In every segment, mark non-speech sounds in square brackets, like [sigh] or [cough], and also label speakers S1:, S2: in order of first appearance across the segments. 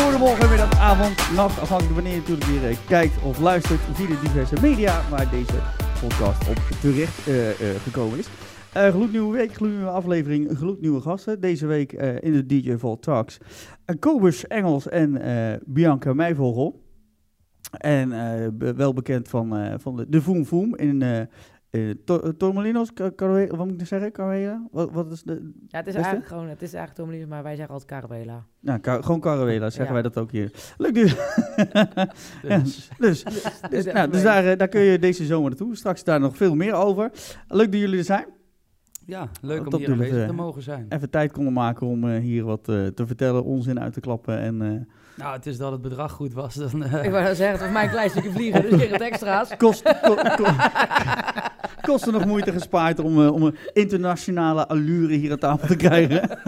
S1: morgenmiddagavond, avond, nacht, afhankelijk wanneer je natuurlijk weer eh, kijkt of luistert via de diverse media waar deze podcast op terecht eh, eh, gekomen is. Eh gloednieuwe week, gloednieuwe aflevering, gloednieuwe gasten. Deze week eh, in de DJ Vault Talks. Eh, Kobus Engels en eh, Bianca Meivogel. En eh, be- wel bekend van, eh, van de, de Voem Voem in eh eh, Tor- Tormelinos, Car- Carue- wat moet ik nou zeggen? Carrera? Wat, wat is de,
S2: Ja, het is
S1: Beste?
S2: eigenlijk gewoon, het is eigenlijk Tomlini's, maar wij zeggen altijd Carabela.
S1: Nou, Car- gewoon Carawela, zeggen
S2: Ja.
S1: wij dat ook hier. Leuk dus. [laughs] dus. dus, dus,
S2: echt
S1: nou, dus
S2: leuk.
S1: daar, eh, daar kun je deze zomer naartoe. Straks daar nog veel meer over. Leuk dat jullie er zijn.
S3: [laughs] Ja, leuk
S1: Wat eh?
S3: om hier
S1: opdoelen
S3: aanwezig
S1: ze.
S3: te mogen zijn.
S1: Even tijd konden maken om eh, hier wat eh, te vertellen, onzin uit te klappen. En, eh,
S3: Nou, het is dat het bedrag goed was. Dan, eh,
S2: Ik wou net zeggen, het was mijn klein stukje vliegen, dus ik kreeg het extra's.
S1: kost, ko- ko- kosten nog moeite gespaard om, eh, om een internationale allure hier aan tafel te krijgen. [laughs]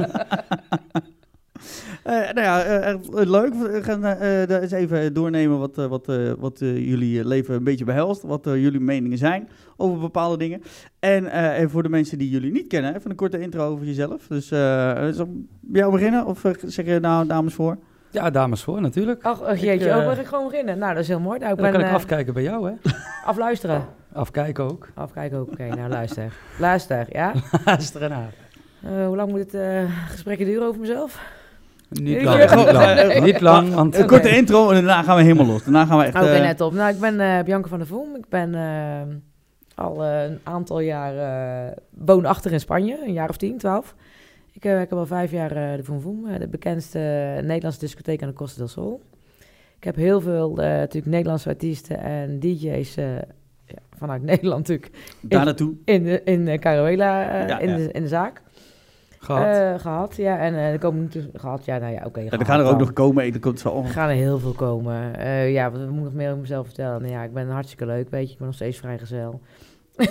S1: Eh, nou ja, eh, eh, leuk. We gaan eh, eh, daar eens even doornemen wat, eh, wat, eh, wat eh, jullie eh, leven een beetje behelst. Wat eh, jullie meningen zijn over bepaalde dingen. En, eh, en voor de mensen die jullie niet kennen, even een korte intro over jezelf. Dus eh zal ik bij jou beginnen? Of eh, zeg je nou dames voor?
S3: ja, dames voor natuurlijk.
S2: Ach, ach jeetje,
S3: eh,
S2: oh, mag ik gewoon beginnen? Nou, dat is heel mooi. Nou, ik
S3: dan
S2: ben,
S3: kan ik
S2: eh,
S3: afkijken bij jou, hè?
S2: afluisteren.
S3: Afkijken
S1: [laughs]
S3: ook.
S2: Afkijken ook, oké, nou luister. Luister, ja?
S3: Luister ernaar.
S2: Eh, hoe lang moet het eh gesprekje duren over mezelf?
S3: Niet
S2: Ik
S3: lang,
S2: zeg
S3: niet
S2: gewoon-
S3: lang.
S2: Nee.
S3: Niet lang, want eh,
S1: Een korte intro en daarna gaan we helemaal los. Daarna gaan we echt...
S2: Oké,
S1: eh,
S2: net op. Nou, ik ben eh, Bianca van der Voem. Ik ben eh, al eh, een aantal jaar eh, woonachtig in Spanje, een jaar of tien, twaalf. Ik, eh, ik heb al vijf jaar eh, de Voem Voem, eh, de bekendste Nederlandse discotheek aan de Costa del Sol. Ik heb heel veel eh, natuurlijk Nederlandse artiesten en DJ's eh, ja, vanuit [laughs] Nederland natuurlijk
S1: daar naartoe.
S2: in, de- in eh, Caruela eh,
S1: Ja,
S2: in,
S1: ja.
S2: De, in de zaak
S3: gehad.
S2: eh, gehad. Ja, en eh, er komen natuurlijk gehad. Ja, nou ja, oké.
S1: Ja, er
S2: gehad
S1: gaan er ook
S2: dan.
S1: nog komen. Er komt zo Oh.
S2: Er
S1: ongeveer
S2: gaan er heel veel komen. Eh, ja, wat moet ik nog meer over mezelf vertellen? Nou ja, ik ben hartstikke leuk, weet je. Ik ben nog steeds vrijgezel. Eh.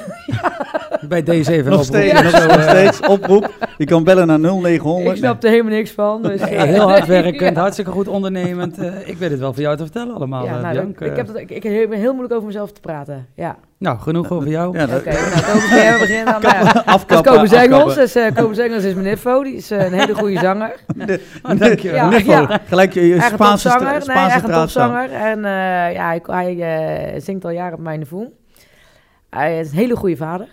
S3: bij deze even
S1: Nog
S3: oproepen.
S1: steeds,
S3: Zo,
S1: nog
S3: eh,
S1: steeds oproep. Je kan bellen naar 0900.
S2: ik snap er helemaal niks van. Dus,
S3: eh,
S2: eh,
S3: heel hard werkend,
S2: [laughs] Ja.
S3: hartstikke goed ondernemend. Eh, ik weet het wel voor jou te vertellen allemaal,
S2: Ja,
S3: eh,
S2: nou, dat-
S3: Bianca.
S2: ik, heb dat, ik, ik ben heel moeilijk over mezelf te praten. Ja,
S3: Nou, genoeg over jou.
S1: Ja,
S2: oké.
S1: dat- [laughs]
S2: nou, Kobus, kun jij maar beginnen dan? Nou ja, Dat is
S1: afkappen.
S2: Kobus Engels.
S1: afkappen.
S2: Dus, eh, Kobus Engels is mijn niffo. Die is eh, een hele goede zanger.
S1: [laughs]
S3: Ah, dank je.
S2: Ja,
S1: Niffo,
S2: ja.
S1: Gelijk je, je
S2: Eigen
S1: Spaanse,
S2: topzanger.
S1: stra-
S2: Nee,
S1: Spaanse
S2: eigen
S1: straatzaal.
S2: topzanger. En eh, ja, hij, hij eh, zingt al jaren op mijn voem. Hij is een hele goede vader.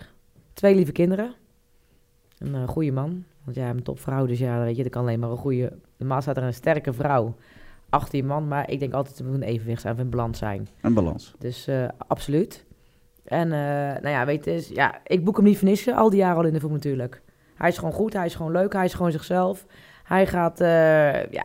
S2: Twee lieve kinderen. Een eh, goede man. Want ja, een topvrouw, dus ja, weet je, dat kan alleen maar een goede... Normaal staat er een sterke vrouw achter je man. Maar ik denk altijd, het moet een evenwicht zijn of een balans zijn.
S1: Een balans.
S2: Dus eh, absoluut. En eh, nou ja, weet je, is, ja, ik boek hem niet voor niks, al die jaren al in de voet natuurlijk. Hij is gewoon goed, hij is gewoon leuk, hij is gewoon zichzelf. Hij gaat, eh, ja,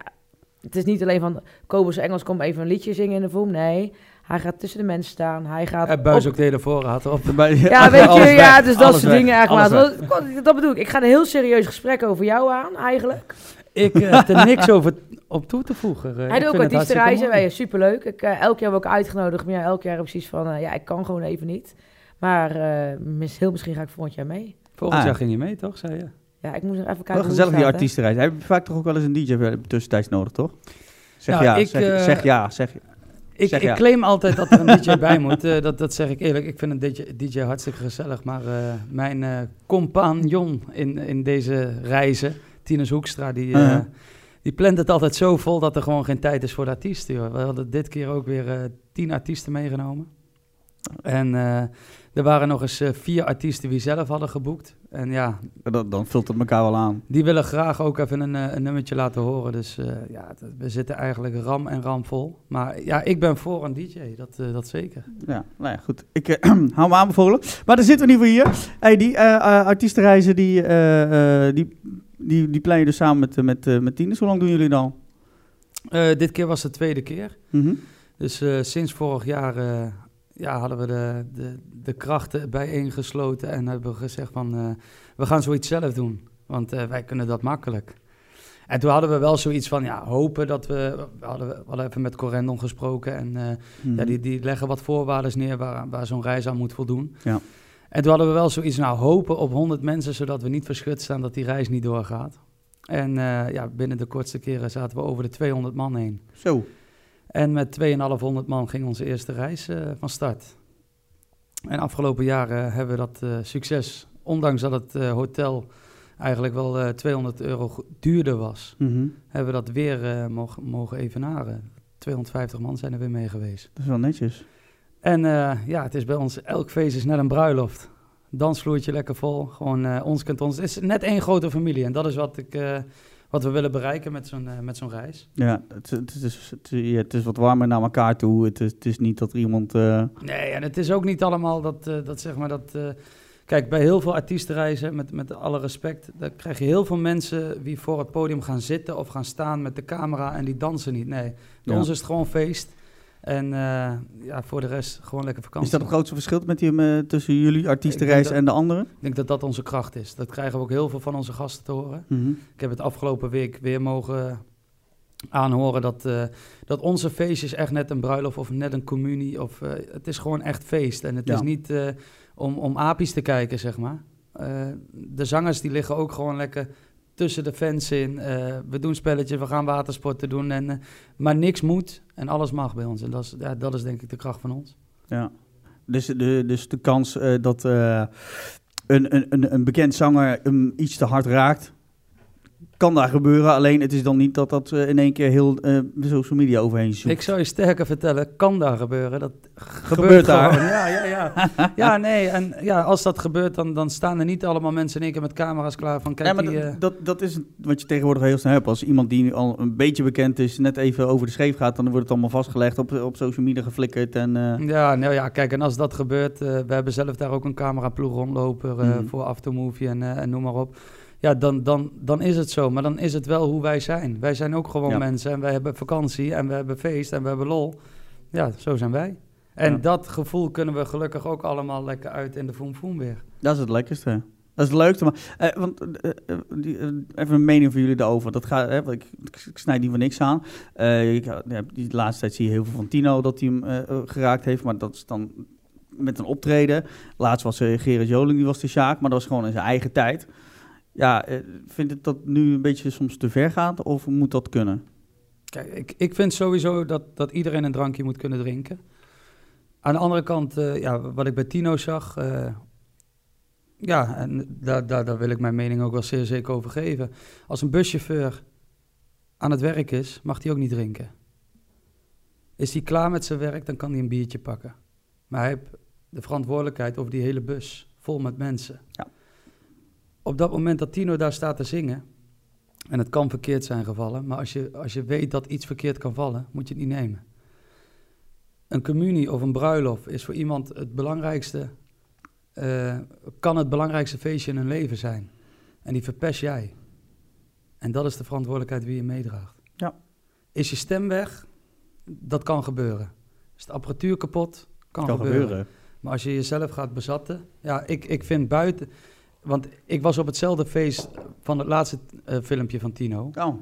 S2: het is niet alleen van Kobus Engels, kom even een liedje zingen in de voem. Nee, hij gaat tussen de mensen staan, hij gaat...
S3: Eh, buis
S2: op-
S3: ook de hele voorraad op.
S1: [laughs] Bij-
S2: Ja, weet je,
S1: alles weg,
S2: ja, dus dat
S1: alles
S2: soort
S1: weg,
S2: dingen eigenlijk.
S1: alles
S2: Maar dat, dat- dat bedoel ik, ik ga een heel serieus gesprek over jou aan eigenlijk.
S3: Ik eh, heb er niks over op toe te voegen. Eh,
S2: Hij
S3: ik
S2: doet ook
S3: vind het hartstikke
S2: artiestenreizen,
S3: mooi.
S2: wij superleuk. Ik, eh, elk jaar heb ik uitgenodigd, maar ja, elk jaar heb ik precies van, eh, ja, ik kan gewoon even niet. Maar eh, mis, heel misschien ga ik volgend jaar mee.
S3: Volgend
S1: Ah.
S3: jaar ging je mee, toch, zei je?
S2: Ja, ik moet nog even
S1: Wel
S2: kijken hoe het
S1: gezellig die
S2: gaat, hè.
S1: artiestenreis. Heb je vaak toch ook wel eens een DJ tussentijds nodig, toch? Zeg
S3: Nou,
S1: ja,
S3: ik,
S1: zeg,
S3: eh,
S1: zeg ja, zeg ja.
S3: Ik,
S1: Zeg ja.
S3: ik claim altijd dat er
S1: [laughs]
S3: een DJ bij moet. eh, dat, dat zeg ik eerlijk. Ik vind een DJ, DJ hartstikke gezellig. Maar eh, mijn eh, compagnon in, in deze reizen, Tinus Hoekstra, die, eh,
S1: Uh-huh.
S3: die plant het altijd zo vol dat er gewoon geen tijd is voor de artiesten. joh. We hadden dit keer ook weer eh, tien artiesten meegenomen. En eh, er waren nog eens eh, vier artiesten die zelf hadden geboekt. En ja,
S1: Dan, dan vult het elkaar wel aan.
S3: die willen graag ook even een, eh, een nummertje laten horen. Dus eh, ja, het- we zitten eigenlijk ram en ram vol. Maar ja, ik ben voor een DJ, dat, eh, dat zeker.
S1: Ja, nou ja, goed. Ik eh, [clears throat] hou me aanbevolen. Maar dan zitten we niet voor hier. Hey, die eh, eh, artiestenreizen, die, eh, eh, die, die, die plan je dus samen met, eh, met, eh, met Tines. Hoe lang doen jullie dan?
S3: Eh, dit keer was de tweede keer.
S1: Mhm.
S3: Dus eh, sinds vorig jaar eh, ja, hadden we de, de, de krachten bijeengesloten en hebben we gezegd van eh, we gaan zoiets zelf doen, want eh, wij kunnen dat makkelijk. En toen hadden we wel zoiets van ja, hopen dat we, we hadden, we hadden even met Corendon gesproken en eh,
S1: Mhm.
S3: ja, die, die leggen wat voorwaarden neer waar, waar zo'n reis aan moet voldoen.
S1: Ja.
S3: En toen hadden we wel zoiets, nou hopen op 100 mensen, zodat we niet verschut staan dat die reis niet doorgaat. En eh, ja, binnen de kortste keren zaten we over de 200 man heen.
S1: Zo.
S3: En met 2,500 man ging onze eerste reis eh, van start. En afgelopen jaar eh, hebben we dat eh, succes, ondanks dat het eh, hotel eigenlijk wel eh, 200 euro go- duurder was,
S1: Mhm.
S3: hebben we dat weer eh, mogen, mogen evenaren. 250 man zijn er weer mee geweest.
S1: Dat is wel netjes.
S3: En eh, ja, het is bij ons, elk feest is net een bruiloft. Dansvloertje lekker vol, gewoon eh, ons kent ons. Het is net één grote familie en dat is wat, ik, eh, wat we willen bereiken met zo'n eh, met zo'n reis.
S1: Ja, het, het, is, het, ja, het is wat warmer naar elkaar toe. Het is, het is niet dat er iemand... eh,
S3: Nee, en het is ook niet allemaal dat, eh, dat zeg maar dat... eh, kijk, bij heel veel artiestenreizen, met, met alle respect... dan krijg je heel veel mensen die voor het podium gaan zitten of gaan staan met de camera... en die dansen niet. Nee, bij
S1: Ja.
S3: ons is het gewoon feest. En eh, ja, voor de rest gewoon lekker vakantie.
S1: is dat het grootste verschil met die, eh, tussen jullie artiestenreis
S3: dat-
S1: en de anderen?
S3: Ik denk dat dat onze kracht is. Dat krijgen we ook heel veel van onze gasten te horen.
S1: Mhm.
S3: Ik heb het afgelopen week weer mogen aanhoren dat, eh, dat onze feest is echt net een bruiloft of net een communie. Of, eh, het is gewoon echt feest. En het
S1: Ja.
S3: is niet eh, om, om apies te kijken, zeg maar. Eh, de zangers die liggen ook gewoon lekker tussen de fans in. Eh, we doen spelletjes, we gaan watersporten doen. En, eh, maar niks moet en alles mag bij ons. En dat is, ja, dat is denk ik de kracht van ons.
S1: Ja. Dus de, dus de kans eh, dat eh, een, een, een, een bekend zanger hem iets te hard raakt, kan daar gebeuren. Alleen het is dan niet dat dat eh, in één keer heel eh, de social media overheen zoekt.
S3: Ik zou je sterker vertellen, kan daar gebeuren. Dat gebeurt,
S1: Gebeurt daar.
S3: gewoon. Ja,
S1: [laughs]
S3: ja, ja. ja, nee. En ja, als dat gebeurt, dan, dan staan er niet allemaal mensen in één keer met camera's klaar van kijk
S1: Ja, maar
S3: die... eh,
S1: dat, dat, dat is wat je tegenwoordig heel snel hebt. Als iemand die nu al een beetje bekend is, net even over de scheef gaat, dan wordt het allemaal vastgelegd op, op social media geflikkerd. En, eh,
S3: Ja, nou ja, kijk, en als dat gebeurt, eh, we hebben zelf daar ook een cameraploeg rondlopen eh,
S1: Mhm.
S3: voor aftermovie en, eh, en noem maar op. Ja, dan, dan, dan is het zo, maar dan is het wel hoe wij zijn. Wij zijn ook gewoon
S1: Ja.
S3: mensen en wij hebben vakantie en we hebben feest en we hebben lol. Ja, zo zijn wij. En
S1: Ja.
S3: dat gevoel kunnen we gelukkig ook allemaal lekker uit in de Voem Voem weer.
S1: dat is het lekkerste. Dat is het leukste. Maar, eh, want, eh, eh, die, eh, even een mening van jullie daarover. Dat gaat, hè, want ik, ik snijd niet van niks aan. Eh, ik, ja, die laatste tijd zie je heel veel van Tino dat hij hem eh, eh, geraakt heeft. Maar dat is dan met een optreden. Laatst was eh, Gerard Joling, die was de Sjaak. Maar dat was gewoon in zijn eigen tijd. Ja, eh, vindt het dat nu een beetje soms te ver gaat? Of moet dat kunnen?
S3: Kijk, ik, ik vind sowieso dat, dat iedereen een drankje moet kunnen drinken. Aan de andere kant, eh, ja, wat ik bij Tino zag, eh, ja, en daar, daar, daar wil ik mijn mening ook wel zeer zeker over geven. Als een buschauffeur aan het werk is, mag hij ook niet drinken. Is hij klaar met zijn werk, dan kan hij een biertje pakken. Maar hij heeft de verantwoordelijkheid over die hele bus, vol met mensen.
S1: Ja.
S3: Op dat moment dat Tino daar staat te zingen, en het kan verkeerd zijn gevallen, maar als je, als je weet dat iets verkeerd kan vallen, moet je het niet nemen. Een communie of een bruiloft is voor iemand het belangrijkste, eh, kan het belangrijkste feestje in hun leven zijn. En die verpest jij. En dat is de verantwoordelijkheid wie je meedraagt.
S1: Ja.
S3: Is je stem weg? Dat kan gebeuren. Is de apparatuur kapot? Kan, gebeuren. Maar als je jezelf gaat bezatten. Ja, ik, ik vind buiten. Want ik was op hetzelfde feest van het laatste eh, filmpje van Tino.
S1: Oh,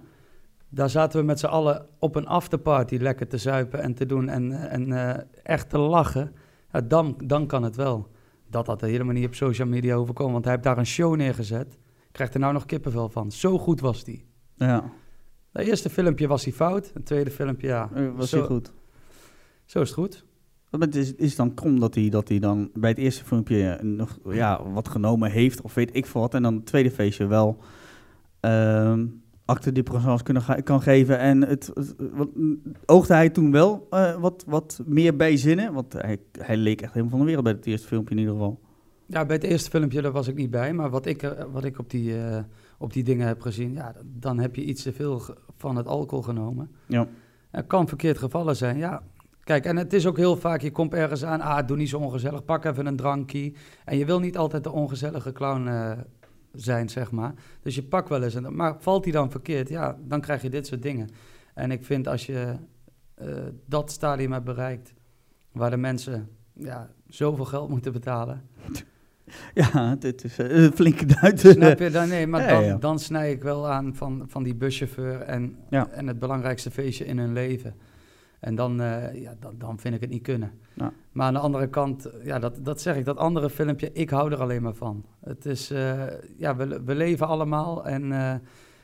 S3: Daar zaten we met z'n allen op een afterparty lekker te zuipen en te doen en, en eh, echt te lachen. Ja, dan, dan kan het wel. Dat had er helemaal niet op social media overkomen. Want hij heeft daar een show neergezet. Krijgt er nou nog kippenvel van. Zo goed was die.
S1: ja.
S3: Het eerste filmpje was hij fout. Het tweede filmpje, ja.
S1: Eh, Was
S3: zo,
S1: hij goed?
S3: Zo is het goed.
S1: Want het is, is dan krom dat hij, dat hij dan bij het eerste filmpje eh, nog ja, wat genomen heeft, of weet ik veel wat. En dan het tweede feestje wel ehm acte de présence kunnen ga- kan geven. En het, het- wat, mm, oogde hij toen wel eh, wat, wat meer bij zinnen? Want hij, hij leek echt helemaal van de wereld bij het eerste filmpje in ieder geval. [laughs]
S3: Ja, bij het eerste filmpje daar was ik niet bij, maar wat ik, er- wat ik op, die, eh, op die dingen heb gezien, ja, dan heb je iets te veel ge- van het alcohol genomen.
S1: Ja.
S3: Het kan verkeerd gevallen zijn, ja. Kijk, en het is ook heel vaak, je komt ergens aan, ah, doe niet zo ongezellig, pak even een drankje. En je wil niet altijd de ongezellige clown eh, zijn, zeg maar. Dus je pakt wel eens, een, maar valt die dan verkeerd, ja, dan krijg je dit soort dingen. En ik vind als je eh, dat stadium hebt bereikt, waar de mensen ja, zoveel geld moeten betalen...
S1: Ja, het, het is eh, een flinke [laughs] duiter.
S3: Snap je? Dan, nee, maar
S1: Ja,
S3: dan,
S1: ja.
S3: dan snij ik wel aan van, van die buschauffeur en,
S1: Ja.
S3: en het belangrijkste feestje in hun leven. En dan, eh, ja, dan, dan vind ik het niet kunnen.
S1: Ja.
S3: Maar aan de andere kant, ja, dat, dat zeg ik, dat andere filmpje, ik hou er alleen maar van. Het is, eh, ja, we, we leven allemaal en, eh,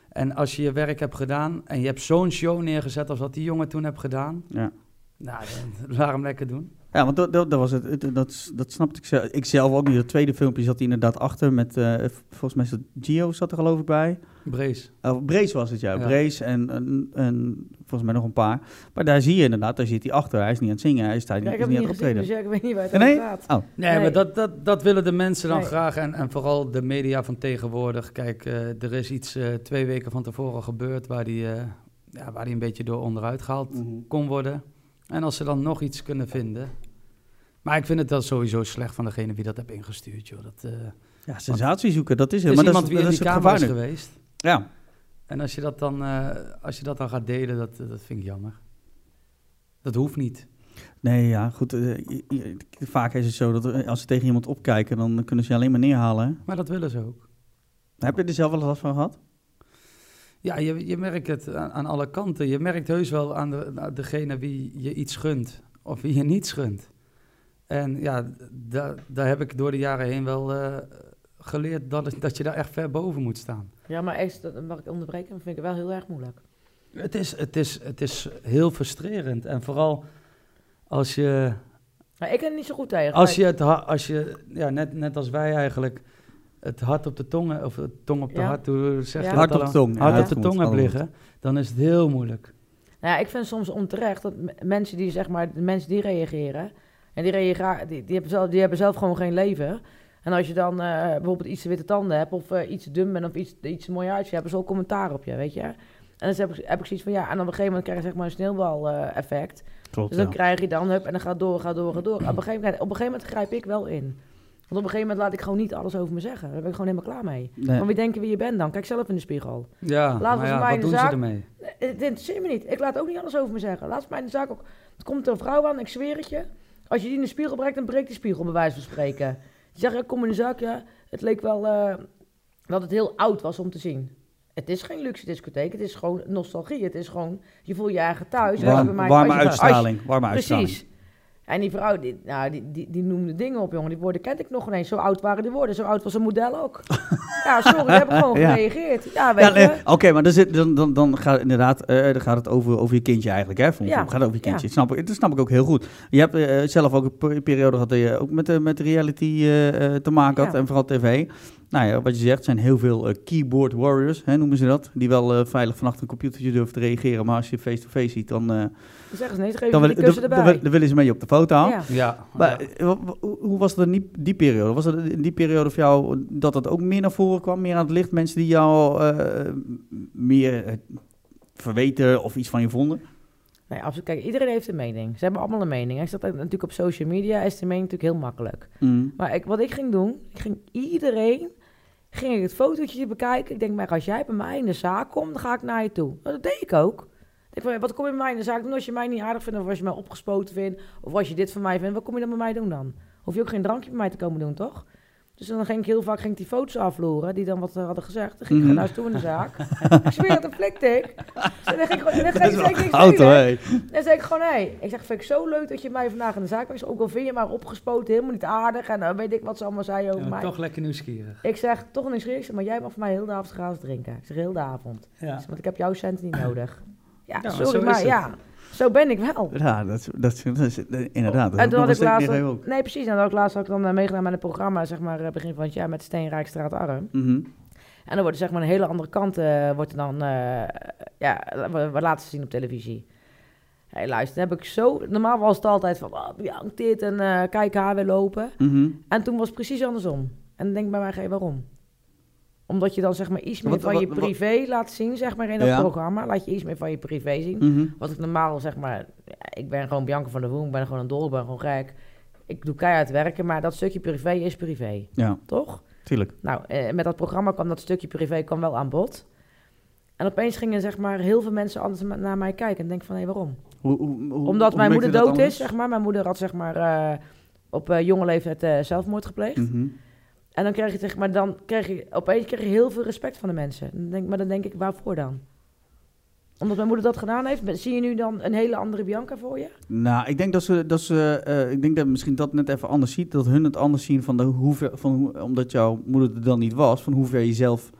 S3: en als je je werk hebt gedaan en je hebt zo'n show neergezet als wat die jongen toen heeft gedaan,
S1: Ja.
S3: nou, dan, laat hem lekker doen.
S1: Ja, want dat, dat, dat was het. het- dat, dat snapte ik zelf. Ik zelf ook niet. Dat tweede filmpje zat hij inderdaad achter met, eh, volgens mij zat Gio zat er geloof ik bij.
S3: Brace.
S1: Oh, Brace was het, ja.
S3: Ja.
S1: Brace en, en, en volgens mij nog een paar. Maar daar zie je inderdaad, daar zit hij achter. Hij is niet aan het zingen, hij, staat,
S2: Ja, ik
S1: is
S2: heb
S1: niet
S2: het
S1: aan
S2: niet
S1: het
S2: gezien,
S1: optreden.
S2: dus ja, ik weet niet waar het
S1: Nee?
S2: over gaat.
S1: Oh,
S3: Nee,
S2: Nee.
S3: maar dat, dat, dat willen de mensen dan
S2: Nee.
S3: graag. En, en vooral de media van tegenwoordig. Kijk, eh, er is iets eh, twee weken van tevoren gebeurd waar die, eh, ja, waar die een beetje door onderuit gehaald
S1: Mhm.
S3: kon worden. En als ze dan nog iets kunnen vinden. Maar ik vind het dan sowieso slecht van degene die dat heeft ingestuurd, joh. Dat, eh,
S1: ja, sensatie zoeken, dat is
S3: er
S1: het.
S3: is
S1: maar
S3: iemand
S1: dat
S3: die
S1: is,
S3: in
S1: dat
S3: die
S1: is het
S3: kamer
S1: gevaar
S3: is
S1: nu.
S3: geweest.
S1: Ja,
S3: En als je dat dan, eh, als je dat dan gaat delen, dat, dat vind ik jammer. Dat hoeft niet.
S1: nee, ja, goed. eh, je- je- vaak is het zo dat eh, als ze tegen iemand opkijken, dan kunnen ze je alleen maar neerhalen. hè.
S3: Maar dat willen ze ook.
S1: Heb je er zelf wel eens last van gehad?
S3: Ja, je, je merkt het aan, aan alle kanten. Je merkt heus wel aan, de, aan degene wie je iets gunt of wie je niet gunt. En ja, da- daar heb ik door de jaren heen wel eh, geleerd dat, het- dat je daar echt ver boven moet staan.
S2: Ja, maar echt, dat mag ik onderbreken, dat vind ik wel heel erg moeilijk.
S3: Het is, het is, het is heel frustrerend. En vooral als je,
S2: Maar ik ken het niet zo goed tegen.
S3: als je, het, ha- als je ja, net, net als wij eigenlijk, het hart op de tong, of het tong op de
S2: Ja.
S3: hart, hoe zeg je
S2: Ja.
S3: dat
S1: Hart op
S3: dan?
S1: de tong, ja,
S3: Hart
S2: ja.
S3: op de
S1: Goed,
S3: tong hebt
S1: allemaal.
S3: liggen, dan is het heel moeilijk.
S2: Nou, ja, ik vind soms onterecht dat m- mensen die, zeg maar, de mensen die reageren... en die, reageren, die, die, hebben zelf, die hebben zelf gewoon geen leven. En als je dan eh, bijvoorbeeld iets te witte tanden hebt... of eh, iets te dun bent of iets, iets te mooi uitziet... hebben ze al commentaar op je, weet je. En dan heb ik, heb ik zoiets van, ja, en op een gegeven moment krijg je zeg maar een sneeuwbal-effect.
S1: Klopt,
S2: Dus dan krijg je dan, hup, en dan gaat door, gaat door, gaat door. Op een, gegeven moment, op een gegeven moment grijp ik wel in. Want op een gegeven moment laat ik gewoon niet alles over me zeggen. Daar ben ik gewoon helemaal klaar mee.
S1: Nee.
S2: Want wie denken wie je bent dan? Kijk zelf in de spiegel.
S3: Ja,
S2: Laten we
S3: maar
S2: ze
S3: ja,
S2: maar in
S3: wat
S2: de
S3: doen
S2: zaak-
S3: ze ermee?
S2: Eh, Het interesseert me niet. Ik laat ook niet alles over me zeggen. Laat het mij in de zaak ook. Het komt een vrouw aan, ik zweer het je. Als je die in de spiegel breekt, dan breekt die spiegel, bij wijze van spreken. Je zegt, ja, kom in de zaak, ja. Het leek wel eh, dat het heel oud was om te zien. Het is geen luxe discotheek, het is gewoon nostalgie. Het is gewoon, je voelt je eigen thuis. Als je bij
S1: Warm,
S2: mij-
S1: warme
S2: als je- als je-
S1: uitstraling. Warme uitstraling.
S2: Precies. En die vrouw, die, nou, die, die, die noemde dingen op, jongen. Die woorden kende ik nog ineens. Zo oud waren die woorden. Zo oud was een model
S1: [laughs]
S2: ook. ja, sorry, daar heb ik gewoon
S1: Ja.
S2: gereageerd. Ja, weet
S1: Ja, nee,
S2: je.
S1: Oké, maar dan, zit, dan, dan, dan gaat inderdaad, eh, dan gaat het over, over je kindje eigenlijk, hè? Volgens
S2: Ja,
S1: mij gaat het over je kindje.
S2: ja.
S1: Dat, snap ik, dat snap ik ook heel goed. Je hebt eh, zelf ook een per- periode gehad dat je ook met, eh, met reality eh, eh, te maken had
S2: Ja.
S1: en vooral tv. Nou ja, wat je zegt, zijn heel veel eh, keyboard warriors, hè, noemen ze dat. Die wel eh, veilig vannacht een computertje durven te reageren, maar als je face-to-face ziet, dan, eh,
S2: Dan zeggen ze nee, ze geven
S1: dan,
S2: die
S1: wil-
S2: kussen
S1: dan, dan wil-
S2: erbij.
S1: dan willen ze mee op de foto.
S2: Ja.
S3: Ja,
S1: Maar
S3: ja.
S1: eh, wa- wa- hoe- hoe was het in die, die periode? Was het in die periode voor jou dat dat ook meer naar voren kwam? Meer aan het licht? Mensen die jou eh, meer eh, verweten of iets van je vonden?
S2: Nee, absoluut. Kijk, iedereen heeft een mening. Ze hebben allemaal een mening. En is dat natuurlijk op social media is de mening natuurlijk heel makkelijk. Maar ik, wat ik ging doen, ik ging iedereen, ging ik het fotootje bekijken. Ik denk, maar als jij bij mij in de zaak komt, dan ga ik naar je toe. Nou, dat deed ik ook. Ik denk, van, wat kom je bij mij in de zaak doen als je mij niet aardig vindt, of als je mij opgespoten vindt, of als je dit van mij vindt, wat kom je dan bij mij doen dan? Hoef je ook geen drankje bij mij te komen doen, toch? Dus dan ging ik heel vaak ging ik die foto's afloren, die dan wat eh, hadden gezegd. Dan ging ik
S1: Mhm.
S2: gewoon naar ze toe in de zaak. ik zweer het, een flikte ik. Dus dan ging ik gewoon, en dan ging ik- ging ik
S1: Auto,
S2: spelen.
S1: hé.
S2: Dan zei ik gewoon, hé, ik zeg, vind ik zo leuk dat je mij vandaag in de zaak was. Ook al vind je maar opgespoten, helemaal niet aardig. En eh, weet ik wat ze allemaal zei over
S3: Ja, maar
S2: mij.
S3: toch lekker nieuwsgierig.
S2: Ik zeg, toch een schrik. Ik zeg, maar jij mag van mij heel de avond gratis drinken. Ik zeg, heel de avond. Ik
S3: Ja.
S2: zeg, want ik heb jouw cent niet nodig. Ja,
S3: maar zo
S2: sorry,
S3: is
S2: maar
S3: het.
S2: ja, zo ben ik wel.
S1: Ja, dat, is- dat, is- dat is eh, inderdaad. Dat
S2: en
S1: is nog
S2: toen had
S1: een
S2: ik
S1: stuk
S2: laatst...
S1: meer ook.
S2: Nee, precies. En toen had ik laatst had ik dan eh, meegedaan met een programma, zeg maar, eh, begin van het jaar, met Steenrijkstraat Arm.
S1: Mhm.
S2: En dan wordt er zeg maar een hele andere kant eh, wordt er dan, eh, ja, we, we laten ze zien op televisie. Hé, luister, dan heb ik zo... Normaal was het altijd van, oh, die hangt dit en eh, kijk haar weer lopen.
S1: Mhm.
S2: En toen was het precies andersom. En dan denk ik bij mij, "Hey, waarom? Omdat je dan zeg maar iets meer
S1: Wat-
S2: van je
S1: wat- wat-
S2: privé laat zien, zeg maar, in dat
S1: Ja.
S2: programma. Laat je iets meer van je privé zien.
S1: Mhm.
S2: Wat ik normaal zeg maar, ja, ik ben gewoon Bianca van der Woen, ik ben gewoon een dol, ik ben gewoon gek. Ik doe keihard werken, maar dat stukje privé is privé,
S1: Ja,
S2: toch?
S1: tuurlijk.
S2: Nou, eh, met dat programma kwam dat stukje privé kwam wel aan bod. En opeens gingen zeg maar heel veel mensen anders ma- naar mij kijken. En denk van, hé, waarom?
S1: Hoe, hoe, hoe-
S2: Omdat
S1: hoe
S2: mijn
S1: merk
S2: moeder
S1: je dat
S2: dood
S1: anders?
S2: is, zeg maar. Mijn moeder had zeg maar eh, op eh, jonge leeftijd eh, zelfmoord gepleegd.
S1: Mhm.
S2: En dan kreeg je zeg maar, dan kreeg je, opeens kreeg je heel veel respect van de mensen. Dan denk, maar dan denk ik, waarvoor dan? Omdat mijn moeder dat gedaan heeft, ben- zie je nu dan een hele andere Bianca voor je?
S1: Nou, ik denk dat ze, dat ze eh, ik denk dat misschien dat net even anders ziet, dat hun het anders zien van de hoever, van hoe, omdat jouw moeder er dan niet was, van hoe ver je zelf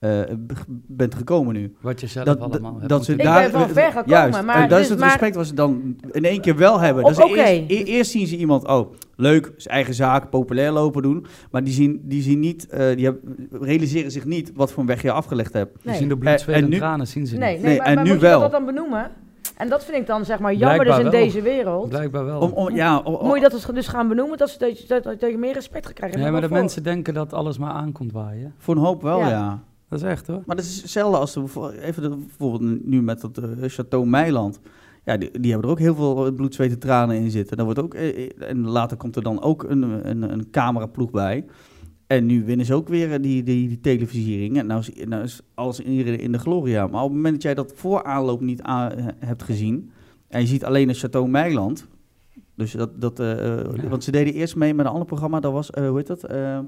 S1: eh, b- bent gekomen nu.
S3: Wat je zelf
S1: Dat-
S3: allemaal hebt.
S1: dat ze
S3: moeten-
S2: Ik
S1: daar,
S2: ben van ver gekomen,
S1: juist,
S2: maar
S1: en dat
S2: dus-
S1: is het
S2: maar-
S1: respect wat ze dan in één keer wel hebben.
S2: Oh,
S1: Dus eerst-
S2: oké.
S1: e- eerst, zien ze iemand, oh, leuk, zijn eigen zaak, populair lopen doen. Maar die, zien, die, zien niet, eh, die hebben- realiseren zich niet wat voor een weg je afgelegd hebt.
S3: Die zien
S2: Nee,
S3: de bloed,
S1: Eh,
S3: zweet
S1: en
S3: en
S1: nu-
S3: tranen, zien ze
S2: nee,
S3: niet.
S2: nee,
S1: Nee,
S2: maar,
S1: en
S2: maar
S1: nu
S2: moet
S1: wel.
S2: je dat dan benoemen? En dat vind ik dan zeg maar jammer
S3: Blijkbaar
S2: dus in
S3: wel.
S2: deze wereld.
S3: Blijkbaar wel.
S1: Om, om, ja, om- om-
S2: Moet je dat dus- dus gaan benoemen, dat ze te- dat- dat je tegen meer respect gaan krijgen.
S3: nee, maar
S2: Wat
S3: de
S2: voor-
S3: mensen denken dat alles maar aankomt waaien.
S1: voor een hoop wel,
S2: Ja.
S1: ja.
S3: Dat is echt hoor.
S1: Maar dat is hetzelfde als de, voor- even de, bijvoorbeeld nu met dat eh, Chateau Meiland. Ja, die, die hebben er ook heel veel bloed, zweet en tranen in zitten. Dan wordt ook, eh, eh, en later komt er dan ook een, een, een cameraploeg bij. En nu winnen ze ook weer eh, die, die, die televisiering. En nou is, nou is alles in, in de gloria. Maar op het moment dat jij dat voor aanloop niet aan, eh, hebt gezien... en je ziet alleen het Chateau Meiland... Dus dat, dat, eh, eh,
S3: Ja.
S1: Want ze deden eerst mee met een ander programma. Dat was, eh, hoe heet dat? Eh,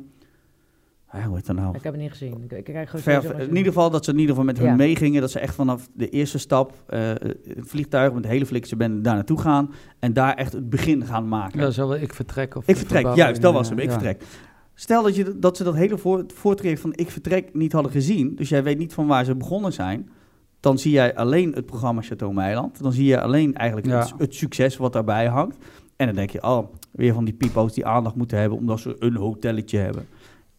S1: ah, hoe heet dat nou?
S2: Ik heb het niet gezien. Ik, ik krijg gewoon
S1: Ver-
S2: sowieso maar
S1: in
S2: zo-
S1: ieder geval dat ze in ieder geval met hun
S2: Ja.
S1: meegingen. Dat ze echt vanaf de eerste stap eh, een vliegtuig met de hele flikse bende daar naartoe gaan. En daar echt het begin gaan maken.
S3: Ja, zal wel ik vertrek of
S1: ik vertrek,
S3: verbouwing,
S1: juist, dat was
S3: eh,
S1: hem. Ik
S3: ja.
S1: vertrek. Stel dat, je, d- dat ze dat hele voor, voortraject van ik vertrek niet hadden gezien. Dus jij weet niet van waar ze begonnen zijn. Dan zie jij alleen het programma Chateau Meiland. Dan zie je alleen eigenlijk
S3: Ja.
S1: het, su- het succes wat daarbij hangt. En dan denk je, oh, weer van die pipo's die aandacht moeten hebben omdat ze een hotelletje hebben.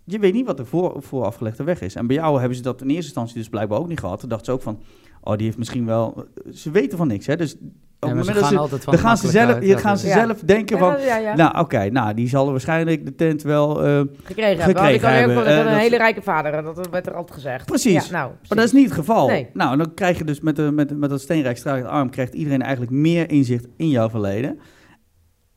S1: Je weet niet wat de voor, voorafgelegde weg is. En bij jou hebben ze dat in eerste instantie dus blijkbaar ook niet gehad. Toen dachten ze ook van, oh, die heeft misschien wel... Ze weten van niks, hè. Dus op het
S3: Ja, maar
S1: moment
S3: ze
S1: dat
S3: gaan
S1: ze,
S3: altijd van
S1: dan gaan ze zelf,
S3: makkelijkheid,
S1: ja,
S3: ja,
S1: gaan
S3: dus-
S1: ze
S2: Ja.
S1: zelf denken
S2: Ja,
S1: van...
S2: ja, ja.
S1: Nou, oké. Nou, die zal waarschijnlijk de tent wel... eh,
S2: gekregen hebben.
S1: gekregen
S2: Want ik
S1: hebben,
S2: had heel veel- ik had
S1: eh,
S2: een
S1: dat-
S2: hele rijke vader, dat werd er altijd gezegd.
S1: Precies.
S2: Ja, nou,
S1: maar dat is niet het geval.
S2: Nee.
S1: Nou, en dan krijg je dus met, de, met, met dat steenrijk strakend arm... krijgt iedereen eigenlijk meer inzicht in jouw verleden.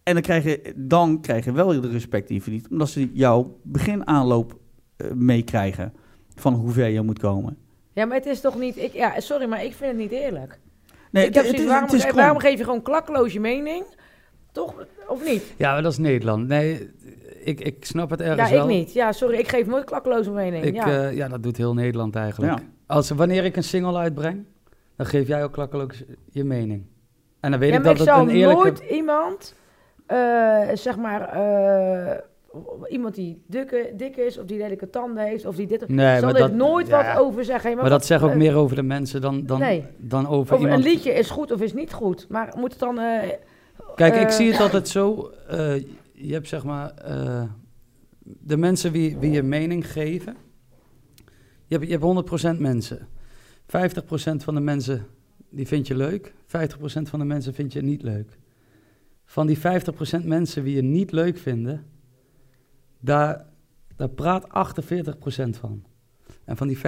S1: En dan krijg je, dan krijg je wel de respect die je verdient... omdat ze jouw beginaanloop eh, meekrijgen... van hoe ver je moet komen.
S2: Ja, maar het is toch niet... Ik, ja, sorry, maar ik vind het niet eerlijk.
S1: Nee,
S2: ik heb
S1: het-
S2: zoiets,
S1: het is-
S2: waarom,
S1: het is
S2: ge-
S1: krom.
S2: waarom geef je gewoon klakkeloos je mening? Toch? Of niet?
S3: Ja, maar dat is Nederland. Nee, ik, ik snap het ergens
S2: Ja,
S3: wel.
S2: ik niet. Ja, sorry, ik geef nooit klakkeloos mijn mening.
S3: Ik,
S2: ja.
S3: eh, ja. ja, dat doet heel Nederland eigenlijk.
S1: Ja.
S3: Als, wanneer ik een single uitbreng, dan geef jij ook klakkeloos je mening. En dan weet
S2: ja,
S3: ik
S2: maar
S3: dat
S2: ik
S3: het
S2: zou
S3: een eerlijke...
S2: nooit iemand, eh, zeg maar, eh, iemand die dikke, dik is, of die lelijke tanden heeft, of die dit... of-
S3: Nee,
S2: zal
S3: maar
S2: ik
S3: dat,
S2: nooit
S3: ja.
S2: wat over zeggen.
S3: maar dat zegt ook
S2: eh,
S3: meer over de mensen dan, dan,
S2: nee.
S3: dan over
S2: Of
S3: iemand...
S2: een liedje is goed of is niet goed. Maar moet het dan... eh,
S3: Kijk, ik
S2: eh,
S3: zie
S2: [laughs]
S3: het altijd zo. eh, je hebt zeg maar eh, de mensen wie, wie je mening geven. Je hebt, je hebt 100% mensen. 50% van de mensen die vind je leuk. 50% van de mensen vind je niet leuk. Van die 50% mensen die je niet leuk vinden, daar, daar praat 48% van. En van die 50%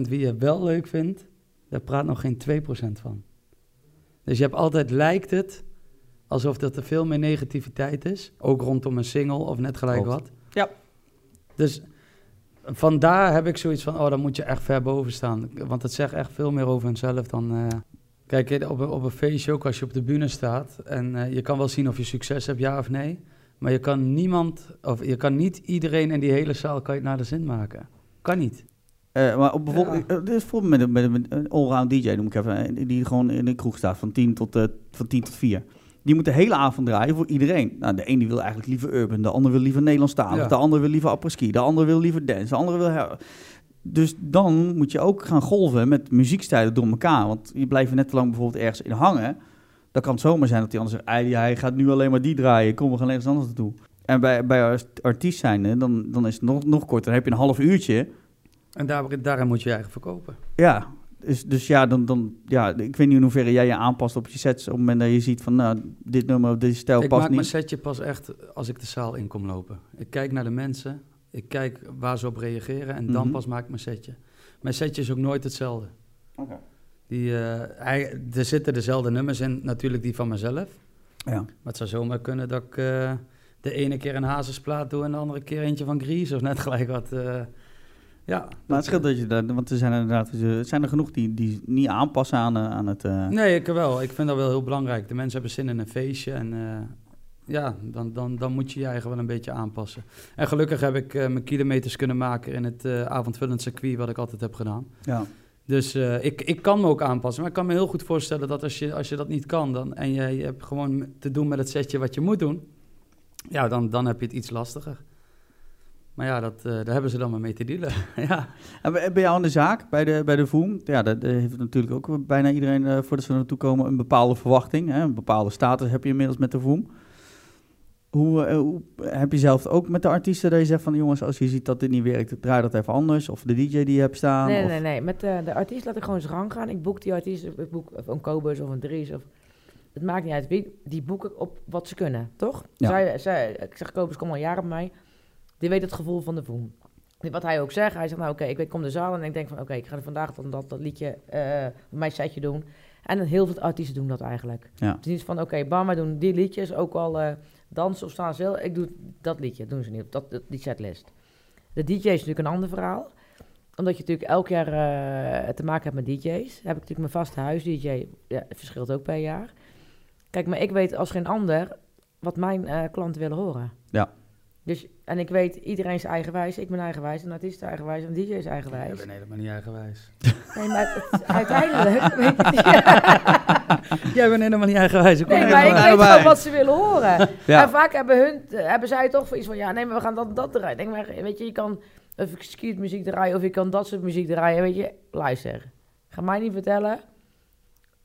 S3: die je wel leuk vindt, daar praat nog geen 2% van. Dus je hebt altijd, lijkt het, alsof dat er veel meer negativiteit is. Ook rondom een single of net gelijk
S1: Klopt.
S3: wat.
S1: Ja.
S3: Dus vandaar heb ik zoiets van, oh, dan moet je echt ver boven staan. Want het zegt echt veel meer over hunzelf dan... eh, Kijk, op een, op een feestje ook als je op de bühne staat... en eh, je kan wel zien of je succes hebt, ja of nee... maar je kan niemand, of je kan niet iedereen in die hele zaal... kan je het naar de zin maken. Kan niet.
S1: Eh, maar op bijvoorbeeld,
S3: Ja.
S1: eh, dit is bijvoorbeeld met, een- met, een- met een allround DJ, noem ik even, eh, die- die gewoon in de kroeg staat van 10 tot, eh, van 10 tot 4. Die moet de hele avond draaien voor iedereen. Nou, de ene die wil eigenlijk liever urban, de ander wil liever Nederlandstalig,
S3: Ja.
S1: de ander wil liever apres-ski, de ander wil liever dance, de ander wil... he- Dus dan moet je ook gaan golven met muziekstijlen door elkaar. Want je blijft er net te lang bijvoorbeeld ergens in hangen. Dan kan het zomaar zijn dat die ander zegt, "Ei, hij gaat nu alleen maar die draaien, kom, we gaan ergens anders naartoe. En bij, bij art- artiest zijnde, dan, dan is het nog, nog korter. Dan heb je een half uurtje...
S3: En daar, daarin moet je je eigen verkopen.
S1: Ja, dus, dus ja, dan, dan, ja, ik weet niet in hoeverre jij je aanpast op je sets. Op het moment dat je ziet van, nou, dit nummer of deze stijl
S3: ik
S1: past
S3: maak
S1: niet.
S3: mijn setje pas echt als ik de zaal in kom lopen. Ik kijk naar de mensen, ik kijk waar ze op reageren... en dan
S1: Mhm.
S3: pas maak ik mijn setje. Mijn setje is ook nooit hetzelfde. Die, eh, hij, er zitten dezelfde nummers in, natuurlijk die van mezelf...
S1: Ja.
S3: Maar het zou zomaar kunnen dat ik eh, de ene keer een hazesplaat doe en de andere keer eentje van Grease of net gelijk wat. eh, ja.
S1: Maar het scheelt dat je daar, want er zijn er inderdaad, er zijn er genoeg die, die niet aanpassen aan, eh, aan het... eh,
S3: Nee, ik wel. Ik vind dat wel heel belangrijk. De mensen hebben zin in een feestje en eh, ja, dan, dan, dan moet je je eigen wel een beetje aanpassen. En gelukkig heb ik eh, mijn kilometers kunnen maken in het eh, avondvullend circuit wat ik altijd heb gedaan.
S1: ja.
S3: Dus eh, ik, ik kan me ook aanpassen. Maar ik kan me heel goed voorstellen dat als je, als je dat niet kan dan, en je, je hebt gewoon te doen met het setje wat je moet doen, ja, dan, dan heb je het iets lastiger. Maar ja, dat, eh, daar hebben ze dan maar mee te dealen. [laughs] ja.
S1: En bij bij jou aan de zaak, bij de, bij de VOEM, ja, dat eh, heeft natuurlijk ook bijna iedereen, eh, voordat ze er naartoe komen, een bepaalde verwachting. Hè? Een bepaalde status heb je inmiddels met de VOEM. Hoe, eh, hoe heb je zelf ook met de artiesten dat je zegt van, jongens, als je ziet dat dit niet werkt, draai dat even anders. Of de DJ die je hebt staan.
S2: Nee,
S1: of,
S2: nee, nee. Met eh, de artiest laat ik gewoon zijn gang gaan. Ik boek die artiest. Ik boek of een Kobus of een Dries. Of, het maakt niet uit. wie. Die boek ik op wat ze kunnen, toch?
S1: Ja.
S2: Zij, zij, ik zeg, Kobus, kom al jaren bij mij. Die weet het gevoel van de voem. Wat hij ook zegt. Hij zegt, nou oké, ik weet, kom de zaal. En ik denk van, oké, ik ga vandaag dan dat, dat liedje, eh, mijn setje doen. En heel veel artiesten doen dat eigenlijk.
S1: Ja.
S2: Het is niet van, oké, bam, wij doen die liedjes. Ook al eh, dansen of staan stil. Ik doe dat liedje. Doen ze niet op dat, dat- die setlist. De DJ is natuurlijk een ander verhaal. Omdat je natuurlijk elk jaar eh, te maken hebt met DJ's. Heb ik natuurlijk mijn vaste huis-DJ. Ja, het verschilt ook per jaar. Kijk, maar ik weet als geen ander wat mijn eh, klanten willen horen.
S1: Ja.
S2: Dus, en ik weet, iedereen is eigenwijs. Ik ben eigenwijs, een artiest is eigenwijs, een DJ is
S3: Ik
S2: eigenwijs.
S3: ben helemaal niet eigenwijs.
S2: Nee, maar het,
S1: [laughs]
S2: uiteindelijk... weet ik-
S3: Jij bent helemaal niet eigenwijs. ik kom
S2: Nee,
S1: Nee,
S2: maar
S3: helemaal
S1: maar-
S2: ik weet
S1: maar-
S2: wel wat ze willen horen.
S1: Ja.
S2: En vaak hebben, hun, eh, hebben zij toch voor iets van... Ja, nee, maar we gaan dat, dat draaien. Denk maar, weet je, je kan of skid muziek draaien... of je kan dat soort muziek draaien. Weet je, luister. Ga mij niet vertellen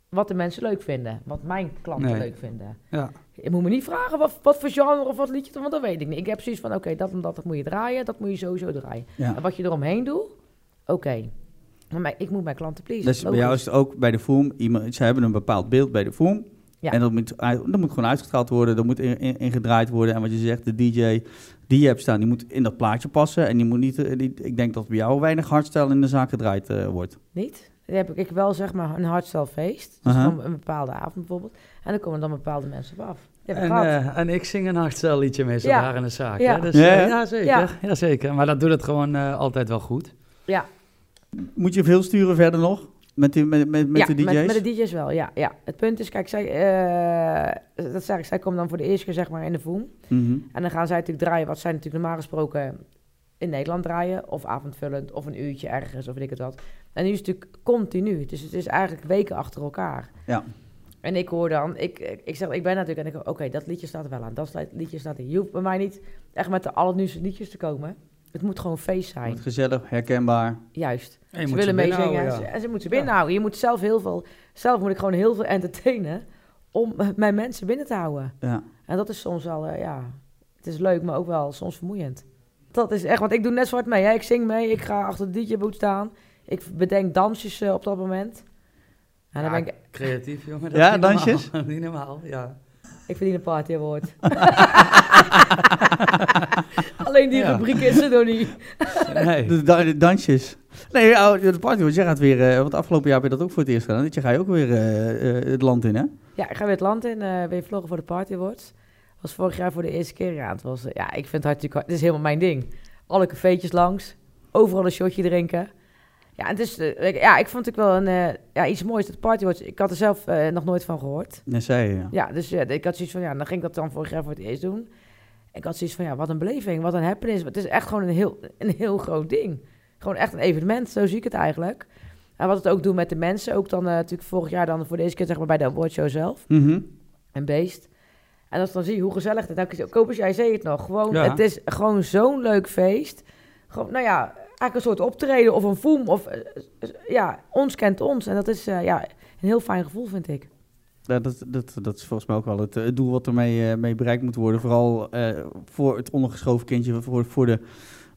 S2: wat de mensen leuk vinden. Wat mijn klanten
S3: Nee.
S2: leuk vinden.
S3: Ja.
S2: Je moet me niet vragen wat, wat voor genre of wat liedje... want dat weet ik niet. Ik heb precies van, oké, dat en dat, dat moet je draaien. Dat moet je sowieso draaien.
S1: Ja.
S2: En wat je eromheen doet, oké. Maar ik moet mijn klanten pleasen.
S1: Dus bij jou
S2: Logisch.
S1: is het ook bij de VOEM, iemand, ze hebben een bepaald beeld bij de VOEM.
S2: Ja.
S1: En dat moet, uit- dat moet gewoon uitgestraald worden, dat moet in- in- ingedraaid worden. En wat je zegt, de DJ die je hebt staan, die moet in dat plaatje passen. En die moet niet, eh, die, ik denk dat bij jou weinig hardstyle in de zaak gedraaid eh, wordt.
S2: Niet. Dan heb ik- ik wel zeg maar een hardstyle feest. Dus
S1: Aha.
S2: dan een bepaalde avond bijvoorbeeld. En dan komen dan bepaalde mensen op af. Die heb ik
S3: En,
S2: gehad.
S3: eh, en ik zing een hardstyle liedje mee, zo
S2: Ja.
S3: daar in de zaak.
S2: Ja.
S3: Ja, dus,
S1: Ja,
S3: eh,
S1: ja.
S3: ja, zeker.
S2: Ja.
S3: Ja. zeker. Maar dat doet het gewoon eh, altijd wel goed.
S2: ja,
S1: Moet je veel sturen verder nog? Met, die, met, met, met
S2: ja
S1: de DJ's?
S2: Met, de DJ's wel, ja, ja. Het punt is, kijk, zij, eh, dat zeg ik, zij komen dan voor de eerste keer zeg maar in de voem.
S1: Mhm.
S2: En dan gaan zij natuurlijk draaien wat zij natuurlijk normaal gesproken in Nederland draaien. Of avondvullend, of een uurtje ergens, of weet ik het wat. En nu is het natuurlijk continu. Dus het is eigenlijk weken achter elkaar.
S1: Ja.
S2: En ik hoor dan, ik, ik zeg, ik ben natuurlijk, en ik hoor, oké, dat liedje staat er wel aan, dat liedje staat er. Je hoeft bij mij niet echt met de allernieuwste liedjes te komen. Het moet gewoon feest zijn,
S1: Wordt Gezellig, herkenbaar.
S2: juist.
S3: En je
S2: ze
S3: moet
S2: willen
S3: ze
S2: meezingen en
S3: binnenhouden,
S2: ze-
S3: ja.
S2: en ze moeten ze binnenhouden. Je moet zelf heel veel, zelf moet ik gewoon heel veel entertainen om [laughs] mijn mensen binnen te houden.
S1: Ja.
S2: En dat is soms wel, eh, ja, het is leuk, maar ook wel soms vermoeiend. Dat is echt, want ik doe net zo hard mee. Hè? Ik zing mee, ik ga achter de DJ-boot staan. Ik bedenk dansjes eh, op dat moment. En dan
S3: Ja,
S2: ben ik,
S3: Creatief, jongen. dat
S1: Ja,
S3: is niet normaal.
S1: dansjes?
S3: [laughs] niet normaal, ja.
S2: ik verdien een party award. [laughs] Alleen die
S3: Ja.
S2: rubriek is er nog niet.
S3: Nee.
S1: De, da- de dansjes. Nee, oh, ja, de party, want jij gaat weer, eh, want afgelopen jaar heb je dat ook voor het eerst gedaan. Dit jaar ga je ook weer eh, eh, het land in, hè?
S2: Ja, ik ga weer het land in, eh weer vloggen voor de party awards. Was vorig jaar voor de eerste keer. Ja, het was, eh, ja ik vind het hartstikke, het is helemaal mijn ding. Alle cafeetjes langs, overal een shotje drinken. Ja, het is, eh, ik- ja ik vond het ook wel een, eh, ja, iets moois, dat party awards. Ik had er zelf eh, nog nooit van gehoord.
S1: Dat zei je, ja.
S2: Ja, dus ja, ik had zoiets van, ja, dan ging ik dat dan vorig jaar voor het eerst doen. Ik had zoiets van, ja, wat een beleving, wat een happening. Het is echt gewoon een heel, een heel groot ding. Gewoon echt een evenement, zo zie ik het eigenlijk. En wat het ook doet met de mensen, ook dan eh, natuurlijk vorig jaar dan voor de eerste keer zeg maar, bij de awardshow zelf
S1: Mhm.
S2: en beest. En als ik dan zie je hoe gezellig het is. Nou, Kopers, jij zei het nog. Gewoon,
S3: Ja.
S2: Het is gewoon zo'n leuk feest. Gewoon, nou ja, eigenlijk een soort optreden of een voem. Of, eh, eh, ja, ons kent ons. En dat is eh, ja, een heel fijn gevoel, vind ik.
S1: Ja, dat, dat, dat is volgens mij ook wel het, eh, het doel wat ermee eh, mee bereikt moet worden. Vooral eh, voor het ondergeschoven kindje, voor, voor de,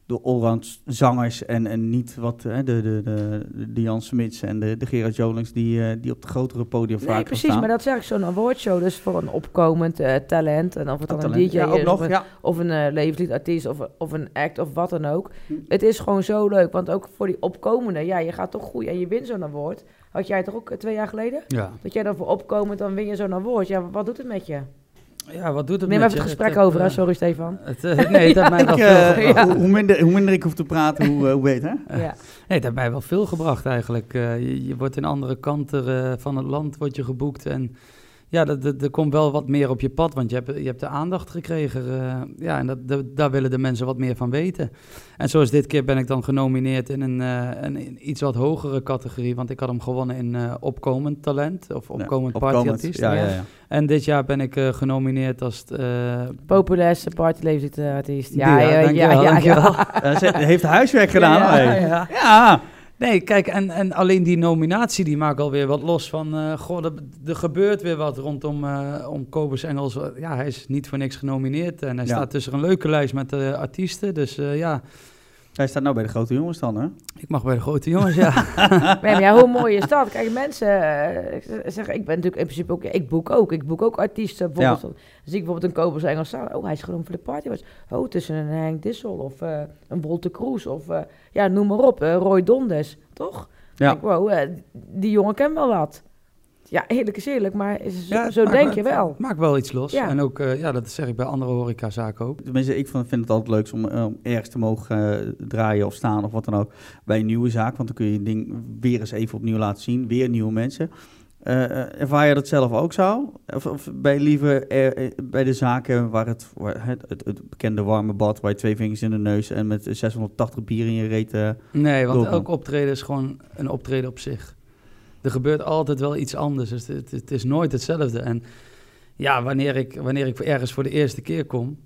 S1: de allround zangers en, en niet wat eh, de, de, de, de Jan Smits en de, de Gerard Jolings die, eh, die op het grotere podium vaak
S2: nee,
S1: gaan
S2: precies.
S1: staan.
S2: Maar dat zeg ik zo'n awardshow. Dus voor een opkomend eh, talent. En of het dan een
S1: Talent.
S2: DJ
S1: ja, ook
S2: is, of
S1: nog,
S2: een-
S1: ja.
S2: of een eh, leefliedartiest of, of een act of wat dan ook.
S1: Hm.
S2: Het is gewoon zo leuk. Want ook voor die opkomende, ja, je gaat toch goed en je wint zo'n award. Had jij toch ook eh, twee jaar geleden?
S3: Ja.
S2: Dat jij daarvoor opkomt, dan win je zo'n award. Ja, wat doet het met je?
S3: ja, wat doet het
S2: Neem
S3: met
S2: even
S3: je?
S2: het gesprek
S3: heeft,
S2: over, hè?
S3: eh,
S2: Sorry, Stefan.
S3: Het, eh, nee,
S2: [laughs]
S3: het heeft mij wel
S1: Ik,
S3: veel
S1: eh, [laughs]
S3: gebracht.
S1: hoe, hoe minder, hoe minder ik hoef te praten, hoe, eh, hoe beter. hè?
S2: Ja.
S3: Nee, het heeft mij wel veel gebracht eigenlijk. Eh, je, je wordt in andere kanten eh, van het land wordt je geboekt en ja, dat, dat- er komt wel wat meer op je pad, want je hebt, je hebt de aandacht gekregen. eh, ja, en dat, dat- daar willen de mensen wat meer van weten. En zoals dit keer ben ik dan genomineerd in een, eh, een, in iets wat hogere categorie, want ik had hem gewonnen in eh, opkomend talent of opkomend partyartiest.
S1: Ja, ja,
S2: ja.
S1: ja.
S3: En dit jaar ben ik eh, genomineerd als... t- eh,
S2: Populairste partyleeftijd-artiest. Ja,
S3: Ja,
S2: ja, ja, ja,
S3: dankjewel,
S2: ja, [laughs]
S3: dankjewel.
S1: Eh, ze heeft huiswerk gedaan.
S3: Ja,
S1: hè? Ja,
S3: ja. Nee, kijk, en, en alleen die nominatie die maakt alweer wat los van... eh, goh, er, er gebeurt weer wat rondom eh, om Kobus Engels. Ja, hij is niet voor niks genomineerd. En hij
S1: Ja.
S3: staat tussen een leuke lijst met eh, artiesten. Dus eh, ja,
S1: Hij staat nou bij de grote jongens dan, hè?
S3: ik mag bij de grote jongens,
S2: [laughs]
S3: ja.
S2: Nee, maar ja, hoe mooi is dat? Kijk, mensen eh, zeggen, ik ben natuurlijk in principe ook, ik boek ook, ik boek ook artiesten. Bijvoorbeeld, Dan zie ik bijvoorbeeld een Kobus Engels staan, oh, hij is gewoon voor de party. Oh, tussen een Henk Dissel of eh, een Wolter Kroes of, eh, ja, noem maar op, eh, Roy Donders, toch?
S1: Ja.
S2: Denk, wow, eh, die jongen kent wel wat. Ja, eerlijk is eerlijk, maar is- zo,
S3: Ja, het
S2: zo
S3: maakt
S2: denk
S3: wel-
S2: je wel.
S3: Maakt wel iets los.
S2: Ja.
S3: En ook, eh, ja, dat zeg ik bij andere horecazaken ook.
S1: Tenminste, ik vind het altijd leuk om eh, om ergens te mogen eh, draaien of staan of wat dan ook bij een nieuwe zaak. Want dan kun je je ding weer eens even opnieuw laten zien. Weer nieuwe mensen. Eh, ervaar je dat zelf ook zo? Of, of bij liever eh, eh, bij de zaken waar het, waar het, het, het bekende warme bad, waar je twee vingers in de neus en met 680 bier in je reet. eh,
S3: Nee, want
S1: Doorgaan.
S3: elk optreden is gewoon een optreden op zich. Er gebeurt altijd wel iets anders. Dus het, het is nooit hetzelfde. En ja, wanneer ik, wanneer ik ergens voor de eerste keer kom,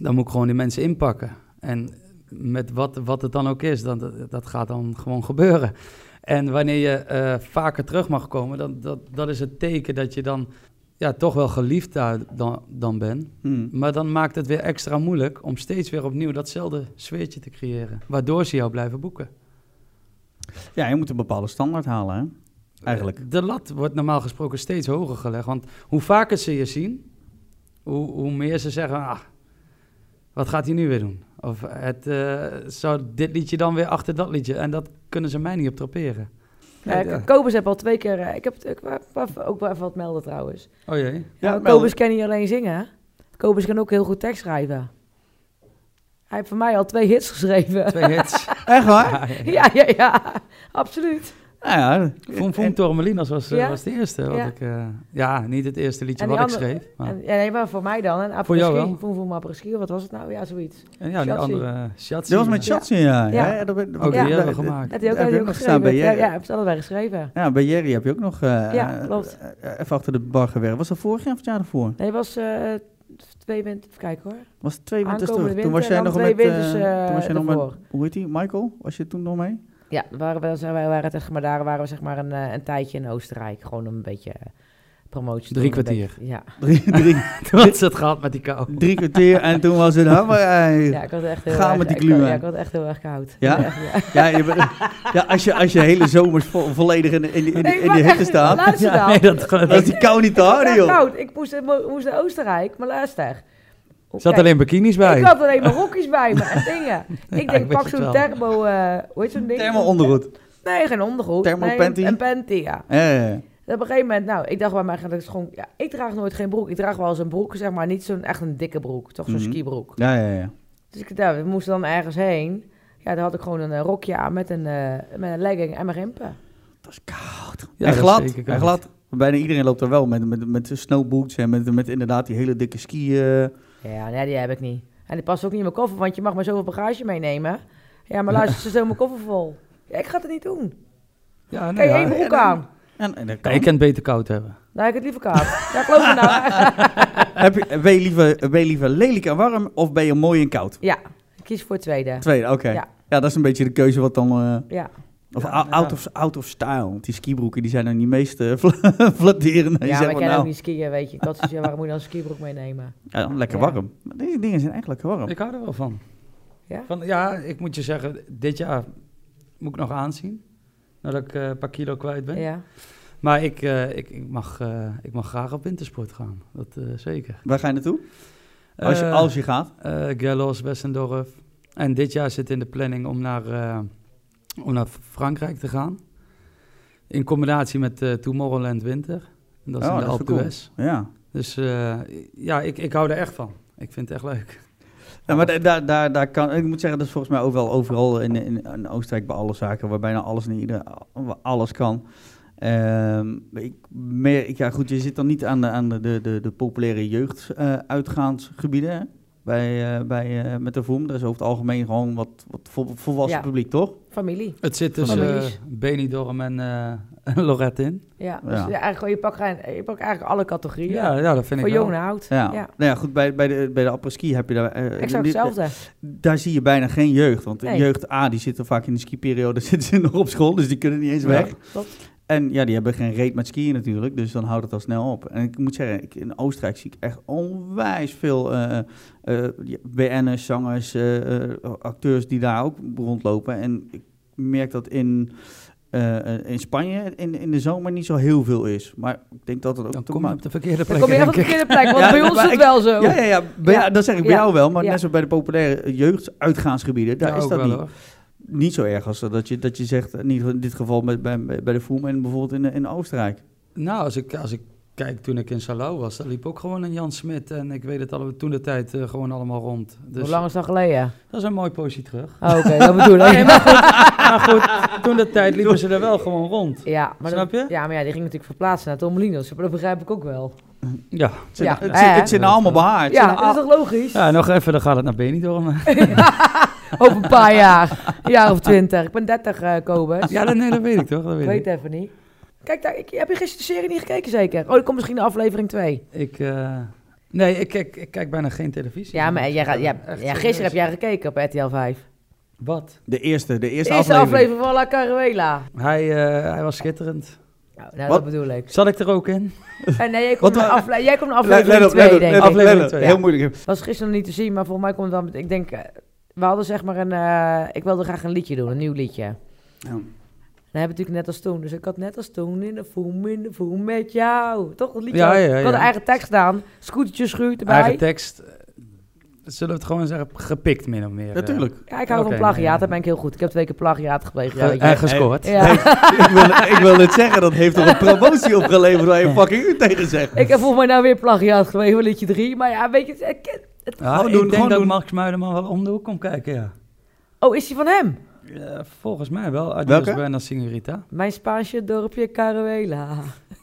S3: dan moet ik gewoon die mensen inpakken. En met wat, wat het dan ook is, dan, dat, dat gaat dan gewoon gebeuren. En wanneer je eh, vaker terug mag komen, dan, dat, dat is het teken dat je dan ja, toch wel geliefd daar dan, dan bent.
S1: hmm.
S3: Maar dan maakt het weer extra moeilijk om steeds weer opnieuw datzelfde sfeertje te creëren. Waardoor ze jou blijven boeken.
S1: Ja, je moet een bepaalde standaard halen, hè? Eigenlijk.
S3: De lat wordt normaal gesproken steeds hoger gelegd. Want hoe vaker ze je zien, hoe, hoe meer ze zeggen: ah, wat gaat hij nu weer doen? Of het, eh, zou dit liedje dan weer achter dat liedje? En dat kunnen ze mij niet op traperen.
S2: Ja,
S3: Ja.
S2: Eh, Kobus heb al twee keer, eh, ik heb ik wou- wou ook wel even wat melden trouwens.
S3: Oh jee.
S2: Ja,
S1: maar-
S2: Kobus kan niet alleen zingen. hè? Kobus kan ook heel goed tekst schrijven. Hij heeft voor mij al twee hits geschreven.
S3: Twee
S1: [laughs]
S3: hits.
S1: Echt waar?
S2: [laughs]
S3: ja, ja, ja.
S2: Ja, ja, ja. Absoluut.
S1: Nou ja,
S3: Voem Voem Tormelinos was, eh,
S2: Ja.
S3: was de eerste. Wat
S2: Ja.
S3: Ik, eh, ja, niet het eerste liedje
S2: En die
S3: wat ik
S2: andere-
S3: schreef. Maar,
S2: En, ja, nee, maar voor mij dan. En
S3: Voor jou
S2: apres-ski.
S3: wel.
S2: Voem voem apres-ski, Wat was het nou? Ja, zoiets.
S3: en ja, die
S2: Shotzi.
S3: andere eh, Shotzi.
S1: dat was met Chatsi, ja.
S2: Ja.
S1: ja. dat ben-
S3: Ook
S2: Ja.
S3: die hebben we
S1: dat-
S3: gemaakt.
S2: Heb je ook,
S1: Heb
S2: heb
S1: je
S2: je
S1: ook
S2: ook
S1: gestaan
S2: geschreven?
S1: bij
S2: ja,
S1: Jerry?
S2: ja, heb ze allebei geschreven.
S1: Ja, bij Jerry heb je ook nog eh,
S2: Ja,
S1: eh,
S2: klopt.
S1: eh, even achter de bar gewerkt. Was dat vorig jaar of het jaar daarvoor?
S2: Nee, het was eh, twee winters. Even kijken hoor.
S1: Was het twee winters
S2: Aankomende
S1: terug? Toen was
S2: winter
S1: jij
S2: en
S1: nog
S2: dan
S1: met...
S2: twee
S1: eh,
S2: winters, eh,
S1: toen was jij nog met...
S2: daarvoor.
S1: Hoe heet die? Michael? Was je toen nog mee?
S2: Ja, daar waren we, zijn wij waren het echt, maar daar waren we zeg maar een, eh, een tijdje in Oostenrijk. Gewoon om een beetje eh, promotie te
S3: Drie
S2: doen, een
S3: kwartier.
S2: beetje- ja.
S1: Drie, drie,
S3: [laughs] Toen had ze het gehad met die kou.
S1: drie kwartier en toen was het... Hammer, eh.
S2: ja, ik had echt heel
S1: Ga
S2: erg,
S1: met die
S2: ik had-
S1: glühwein.
S2: Ja, ik had echt heel erg koud.
S1: Ja?
S2: Echt, ja.
S1: Ja, je bent- ja, als, je, als je hele zomers vo- volledig in de, in de,
S2: [laughs]
S1: in de,
S2: Nee,
S1: in
S2: maar
S1: de hitte
S2: echt,
S1: staat...
S2: Luister dan.
S3: nee, dat,
S1: Dan is die kou niet te
S2: Ik was
S1: harden,
S2: echt
S1: joh.
S2: koud. Ik moest, moest naar Oostenrijk, maar luister.
S3: Er zat alleen bikinis bij.
S2: Ik had alleen maar rokjes bij me en dingen. Ik
S3: ik
S2: denk,
S3: wist
S2: pak
S3: het
S2: zo'n
S3: wel.
S2: thermo... eh hoe heet zo'n ding?
S1: Thermo ondergoed.
S2: Nee, geen ondergoed.
S1: Thermo
S2: nee,
S1: panty?
S2: Een panty, ja.
S1: Ja, ja, ja.
S2: En op een gegeven moment, nou, ik dacht bij mij, dat is gewoon... Ja, ik draag nooit geen broek. Ik draag wel eens een broek, zeg maar. Niet zo'n echt een dikke broek. Toch zo'n
S1: Mhm.
S2: skibroek.
S1: Ja, ja, ja.
S2: Dus ik, nou, we moesten dan ergens heen. Ja, daar had ik gewoon een eh, rokje aan met een, eh, met een legging en mijn rimpen.
S1: Dat is koud.
S3: Ja,
S1: en
S3: dat is
S1: glad.
S3: zeker koud.
S1: En glad. Bijna iedereen loopt er wel met, met, met snowboots en met, met inderdaad die hele dikke ski... eh,
S2: Ja, nee, die heb ik niet. En die past ook niet in mijn koffer, want je mag maar zoveel bagage meenemen. Ja, maar luister, ze zo mijn koffer vol. Ja, ik ga het niet doen.
S3: Ja,
S2: Kijk,
S3: nee,
S2: één
S3: ja.
S2: broek aan.
S1: en, en dat
S3: Ja,
S1: kan.
S3: ik kan het beter koud hebben.
S2: Nou, ik het liever koud. Ja, geloof me
S1: [laughs]
S2: nou.
S1: Heb je, ben, je liever, ben je liever lelijk en warm of ben je mooi en koud?
S2: Ja, ik kies voor het tweede.
S1: Tweede, oké. Ja.
S2: Ja.
S1: dat is een beetje de keuze wat dan... eh,
S2: Ja,
S1: of
S3: Ja,
S1: ou- out, of, out of style. Want die skibroeken die zijn dan niet meest eh, [laughs] fla- flatterend.
S2: ja
S1: Ja, zeg
S2: maar ik
S1: maar
S2: kan ook
S1: nou,
S2: niet skiën, weet je. Ik had zoiets, ja, waarom moet je dan een skibroek meenemen?
S1: ja, dan lekker
S2: Ja.
S1: warm. Maar Deze dingen zijn echt lekker warm.
S3: Ik hou er wel van.
S2: Ja?
S3: van. Ja, ik moet je zeggen, dit jaar moet ik nog aanzien. Nadat ik eh, een paar kilo kwijt ben.
S2: Ja.
S3: Maar ik, eh, ik, ik, mag, eh, ik mag graag op wintersport gaan. Dat eh, zeker.
S1: Waar ga je naartoe? Als je,
S3: Eh,
S1: als je gaat.
S3: eh Gellos, Westendorf. En dit jaar zit in de planning om naar, eh, om naar Frankrijk te gaan. In combinatie met eh, Tomorrowland Winter. En dat is
S1: Oh,
S3: in de
S1: dat is wel
S3: Alpe
S1: cool.
S3: d'Huez.
S1: Ja.
S3: Dus eh, ja, ik, ik hou er echt van. Ik vind het echt leuk.
S1: Ja, maar da- daar, daar, daar kan, ik moet zeggen, dat is volgens mij ook wel overal in, in, in Oostenrijk bij alle zaken, waar bijna alles en ieder alles kan. Ehm, ik merk, ja goed, je zit dan niet aan de, aan de, de, de, de populaire jeugduitgaansgebieden hè? bij, eh bij, eh, met de VOEM. Dat is over het algemeen gewoon wat, wat vol- volwassen
S2: Ja.
S1: publiek, toch?
S2: Familie.
S3: Het zit
S1: Van
S3: tussen eh,
S2: Louise.
S3: Benidorm en, eh, [laughs] en Lorette in.
S2: Ja,
S1: Ja.
S2: dus ja, eigenlijk, gewoon- je, pakt, geen- je pakt eigenlijk alle categorieën.
S3: Ja, ja dat vind
S2: Voor
S3: ik wel.
S2: jong en oud.
S1: Ja.
S2: Ja.
S1: Nou ja, goed, bij, bij de, bij de apres-ski heb je daar... eh,
S2: Exact
S1: die-
S2: hetzelfde.
S1: Daar zie je bijna geen jeugd, want de
S2: Nee.
S1: jeugd A, die zitten vaak in de skiperiode, [laughs] zitten ze nog op school, dus die kunnen niet eens
S3: Ja.
S1: weg.
S2: Klopt.
S1: En ja, die hebben geen reet met skiën natuurlijk, dus dan houdt het al snel op. En ik moet zeggen, ik, in Oostenrijk zie ik echt onwijs veel eh eh, ja, BN'ers, zangers, eh, eh, acteurs die daar ook rondlopen. En ik merk dat in, eh, eh, in Spanje in, in de zomer niet zo heel veel is. Maar ik denk dat het ook
S3: Dan
S1: te
S3: kom je
S1: maken-
S3: op de verkeerde
S2: Dan
S3: plek.
S2: kom je echt op
S3: denk
S2: de
S3: ik.
S2: verkeerde plek, want
S1: Ja,
S2: bij ons
S1: maar
S2: is het
S1: ik-
S2: wel zo.
S1: Ja, ja, ja, bij-
S2: Ja.
S1: dat zeg ik bij
S2: Ja.
S1: jou wel, maar
S2: Ja.
S1: net zoals bij de populaire jeugduitgaansgebieden, daar
S3: Ja,
S1: is
S3: ook
S1: dat
S2: Nou,
S3: wel,
S1: niet,
S3: hoor.
S1: niet zo erg als dat je, dat je zegt, in, ieder geval in dit geval met, bij, bij de Voem en bijvoorbeeld in, in Oostenrijk.
S3: Nou, als ik, als ik kijk toen ik in Salau was, daar liep ook gewoon een Jan Smit. En ik weet het al, toen de tijd eh, gewoon allemaal rond.
S2: Hoe
S3: Dus
S2: lang is dat
S3: [laughs]
S2: geleden?
S3: dat is een mooi poosje terug. [laughs]
S2: Oh, Oké, dat bedoel ik.
S3: Nee, maar goed, maar goed, toen de tijd liepen ze er wel gewoon rond.
S2: Ja, maar
S3: Snap
S2: dat-
S3: je?
S2: Ja, maar ja, die ging natuurlijk verplaatsen naar Tomolinos. Maar dat begrijp ik ook wel.
S3: Ja.
S1: Het zit,
S2: Ja.
S1: het,
S2: Ja,
S1: zit,
S2: hè?
S1: het zit nou allemaal behaard.
S2: ja, dus dat is toch
S3: [laughs]
S2: logisch? [laughs]
S3: ja, nog even, dan gaat het naar Benidorm.
S2: Over een paar jaar. Een jaar of twintig. Ik ben dertig, eh Kobus.
S3: [laughs] Ja, dat, nee, dat weet ik toch? Dat
S2: ik
S3: weet
S2: weet
S3: ik.
S2: even niet. Kijk, daar, ik, heb je gisteren de serie niet gekeken zeker? Oh, er komt misschien de aflevering 2.
S3: Ik, eh, nee, ik kijk, ik kijk bijna geen televisie.
S2: Ja, maar jij gaat, ja,
S3: Echt
S2: ja,
S3: serieus.
S2: gisteren heb jij gekeken op RTL 5.
S3: Wat?
S1: De eerste, de eerste,
S2: Eerste, aflevering.
S1: aflevering.
S2: van La Caruela.
S3: Hij, eh, hij was schitterend.
S2: Nou, nou,
S1: Wat?
S2: dat bedoel ik.
S3: Zat ik er ook in?
S2: En nee, jij
S1: Wat
S2: komt naar
S1: we-
S2: afle- jij komt naar
S1: Let- let
S2: aflevering
S1: op, let
S2: 2,
S1: op,
S2: denk
S1: let op,
S2: ik.
S1: let op.
S3: twee,
S1: Heel moeilijk.
S2: Was gisteren nog niet te zien, maar volgens mij komt het dan... Ik denk, eh, we hadden zeg maar een... eh, ik wilde graag een liedje doen, een nieuw liedje.
S1: Ja.
S2: Dan heb ik natuurlijk net als toen. Dus ik had net als toen in de voem, in de voem met jou. Toch dat liedje?
S3: Ja,
S2: had-
S3: ja,
S2: ik had
S3: ja.
S2: een eigen tekst aan. Scootertje schuurt erbij.
S3: Eigen tekst. eh, Zullen we het gewoon zeggen? Gepikt, min of meer. eh.
S1: Natuurlijk.
S2: Ja, ik hou
S3: Oké,
S2: van plagiaat.
S3: ja.
S2: Daar ben ik heel goed. Ik heb twee keer plagiaat gepleegd. Ja,
S3: Ge-
S2: weet je.
S3: en gescoord.
S2: Ja.
S1: Nee, ik, wil, ik wil het zeggen, dat heeft toch een promotie opgeleverd waar je fucking u tegen zegt.
S2: Ik heb volgens mij nou weer plagiaat gepleegd voor liedje 3. Maar ja, weet je... het- het-
S3: Ja,
S1: Gewoon
S3: ik
S1: doen,
S3: denk
S1: gewoon
S3: dat
S1: doen.
S3: Max Muiderman wel om de hoek komt kijken, ja.
S2: Oh, is die van hem?
S3: Ja, volgens mij wel. Adios
S1: Welke?
S3: Buena Signorita.
S2: Mijn Spaanse dorpje Caruela.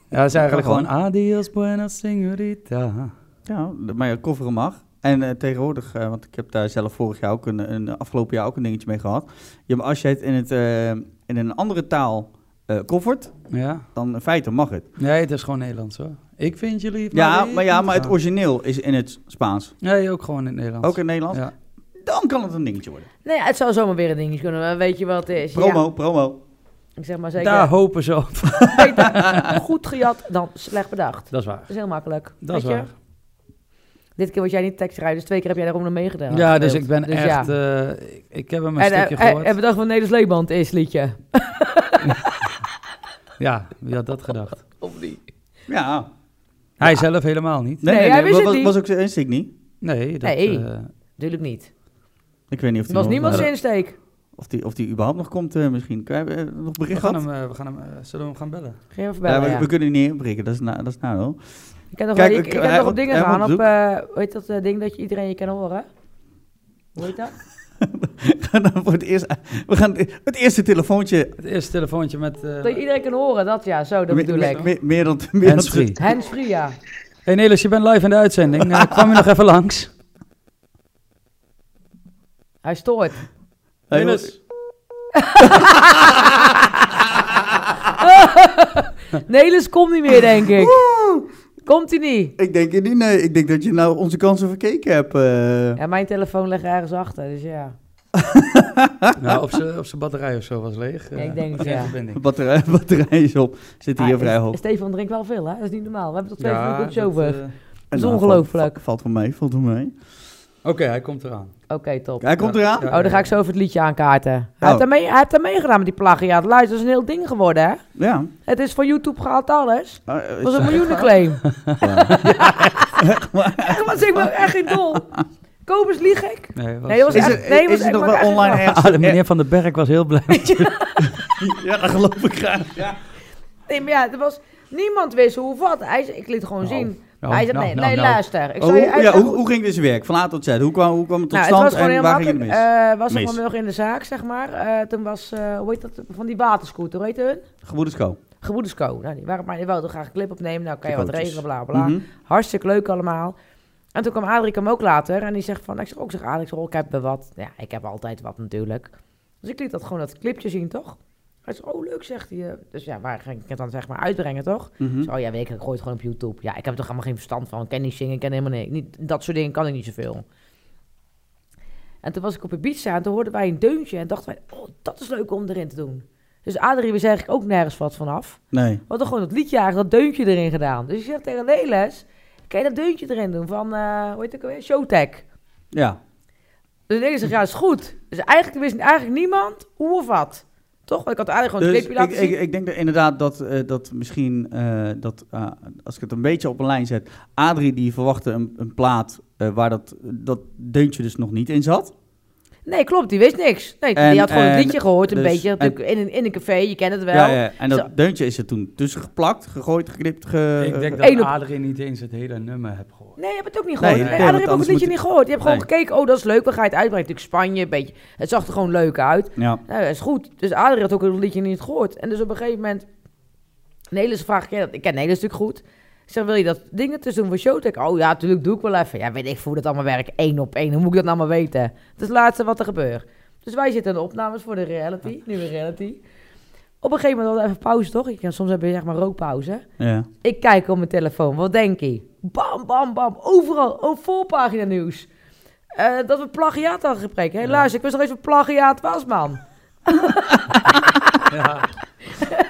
S3: Ja, dat is eigenlijk
S1: Ja,
S3: gewoon
S1: gewoon.
S3: Adios Buena Signorita.
S1: Ja, de- maar je kofferen mag. En eh, tegenwoordig, eh, want ik heb daar zelf vorig jaar ook een, een afgelopen jaar ook een dingetje mee gehad. Ja, maar als je het in, het, eh, in een andere taal eh koffert,
S3: Ja.
S1: dan in feite mag het.
S3: Nee, het is gewoon Nederlands hoor. Ik vind je lief.
S1: Ja,
S3: ik
S1: maar, ja,
S3: moet
S1: maar het
S3: gaan.
S1: origineel is in het Spaans.
S3: Nee, ook gewoon in het Nederlands.
S1: Ook in het Nederlands.
S3: Ja.
S1: Dan kan het een dingetje worden.
S2: Nee, het zou zomaar weer een dingetje kunnen. Maar weet je wat het is?
S1: Promo,
S2: Ja,
S1: promo.
S2: ik zeg maar
S3: Daar
S2: zeker.
S3: hopen ze op.
S2: Beter goed gejat dan slecht bedacht.
S3: Dat is waar.
S2: Dat is heel makkelijk.
S3: Dat is
S2: weet je?
S3: waar.
S2: Dit keer was jij niet tekstrijder, dus twee keer heb jij daarom nog meegedaan.
S3: Ja, dus
S2: gespeeld.
S3: ik ben
S2: Dus ja.
S3: echt... eh, ik, ik heb hem een
S2: En, eh,
S3: stukje
S2: eh,
S3: gehoord.
S2: en bedacht van Nederlands Leeband is liedje.
S3: Ja, wie had dat gedacht?
S2: Of niet?
S1: Ja.
S3: Hij zelf helemaal niet.
S2: Nee, hij wist
S1: was,
S2: het
S1: was-
S2: niet.
S1: was ook zijn insteek niet.
S3: Nee, dat...
S2: Nee.
S3: eh,
S2: Tuurlijk niet.
S1: Ik weet niet of
S2: Er
S1: die
S2: was
S1: nog-
S2: niemand
S1: eh,
S2: zijn insteek.
S1: Of die, of die überhaupt nog komt eh, misschien. Kan je, eh, nog
S3: we
S1: bericht
S3: gaan
S1: gehad?
S3: hem, eh, we gaan hem, eh, zullen we hem gaan bellen?
S2: Geen even
S1: Ja,
S2: bellen,
S1: we,
S2: ja.
S1: we kunnen die niet inbreken, dat is, na, dat is nou nadeel.
S2: Ik heb nog,
S1: Kijk,
S2: wel- ik,
S1: ik-
S2: ik
S1: hij
S2: heb nog op
S1: moet-
S2: dingen
S1: hij moet
S2: gedaan op,
S1: zoeken.
S2: eh, hoe heet dat eh, ding dat je iedereen je kan horen? Hoe heet dat?
S1: Gaan [laughs] dan voor het, eerst, we gaan het eerste telefoontje.
S3: Het eerste telefoontje met... eh
S2: Dat je iedereen kan horen, dat ja, zo, dat
S1: Me-
S2: bedoel
S1: me-
S2: ik.
S1: me- meer dan... Meer dan
S3: hands-free.
S2: Hens ja.
S3: Hey Nelis, je bent live in de uitzending. Eh, kwam je nog even langs?
S1: [laughs]
S2: Hij stoort.
S1: Hey, [laughs]
S2: Nelis komt niet meer, denk ik. Komt hij niet?
S1: Ik denk, niet, nee, ik denk dat je nou onze kansen verkeken hebt. eh.
S2: Ja, mijn telefoon ligt ergens achter, dus ja.
S3: Nou, op zijn op z'n batterij of zo was leeg.
S2: Ja,
S3: Eh,
S2: ik denk het,
S3: geen
S2: ja.
S1: De
S3: verbinding.
S1: batterij, [laughs] batterij is op. Zit hier
S2: Ah,
S1: vrij
S2: en-
S1: hoog.
S2: en Stefan drinkt wel veel, hè? Dat is niet normaal. We hebben tot twee
S3: Ja,
S2: uur op
S3: dat,
S2: over.
S3: eh,
S1: En
S2: is
S1: nou,
S2: ongelooflijk.
S1: Valt, valt voor mij, valt voor mij.
S3: Oké, hij komt eraan.
S2: Oké, top.
S1: Hij komt
S3: Ja,
S1: eraan.
S3: ja.
S2: Oh, dan ga ik zo even het liedje aankaarten.
S1: Oh.
S2: Hij, heeft daar mee, hij heeft daar meegedaan met die plagiaat. Luister, dat is een heel ding geworden, hè?
S1: Ja.
S2: Het is van YouTube gehaald alles.
S1: Ah, eh,
S2: Dat was een miljoenenclaim. [laughs]
S1: ja.
S2: echt, maar zeg maar, echt geen dol. Kobus, lieg ik?
S3: Nee, was,
S2: Nee, dat was
S1: Is
S2: echt...
S1: het,
S2: nee, dat was
S1: is het
S2: echt-
S1: nog
S2: was
S1: wel
S2: echt
S1: online
S2: een-
S1: ergens?
S3: [laughs] Ah, de meneer Van den Berg was heel blij.
S2: [laughs]
S1: Ja, dat geloof ik graag.
S2: Nee, maar ja, er was... Niemand wist hoe of wat. Hij, zei- ik liet gewoon
S3: Nou,
S2: zien.
S3: Nou,
S2: hij zei,
S3: nou,
S2: nee,
S3: nou,
S2: nee
S3: nou.
S2: luister. Ik
S1: Oh,
S2: zou je
S1: hoe,
S2: uit-
S1: ja, hoe, hoe ging dit zijn werk? Van A tot Z. Hoe kwam, hoe kwam het tot
S2: Nou, het
S1: stand
S2: was gewoon
S1: en
S2: heel
S1: waar ging het mis?
S2: makkelijk. Eh, was er
S1: Mis.
S2: vanmiddag in de zaak, zeg maar. Eh, toen was, eh, hoe heet dat, van die waterscooter, hoe heet hun?
S1: Gebroeders Ko.
S2: Gebroeders Co. Nou, die, waren, maar die wilden graag een clip opnemen. Nou, kan je wat
S1: Coaches.
S2: regelen, bla bla. bla.
S1: Mhm.
S2: Hartstikke leuk allemaal. En toen kwam Adrik hem ook later en die zegt van, ik zeg ook, zeg Adrik, zeg, oh, ik heb wel wat. Ja, ik heb altijd wat natuurlijk. Dus ik liet dat gewoon dat clipje zien, toch? Hij zegt, oh leuk, zegt hij. eh. Dus ja, waar ging ik het dan zeg maar uitbrengen, toch?
S1: Mhm.
S2: Dus, oh ja, weet ik, ik gooi het gewoon op YouTube. Ja, ik heb er toch allemaal geen verstand van. Ik ken niet zingen, ik ken helemaal niks. Niet, dat soort dingen kan ik niet zoveel. En toen was ik op Ibiza en toen hoorden wij een deuntje en dachten wij, oh, dat is leuk om erin te doen. Dus Adrie wist eigenlijk ook nergens wat vanaf.
S1: Nee.
S2: We hadden gewoon dat liedje eigenlijk, dat deuntje erin gedaan. Dus ik zeg tegen Neles, kan je dat deuntje erin doen van, eh hoe heet het ook alweer, Showtech.
S1: Ja.
S2: Dus ik zeg, ja, is goed. Dus eigenlijk wist eigenlijk niemand hoe of wat. Toch? Want ik had eigenlijk gewoon
S1: Dus
S2: het
S1: ik,
S2: clipje laten
S1: ik,
S2: zien.
S1: ik denk dat inderdaad dat, eh, dat misschien, eh, dat, eh, als ik het een beetje op een lijn zet, Adrie die verwachtte een, een plaat eh, waar dat, dat deuntje dus nog niet in zat.
S2: Nee, klopt, die wist niks. Nee,
S1: En-
S2: die had gewoon
S1: en-
S2: het liedje gehoord, een
S1: dus-
S2: beetje.
S1: en-
S2: natuurlijk in, een, in een café, je kent het wel.
S1: Ja, ja. En dat
S2: Zo.
S1: deuntje is er toen tussen geplakt, gegooid, geknipt, ge...
S3: ik denk
S2: Eén
S3: dat
S2: op-
S3: Adrien niet eens het hele nummer heb
S2: [laughs]
S3: gehoord.
S2: Nee, je hebt het ook niet
S1: Nee,
S2: gehoord. Nee,
S1: nee, want
S2: Adrie heeft ook het
S1: anders
S2: liedje
S1: moet
S2: niet gehoord. Je hebt gewoon
S1: Nee.
S2: gekeken, oh, dat is leuk, we gaan je het uitbrengen. Natuurlijk Spanje, een beetje. Het zag er gewoon leuk uit.
S1: Ja.
S2: Nou, dat is goed. Dus Adrie had ook het liedje niet gehoord. En dus op een gegeven moment... Nelis vraagt, ken je dat? ik ken Nelis natuurlijk goed. Ik zeg, wil je dat dingen tussen doen voor Showtek? Oh ja, natuurlijk doe ik wel even. Ja, weet ik hoe dat allemaal werkt. Eén op één, hoe moet ik dat nou maar weten? Dat is het laatste wat er gebeurt. Dus wij zitten in de opnames voor de reality, nieuwe reality. Op een gegeven moment hadden we even pauze, toch? Ik, soms heb je zeg maar rookpauze.
S1: Ja.
S2: Ik kijk op mijn telefoon, wat denk je? Bam, bam, bam, overal, oh, voorpagina nieuws. Eh, dat we plagiaat hadden gepreken. Hé, luister, ik wist nog eens wat plagiaat was, man.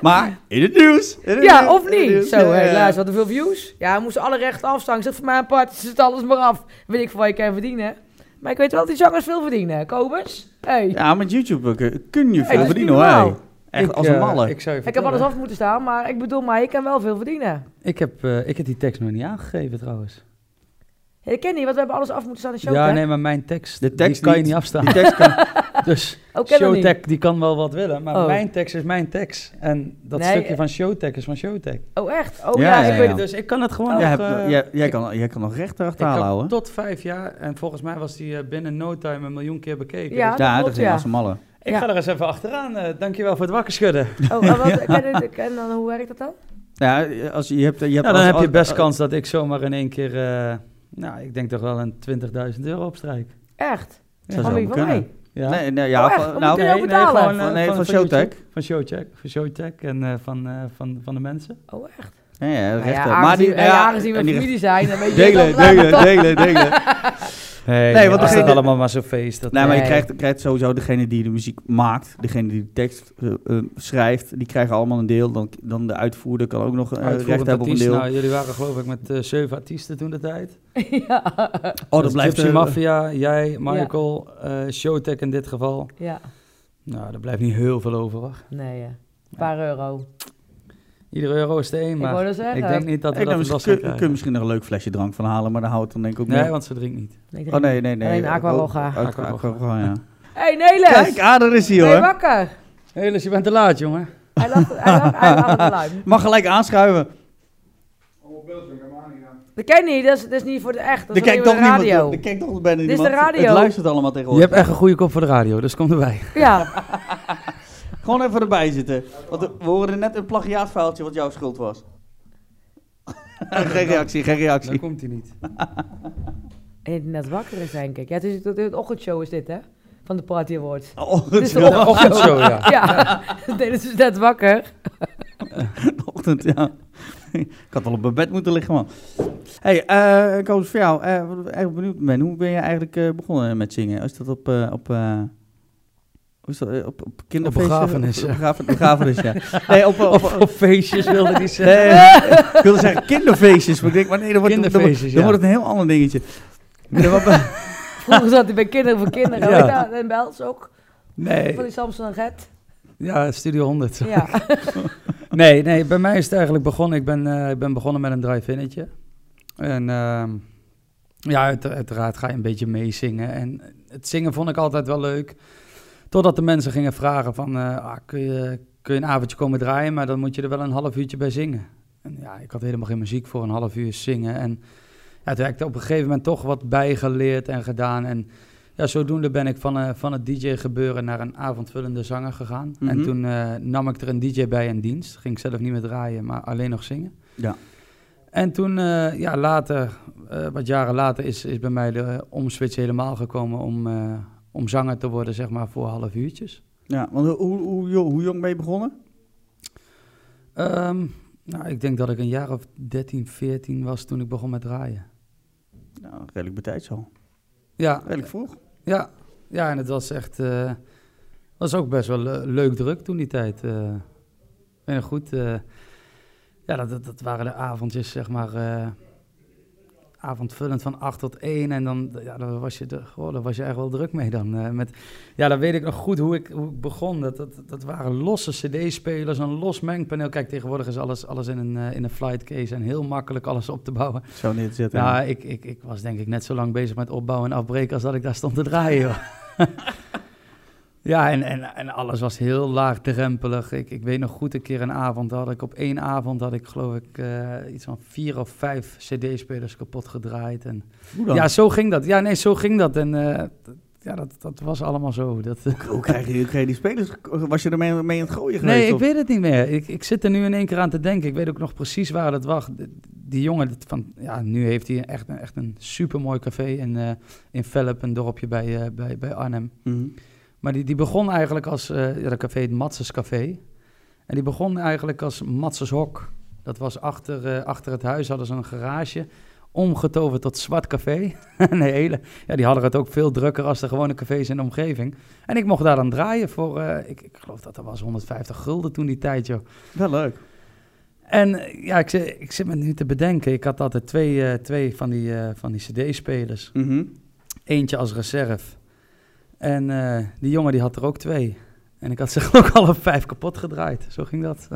S1: Maar in het nieuws! In het nieuws,
S2: Ja, of
S1: in het
S2: niet?
S1: nieuws.
S2: Zo,
S1: Ja,
S2: hé,
S1: ja.
S2: luister, wat hoeveel views. Ja, we moesten alle rechten afstaan. Ik zeg, voor mijn part zit alles maar af. Weet ik voor wat je kan verdienen. Maar ik weet wel dat die zangers veel verdienen. Kobus, hey.
S1: Ja, met YouTube eh, kun je veel
S2: dat is
S1: verdienen
S2: niet
S1: hoor.
S2: normaal.
S1: hey. Echt
S3: Ik,
S1: als een
S3: eh,
S1: malle.
S3: Ik, zou je
S2: Ik heb alles
S3: vertellen.
S2: af moeten staan, maar ik bedoel, maar je kan wel veel verdienen.
S3: Ik heb, eh, ik heb die tekst nog niet aangegeven trouwens.
S2: Ja, dat ken je niet, want we hebben alles af moeten staan in show.
S3: ja, nee, maar mijn tekst,
S1: De tekst
S3: die kan
S1: niet.
S3: je
S1: [laughs]
S3: niet afstaan.
S1: Die tekst
S3: [laughs]
S1: kan...
S3: dus
S2: Ook ken dat Oh, niet.
S3: Showtech, die kan wel wat willen, maar
S2: Oh.
S3: mijn tekst is mijn tekst. En dat
S2: Nee,
S3: stukje
S2: eh.
S3: van Showtech is van Showtech.
S2: Oh, echt? Oh
S1: Ja,
S2: ja,
S1: ja,
S2: ik
S1: ja.
S2: weet het.
S3: Dus ik kan het gewoon
S1: jij,
S3: nog...
S1: hebt,
S3: eh,
S1: jij, jij
S3: ik-
S1: kan, jij kan nog recht
S3: ik
S1: erachter
S3: kan
S1: houden.
S3: tot vijf jaar en volgens mij was die eh, binnen no time een miljoen keer bekeken.
S2: Ja.
S3: Dus
S1: Ja, dat
S2: klopt,
S1: ging
S2: ja.
S1: als een malle.
S3: ik
S2: Ja.
S3: ga er eens even achteraan. eh, dankjewel voor het wakker schudden.
S2: Oh,
S1: [laughs]
S2: en, wat, en, en- en dan, hoe werkt dat dan?
S1: Ja, als je, je hebt, je hebt
S3: Ja, dan
S1: als-
S3: heb je
S1: als-
S3: best kans dat ik zomaar in één keer, eh, nou, ik denk toch wel een 20.000 euro opstrijk.
S2: Echt?
S1: Zou
S2: Van
S1: zo
S2: wie? Van
S1: kunnen.
S2: mij?
S3: Ja.
S1: Nee, nee, ja,
S2: Oh, echt?
S1: van-
S2: Dan
S1: nou,
S2: moet je ook betalen?
S3: gewoon, eh,
S1: Van- nee, van
S3: YouTube.
S1: Showtech.
S3: Van Showtech, van Showtech en eh, van, eh, van, van de mensen.
S2: Oh, echt?
S1: Ja, ja,
S2: Nou
S1: rechter.
S2: ja,
S1: maar die,
S2: aangezien,
S1: nou ja,
S2: aangezien we
S1: en die
S2: familie zijn, dan weet je
S1: Delen,
S3: [laughs]
S2: dat laten we
S1: delen,
S2: toch-
S1: delen, delen.
S3: Hey,
S1: Nee,
S3: nee,
S1: want
S3: wat als
S1: degene-
S3: dat allemaal maar zo'n feest. Dat,
S1: Nee, maar je
S2: Nee.
S1: krijgt, krijgt sowieso degene die de muziek maakt, degene die de tekst eh, eh, schrijft, die krijgen allemaal een deel. Dan, dan de uitvoerder kan ook nog eh,
S3: Uitvoerend
S1: recht hebben op een
S3: artiest.
S1: deel.
S3: Nou, jullie waren geloof ik met eh, zeven artiesten toen de tijd.
S2: Ja.
S1: oh,
S3: Dus
S1: dat blijft
S3: Gypsy
S1: eh,
S3: Mafia, jij, Michael, eh, Showtech in dit geval.
S2: [laughs] ja,
S3: Nou, daar blijft niet heel veel over, wacht.
S2: nee, ja. Een paar euro.
S3: Iedere euro is de één,
S2: ik eh, wou
S3: maar
S2: dat zeggen.
S3: ik denk niet dat we
S1: Ik
S3: dat
S1: denk,
S3: het
S1: misschien
S3: los
S1: kun,
S3: gaan
S1: kun je
S3: krijgen.
S1: misschien nog een leuk flesje drank van halen, maar daar houdt dan denk ik ook
S3: Nee,
S1: meer-
S3: want ze drinkt niet.
S2: Ik denk-
S1: Oh nee, nee, nee.
S2: Alleen Aqua
S1: Oh,
S2: Roga.
S1: Aqua-
S3: Aqua
S1: Aqua Roga, ja.
S2: hey, Nelis!
S1: Kijk, Ader is hier
S2: ben je
S1: hoor.
S2: wakker?
S3: Hé, je bent te laat, jongen.
S2: Hij lacht, hij lacht, hij lacht het luim.
S1: Mag gelijk aanschuiven.
S2: Dat ken je niet, dat is, dat is niet voor de echt. Dat
S1: Er
S2: is alleen
S1: kijkt
S2: voor
S1: toch
S2: de
S1: niemand.
S2: radio.
S1: Er kijkt toch bijna
S2: Dit is
S1: niemand.
S2: de radio.
S1: Het luistert allemaal
S3: Je
S1: tegenwoordig.
S3: hebt echt een goede kop voor de radio, dus kom erbij.
S2: Ja,
S1: Gewoon even erbij zitten. Want we horen net een plagiaatvuiltje wat jouw schuld was. [laughs] geen reactie, geen
S3: Dan
S1: reactie.
S3: komt hij niet.
S2: en net wakker is denk ik. Ja, het is het, het ochtendshow is dit hè, van de Party Awards.
S1: Oh,
S2: Dit
S1: het
S2: is
S1: is
S2: de
S1: wel
S2: ochtendshow.
S3: ochtendshow, ja.
S2: [laughs] Ja, Nelis is dus net wakker.
S1: de ochtend, ja. Ik had al op mijn bed moeten liggen, man. hey, eh Koos, voor jou, eh, wat ik eigenlijk benieuwd ben, hoe ben je eigenlijk eh, begonnen met zingen? Is dat op... eh, op eh, hoe is dat, eh, op, op kinderfeesten?
S3: begrafenissen.
S1: Op, op begraf- begrafenis,
S3: [laughs]
S1: ja. Nee, op, op, op-
S3: [laughs] Of op feestjes wilde hij zeggen. [laughs]
S1: Nee, ik wilde zeggen kinderfeestjes, maar ik denk, maar nee, dan wordt, dan wordt-
S3: Kinderfeestjes,
S1: dan
S3: ja.
S1: wordt het een heel ander
S3: [laughs]
S1: dingetje. Nee, wat-
S2: Vroeger zat hij bij Kinderen voor Kinderen.
S3: Ja.
S2: Weet je dat? En Bels ook, van
S3: Nee,
S2: die Samson en Gert.
S3: ja, Studio 100.
S2: Ja.
S3: Nee, nee, bij mij is het eigenlijk begonnen. Ik ben, eh, ik ben begonnen met een drive-innetje. En ehm, ja, uit- uiteraard ga je een beetje meezingen. En het zingen vond ik altijd wel leuk. Totdat de mensen gingen vragen van, eh, ah, kun, je, kun je een avondje komen draaien, maar dan moet je er wel een half uurtje bij zingen. En ja, ik had helemaal geen muziek voor een half uur zingen. En ja, toen heb ik er op een gegeven moment toch wat bijgeleerd en gedaan. En ja, zodoende ben ik van, eh, van het DJ-gebeuren naar een avondvullende zanger gegaan.
S1: Mhm.
S3: En toen eh, nam ik er een DJ bij in dienst. Ging ik zelf niet meer draaien, maar alleen nog zingen.
S1: Ja.
S3: En toen, eh, ja, later, eh, wat jaren later, is, is bij mij de eh, omswitch helemaal gekomen om, eh, om zanger te worden, zeg maar, voor half uurtjes.
S1: Ja, want hoe, hoe, hoe, jo- hoe jong ben je begonnen?
S3: Ehm, nou, ik denk dat ik een jaar of 13, 14 was toen ik begon met draaien.
S1: Nou, redelijk betijds al.
S3: Ja,
S1: Redelijk vroeg.
S3: ja, ja en het was echt, eh, was ook best wel eh, leuk druk toen die tijd. eh. en goed, eh, ja, dat, dat, dat waren de avondjes, zeg maar, eh, avondvullend van 8 tot 1. En dan, ja, dan was je, er, goh, daar was je echt wel druk mee dan. eh, met, ja, dan weet ik nog goed hoe ik, hoe ik begon. Dat, dat, dat waren losse cd-spelers, een los mengpaneel. Kijk, tegenwoordig is alles, alles in, een, eh, in een flight case en heel makkelijk alles op te bouwen.
S1: Zo neer te zetten.
S3: Ja, ik, ik, ik was denk ik net zo lang bezig met opbouwen en afbreken als dat ik daar stond te draaien. joh. ja, en, en, en alles was heel laagdrempelig. Ik, ik weet nog goed een keer een avond had ik op één avond had ik geloof ik eh, iets van vier of vijf cd-spelers kapot gedraaid. En,
S1: Hoe dan?
S3: ja, zo ging dat. Ja, nee, zo ging dat. En eh, dat- ja, dat, dat was allemaal zo. Dat, [laughs]
S1: Hoe krijg je, hoe krijg je die spelers? Was je ermee mee aan het gooien geweest?
S3: Nee, ik
S1: of-
S3: weet het niet meer. Ik, ik zit er nu in één keer aan te denken. Ik weet ook nog precies waar dat was. D- Die jongen, dat van, ja, nu heeft hij echt, een- echt een supermooi café in, eh in Velp, een dorpje bij, eh, bij, bij Arnhem.
S1: Mhm.
S3: Maar die, die begon eigenlijk als, eh ja, dat café heet Matsers Café. En die begon eigenlijk als Matsers Hok. Dat was achter, eh, achter het huis, hadden ze een garage, omgetoverd tot Zwart Café. [laughs] een hele, ja, die hadden het ook veel drukker als de gewone cafés in de omgeving. En ik mocht daar dan draaien voor, eh, ik, ik geloof dat dat was 150 gulden toen die tijd, joh.
S1: Wel leuk.
S3: En eh, ja, ik, zit- ik zit me nu te bedenken. Ik had altijd twee, eh, twee van die, eh, van die cd-spelers.
S1: Mhm.
S3: Eentje als reserve. En eh, die jongen die had er ook twee. En ik had ze [laughs] ook alle vijf kapot gedraaid. Zo ging dat.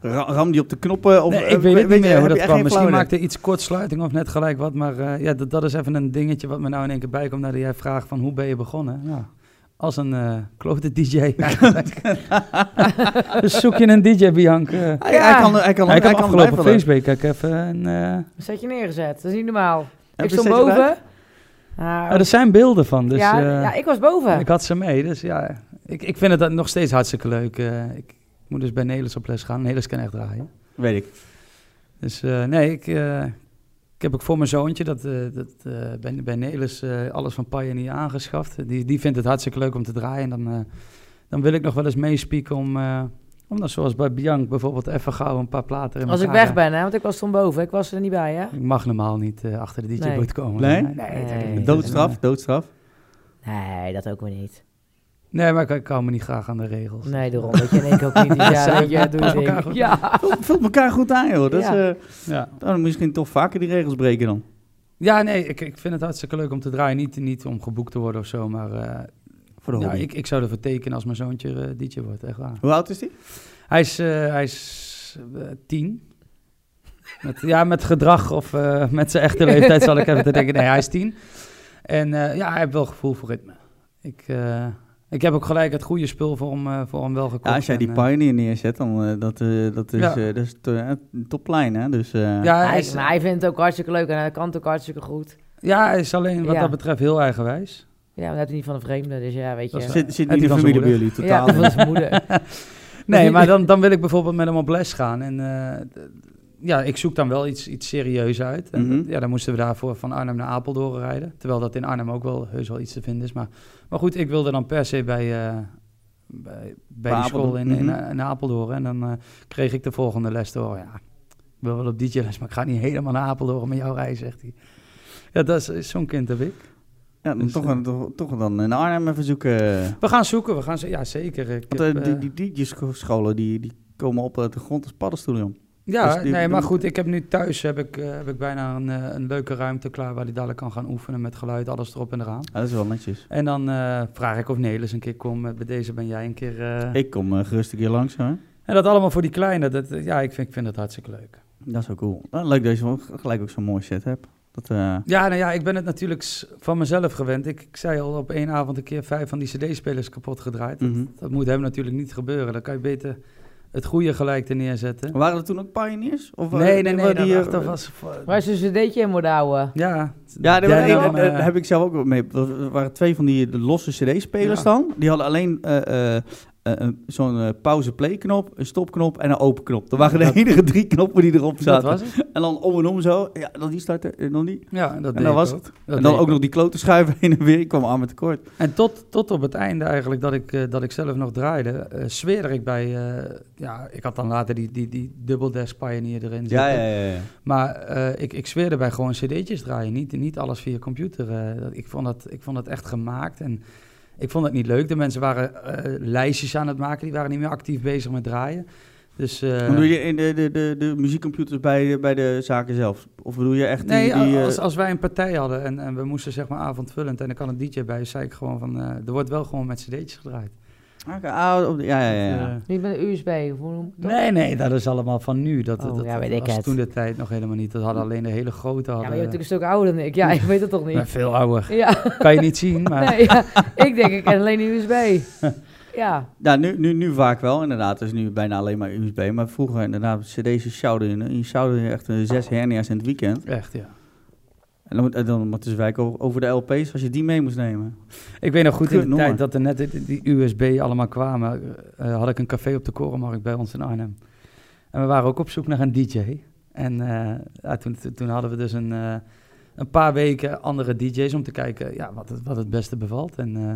S1: Ra- Ram die op de knoppen? Of,
S3: Nee,
S1: eh,
S3: ik weet het niet meer
S1: heb
S3: hoe
S1: je
S3: dat
S1: echt
S3: kwam.
S1: geen
S3: Misschien
S1: flauw
S3: maakte iets kortsluiting of net gelijk wat. Maar eh, ja, dat, dat is even een dingetje wat me nou in één keer bijkomt. Nadat jij vraagt van hoe ben je begonnen? Nou, als een eh klote DJ
S1: [laughs]
S3: eigenlijk. dus zoek je een DJ, Bianca.
S1: idee. Hij, hij kan, hij kan,
S3: Ja, ik heb afgelopen
S1: blijven leuk.
S3: Facebook heb ik even een... eh,
S2: Zet je neergezet. Dat is niet normaal.
S1: Heb je
S2: ik stond
S1: steeds
S2: boven.
S1: erbij?
S2: Ah,
S3: Ah, er zijn beelden van, dus
S2: ja,
S3: eh,
S2: ja, ik was boven.
S3: ik had ze mee. Dus ja, ik, ik vind het dan nog steeds hartstikke leuk. eh, ik moet dus bij Nelis op les gaan. Nelis kan echt draaien.
S1: Weet ik.
S3: Dus eh, nee, ik, eh, ik heb ook voor mijn zoontje dat, eh, dat, eh, bij, bij Nelis eh, alles van Pioneer aangeschaft. Die, die vindt het hartstikke leuk om te draaien. En dan, eh, dan wil ik nog wel eens meespieken om, eh, om dan zoals bij Bianc bijvoorbeeld even gauw een paar platen in
S2: Als ik
S3: elkaar-
S2: weg ben, hè, want ik was toen boven. Ik was er niet bij, hè?
S3: Ik mag normaal niet eh, achter de
S2: Nee.
S3: DJ-boot komen.
S1: Nee?
S3: dat doe ik
S2: Nee.
S3: niet.
S1: Doodstraf, doodstraf.
S2: Nee, dat ook weer niet.
S3: Nee, maar ik, ik hou me niet graag aan de regels.
S2: Nee, daarom. Dat ken ik ook
S3: [laughs]
S2: niet. Ja,
S3: Zij-
S2: ja, doe
S3: pas
S2: je ding.
S3: elkaar goed.
S2: Ja.
S1: Vult, vult elkaar goed aan, joh. Dat
S2: Ja.
S1: is, eh,
S3: Ja.
S1: dan misschien toch vaker die regels breken dan.
S3: Ja, nee, ik, ik vind het hartstikke leuk om te draaien. Niet, niet om geboekt te worden of zo, maar eh,
S1: Voor de
S3: ja,
S1: hobby.
S3: ik, ik zou ervoor tekenen als mijn zoontje eh, DJ wordt, echt waar.
S1: Hoe oud is die?
S3: Hij is, eh, hij is eh, tien. Met, ja, met gedrag of eh, met zijn echte leeftijd zal ik even te denken. Nee, hij is tien. En eh, ja, hij heeft wel gevoel voor ritme. Ik, eh, ik heb ook gelijk het goede spul voor hem, eh, voor hem wel gekocht.
S1: Ja, als jij die
S3: en, eh,
S1: Pioneer neerzet, dan eh, dat, eh, dat is,
S3: Ja.
S1: eh, dat is to- eh, een toplijn, hè? Dus, eh,
S3: ja, hij
S2: Hij,
S3: is,
S2: maar hij vindt het ook hartstikke leuk en hij kan het ook hartstikke goed.
S3: ja, hij is alleen wat
S2: Ja.
S3: dat betreft heel eigenwijs.
S2: Ja, maar dat is niet van een vreemde, dus ja, weet je.
S3: Dat is
S1: Zit, zit niet
S3: En die
S1: in de
S3: van
S1: familie
S3: zijn
S1: bij jullie, totaal.
S2: [laughs] Ja,
S1: niet.
S2: van zijn
S3: [laughs]
S2: moeder.
S3: Nee, maar dan, dan wil ik bijvoorbeeld met hem op les gaan. En eh, d- ja, ik zoek dan wel iets, iets serieus uit. En
S1: Mhm.
S3: dat- ja, dan moesten we daarvoor van Arnhem naar Apeldoorn rijden. Terwijl dat in Arnhem ook wel heus wel iets te vinden is. Maar, maar goed, ik wilde dan per se bij, eh, bij, bij die school in,
S1: Apeldoorn,
S3: in,
S1: mhm.
S3: in Apeldoorn. En dan eh, kreeg ik de volgende les door. Ja, ik wil wel op DJ-les, maar ik ga niet helemaal naar Apeldoorn met jou rijden, zegt hij. Ja, dat is, is zo'n kind heb ik.
S1: Ja, dan
S3: Dus,
S1: toch,
S3: eh,
S1: een- toch, toch dan in Arnhem even zoeken.
S3: We gaan zoeken, we gaan ze- Ja, zeker. Ik
S1: Want
S3: heb,
S1: eh,
S3: eh,
S1: die, die, die scholen die, die komen op eh, de grond als paddenstoelen, joh.
S3: Ja,
S1: Dus die-
S3: nee,
S1: dan-
S3: maar goed, ik heb nu thuis heb ik, eh, heb ik bijna een, eh, een leuke ruimte klaar waar hij dadelijk kan gaan oefenen met geluid, alles erop en eraan.
S1: Ja, dat is wel netjes.
S3: En dan eh, vraag ik of Nelis een keer komt. eh, Bij deze ben jij een keer. eh,
S1: Ik kom eh, gerust een keer langs, hè?
S3: En dat allemaal voor die kleine. Dat, eh, ja, ik vind, ik vind dat hartstikke leuk.
S1: Dat is wel cool. Nou, leuk dat je zo- gelijk ook zo'n mooi set hebt. Dat, eh,
S3: Ja, nou ja, ik ben het natuurlijk s- van mezelf gewend. Ik, ik zei al op één avond een keer vijf van die CD-spelers kapot gedraaid.
S1: mhm.
S3: Dat moet hem natuurlijk niet gebeuren. Dan kan je beter het goede gelijk te neerzetten.
S1: Waren er toen ook pioneers? Of, eh,
S3: Nee, nee, nee,
S1: waren
S3: die
S1: eh,
S3: erachter was...
S2: Maar ze ze deed je in moet houden.
S3: Ja,
S1: Ja, daar
S3: Danny
S1: waren-
S3: en,
S1: daar- daar
S3: eh,
S1: heb ik zelf ook wel mee. Dat waren twee van die eh, losse CD-spelers
S3: Ja.
S1: dan. Die hadden alleen eh, eh, eh, zo'n eh, pauze-play-knop, een stopknop en een open knop. Dat waren de
S3: Dat-
S1: enige drie knoppen die erop
S3: dat
S1: zaten.
S3: was het.
S1: En dan om en om zo. Ja, dan die starten en dan die.
S3: Ja, dat, deed
S1: en dan
S3: ik
S1: was
S3: ook.
S1: het.
S3: Dat
S1: en dan
S3: deed
S1: ook
S3: ik
S1: nog die klote schuiven [laughs] heen en weer. Ik kwam aan met tekort.
S3: En tot, tot op het einde eigenlijk dat ik, eh, dat ik zelf nog draaide, eh zweerde ik bij... eh, ja, ik had dan later die, die, die dubbeldesk Pioneer erin zitten.
S1: ja.
S3: Maar eh, ik, ik zweerde bij gewoon cd'tjes draaien, niet, niet alles via computer. eh. Dat- ik, vond dat, ik vond dat echt gemaakt en ik vond het niet leuk. De mensen waren eh, lijstjes aan het maken, die waren niet meer actief bezig met draaien. Dus, eh,
S1: Dan doe je in de, de, de, de muziekcomputers bij, bij de zaken zelf? Of bedoel je echt
S3: nee,
S1: die... die eh,
S3: als, als wij een partij hadden en, en we moesten zeg maar avondvullend en er kan een DJ bij, zei ik gewoon van, eh, er wordt wel gewoon met cd'tjes gedraaid.
S1: oké, ah, op de- ja, ja, ja.
S3: Eh,
S2: Niet met een USB. of hoe noem je dat?
S3: nee, nee, dat is allemaal van nu. Dat,
S2: Oh,
S3: dat,
S2: ja,
S3: dat
S2: weet ik het.
S3: was
S2: Hm.
S3: toen de tijd nog helemaal niet. Dat hadden alleen de hele grote
S2: Ja, maar je
S3: hadden. eh,
S2: bent natuurlijk een stuk ouder dan ik. Ja, ik weet het toch
S3: Maar
S2: niet.
S3: veel ouder.
S2: Ja,
S3: [laughs] Kan je
S2: [laughs]
S3: niet zien, maar...
S2: nee, ja. ik denk ik ken alleen een USB.
S3: [laughs]
S2: Ja,
S1: Ja, Nou, nu, nu, nu vaak wel, inderdaad. Dus nu bijna alleen maar USB. Maar vroeger inderdaad, cd's, je sjouwde je, je sjouwde je echt eh, zes hernia's in het weekend.
S3: Echt, ja.
S1: En dan, moet- en dan moeten ze wijken over, over de LP's, als je die mee moest nemen.
S3: Ik weet nog goed in
S1: Kut
S3: de
S1: nummer.
S3: tijd dat er net die, die USB allemaal kwamen, eh, had ik een café op de Korenmarkt bij ons in Arnhem. En we waren ook op zoek naar een DJ. En eh, ja, toen, toen- toen hadden we dus een, eh, een paar weken andere DJ's om te kijken ja, wat, het, wat het beste bevalt. En eh, op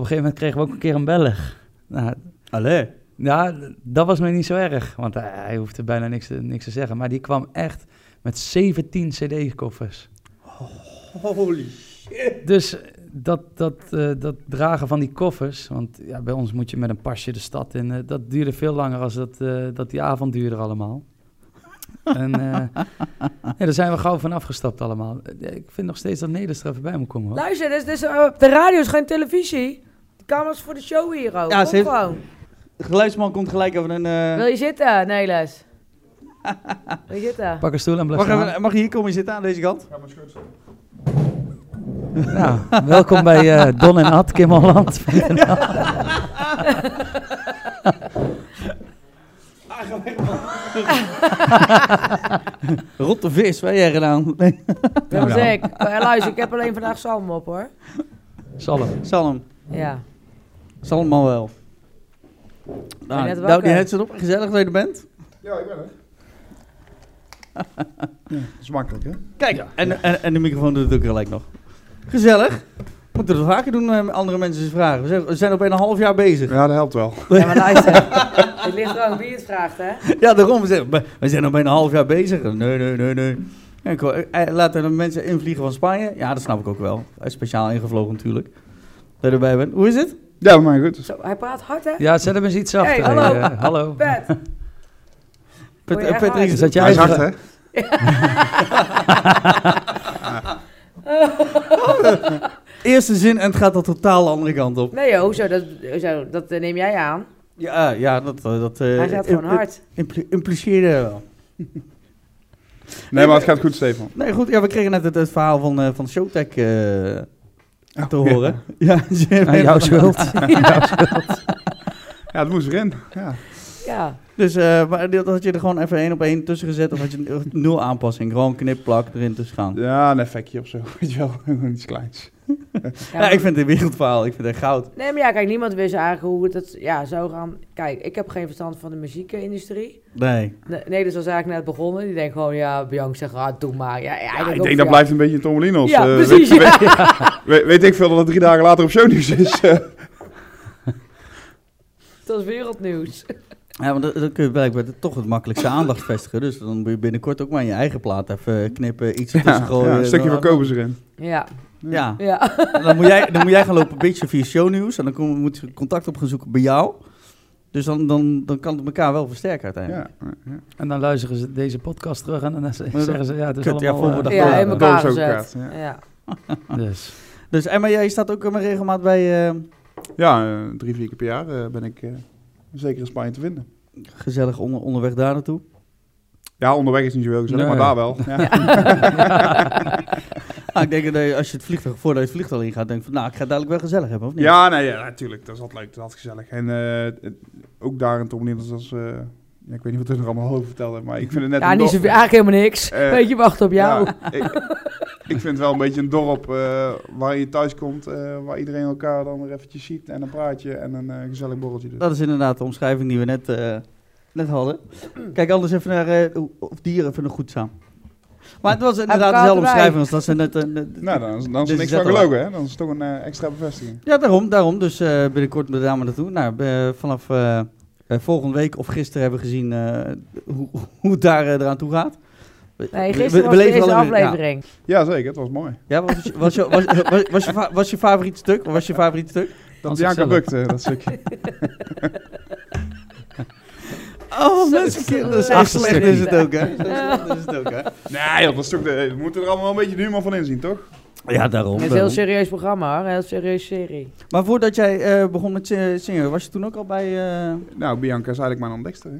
S3: een gegeven moment kregen we ook een keer een Belg. Nou,
S1: Allee.
S3: ja, Nou, dat was nog niet zo erg, want hij- hij hoefde bijna niks te, niks te zeggen. Maar die kwam echt met 17 CD-koffers.
S1: Holy
S3: Dus dat, dat, eh, dat dragen van die koffers, want ja, bij ons moet je met een pasje de stad in. eh, dat duurde veel langer als dat, eh, dat die avond duurde
S2: [laughs]
S3: allemaal. en eh, ja, daar zijn we gauw van afgestapt allemaal. Eh, Ik vind nog steeds dat Nederland er even bij moet komen. Hoor.
S2: luister, dit is, dit is, eh, op de radio is geen televisie. De camera's voor de show hier ook.
S1: Ja,
S2: Kom
S1: ze heeft-
S2: gewoon.
S1: Geluidsman komt gelijk even een... eh,
S2: Wil je zitten,
S3: [laughs]
S2: Nelis? Wil je zitten?
S3: Pak een stoel en blijf
S1: mag,
S3: staan.
S1: even, mag je hier komen zitten aan deze kant?
S3: Nou, welkom bij
S2: [laughs]
S3: eh, Don en Ad, Kim Holland.
S1: Rotte vis, wat heb jij gedaan? [laughs] Nee.
S2: Dat was
S1: Nou,
S2: ik. Eh, Luister, ik heb alleen vandaag zalm op hoor.
S3: Salm.
S1: Salm.
S2: Ja.
S1: Salm al wel. Nou,
S2: net
S1: duw die
S2: wakker.
S1: headset op. Gezellig dat je er bent.
S4: Ja, ik ben er. [laughs] ja, dat is makkelijk, hè?
S1: Kijk, en, en, en de microfoon doet het ook gelijk nog. Gezellig. We moeten het vaker doen met andere mensen eens vragen. We zijn, we zijn op een half jaar bezig.
S4: Ja, dat helpt wel.
S2: Ja, maar luister. het ligt er ook wie het vraagt, hè?
S1: Ja, daarom. We zijn, we zijn al bijna een half jaar bezig. Nee, nee, nee, nee. Ja, ik hoor- eh, Laten de mensen invliegen van Spanje. Ja, dat snap ik ook wel. Eh, Speciaal ingevlogen natuurlijk. Dat je erbij bent. Hoe is het?
S4: Ja, maar goed.
S2: Zo, hij praat hard, hè?
S3: Ja, zet hem eens iets zachter.
S2: Hey, hallo.
S3: eh, hallo.
S2: Pet.
S1: Pat-
S2: Goeie
S1: eh, Patrick,
S2: ervaring.
S1: is
S3: Is
S1: dat
S3: dat
S1: jij?
S4: Hij is hard, hè?
S1: Eerste zin en het gaat al totaal de andere kant op.
S2: Nee, joh, zo, dat, zo, dat eh, neem jij aan.
S1: Ja, ja dat... eh, dat eh,
S2: Hij gaat
S1: im-
S2: gewoon hard.
S1: impli- impliceerde wel.
S4: Nee, maar het gaat goed, [laughs] Stefan.
S1: Nee, goed. Ja, we kregen net het, het verhaal van, eh, van Showtech eh, te
S4: ja.
S1: horen. [laughs] Ja,
S4: [laughs]
S3: Aan jouw schuld.
S4: Ja, het moest erin. Ja.
S2: Ja.
S1: Dus eh, maar dat had je er gewoon even één op één tussen gezet. Of had je [laughs] nul aanpassing. Gewoon knipplak erin tussen gaan.
S4: ja, een effectje of zo, [laughs] weet je wel. Gewoon iets kleins.
S1: Ja, ik vind het een wereldverhaal. Ik vind het echt goud.
S2: Nee, maar ja, kijk, niemand wist eigenlijk hoe het dat, ja, zou gaan. Kijk, ik heb geen verstand van de muziekindustrie.
S1: Nee.
S2: Nee, nee, dus was eigenlijk net begonnen. Die denkt gewoon, ja, Beyoncé, ah, doe maar. Ja, ja,
S4: Ja, ik
S2: ook
S4: denk dat
S2: van, ja.
S4: blijft een beetje een Tomolinos.
S2: Ja,
S4: eh,
S2: precies,
S4: Weet,
S2: ja.
S4: weet- weet ik veel dat het drie dagen later op shownieuws is. [laughs]
S2: Dat is wereldnieuws.
S1: Ja, want dat, dat kun je blijkbaar toch het makkelijkste aandacht vestigen. Dus dan moet je binnenkort ook maar in je eigen plaat even knippen. Iets ertussen
S4: ja,
S1: gooien.
S4: ja, een stukje verkopen ze erin.
S2: Ja,
S1: Ja.
S2: ja.
S1: En dan, moet jij, dan moet jij gaan lopen bitchen via shownieuws. En dan kom, moet je contact op gaan zoeken bij jou. Dus dan, dan, dan kan het elkaar wel versterken uiteindelijk.
S4: Ja, ja, ja.
S3: [laughs] En dan luisteren ze deze podcast terug en dan ze-
S1: dat-
S3: zeggen ze, ja, het is
S1: Kut, ja,
S3: allemaal...
S1: volgende
S3: eh,
S1: dag
S2: Ja, in
S1: dat
S2: elkaar
S4: is ook
S2: gezet.
S4: kaart, ja.
S2: Ja.
S3: Dus,
S1: Dus, en maar jij staat ook maar regelmaat bij eh,
S4: ja eh, drie, vier keer per jaar eh, ben ik eh, zeker in Spanje te vinden.
S1: gezellig onder, onderweg daar naartoe.
S4: Ja, onderweg is niet zo heel gezellig,
S1: [laughs]
S3: Nee.
S4: maar daar wel. Ja.
S1: Nou, ik denk dat je- als je het vliegtuig, voordat je het vliegtuig in gaat, denk je van, nou, ik ga het dadelijk wel gezellig hebben, of niet?
S4: Ja, nee, ja, natuurlijk. Dat is altijd leuk, dat is altijd gezellig. En eh, het- ook daar in Tom Niels als... eh, ja, ik weet niet wat we er allemaal over vertellen, maar ik vind het net...
S2: Ja,
S4: een
S2: niet zo,
S4: dorp-
S2: eigenlijk helemaal niks.
S4: Eh,
S2: Weet je, wacht op jou.
S4: Ja, ik, ik vind het wel een beetje een dorp eh, waar je thuis komt, eh, waar iedereen elkaar dan weer eventjes ziet en een praatje en een eh, gezellig borreltje. Dus.
S1: Dat is inderdaad de omschrijving die we net, eh, net hadden. Kijk anders even naar eh, hoe- of dieren even nog goed samen. Maar het was inderdaad
S2: Avocado
S1: dezelfde
S2: erbij.
S1: omschrijving als dat ze net... eh, net-
S4: Nou, dan, is- dan is
S1: Dus
S4: er niks
S1: is
S4: van
S1: dat al-
S4: gelogen, hè? Dan is het toch een eh, extra bevestiging.
S1: Ja, daarom, daarom. Dus eh, binnenkort met de dame naartoe. Nou, eh, vanaf eh, eh, volgende week of gisteren hebben we gezien eh, hoe, hoe het daar eh, eraan toe gaat. We-
S2: Nee,
S1: we-
S2: gisteren
S1: we
S2: was de
S1: leven
S2: eerste
S1: wel in- ja.
S2: aflevering.
S4: Ja, zeker. Het was mooi.
S1: Ja, was, je- was, je, was, was, was, je, fa- was je favoriet stuk? Was je favoriet stuk?
S4: Dat
S3: Als
S4: Bianca
S3: gezellig.
S4: bukte, dat
S2: [laughs]
S4: stukje.
S1: Oh,
S2: mensen, kinderen,
S1: Zo
S2: zijn
S1: slecht
S2: slecht.
S1: is het ook, hè? Zo slecht is het ook, hè?
S4: nee, joh, dat stuk, eh, we moeten er allemaal een beetje de humor van inzien, toch?
S1: Ja, daarom.
S3: [laughs]
S2: Het is een heel
S1: daarom.
S2: serieus programma hoor, een heel
S1: [laughs]
S2: serieus serie.
S1: Maar voordat jij eh, begon met eh, zingen, was je toen ook al bij... eh,
S4: Nou, Bianca is eigenlijk mijn ontdekster, hè?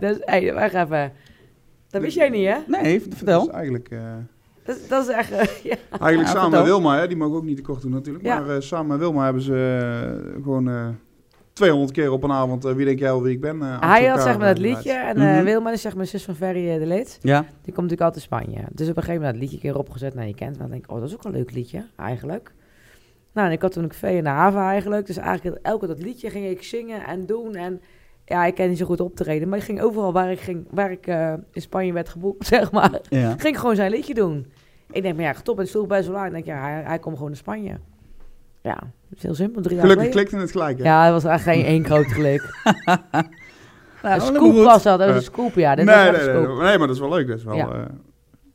S2: dat is, hey, wacht even. Dat wist jij niet hè?
S1: Nee,
S4: Dat
S1: vertel.
S4: is eigenlijk eh,
S2: Dat, is- dat is echt... eh, [laughs] ja.
S4: eigenlijk
S1: Ja,
S4: samen
S1: vertel.
S4: met Wilma, hè? Die mogen ook niet te kort doen natuurlijk.
S2: Ja.
S4: Maar eh, samen met Wilma hebben ze eh, gewoon eh, 200 keer op een avond eh, Wie denk jij wel wie ik ben? eh, achter
S2: Hij had
S4: elkaar,
S2: zeg maar dat
S4: eh,
S2: liedje en
S1: Mhm.
S2: eh, Wilma is zeg maar zus van Ferry eh, de Leed.
S1: Ja.
S2: Die komt natuurlijk altijd uit Spanje. Dus op een gegeven moment dat liedje een keer opgezet. Nou, je kent maar dan denk ik, oh, dat is ook een leuk liedje, eigenlijk. Nou, en ik had toen ook Vee in de haven eigenlijk. Dus eigenlijk elke dat liedje ging ik zingen en doen. En ja, ik ken niet zo goed optreden. Maar ik ging overal waar ik, ging, waar ik eh, in Spanje werd geboekt, [laughs] zeg maar.
S1: ja.
S2: Ging ik gewoon zijn liedje doen. Ik denk, maar ja, top. En het sloeg best wel aan. Ik denk, ja, hij, hij komt gewoon naar Spanje. Ja, dat is heel simpel. Drie jaar
S4: Gelukkig
S2: geleden.
S4: klikte het gelijk, hè?
S2: Ja, dat was eigenlijk geen één groot
S3: [laughs]
S2: geluk.
S1: Nou,
S2: een scoop was dat. Dat was een
S4: Eh,
S2: scoop, ja.
S4: nee,
S2: Dit was echt
S4: nee,
S2: een
S4: nee,
S2: scoop.
S4: nee, maar dat is wel leuk. Dat is wel,
S2: Ja.
S4: ja.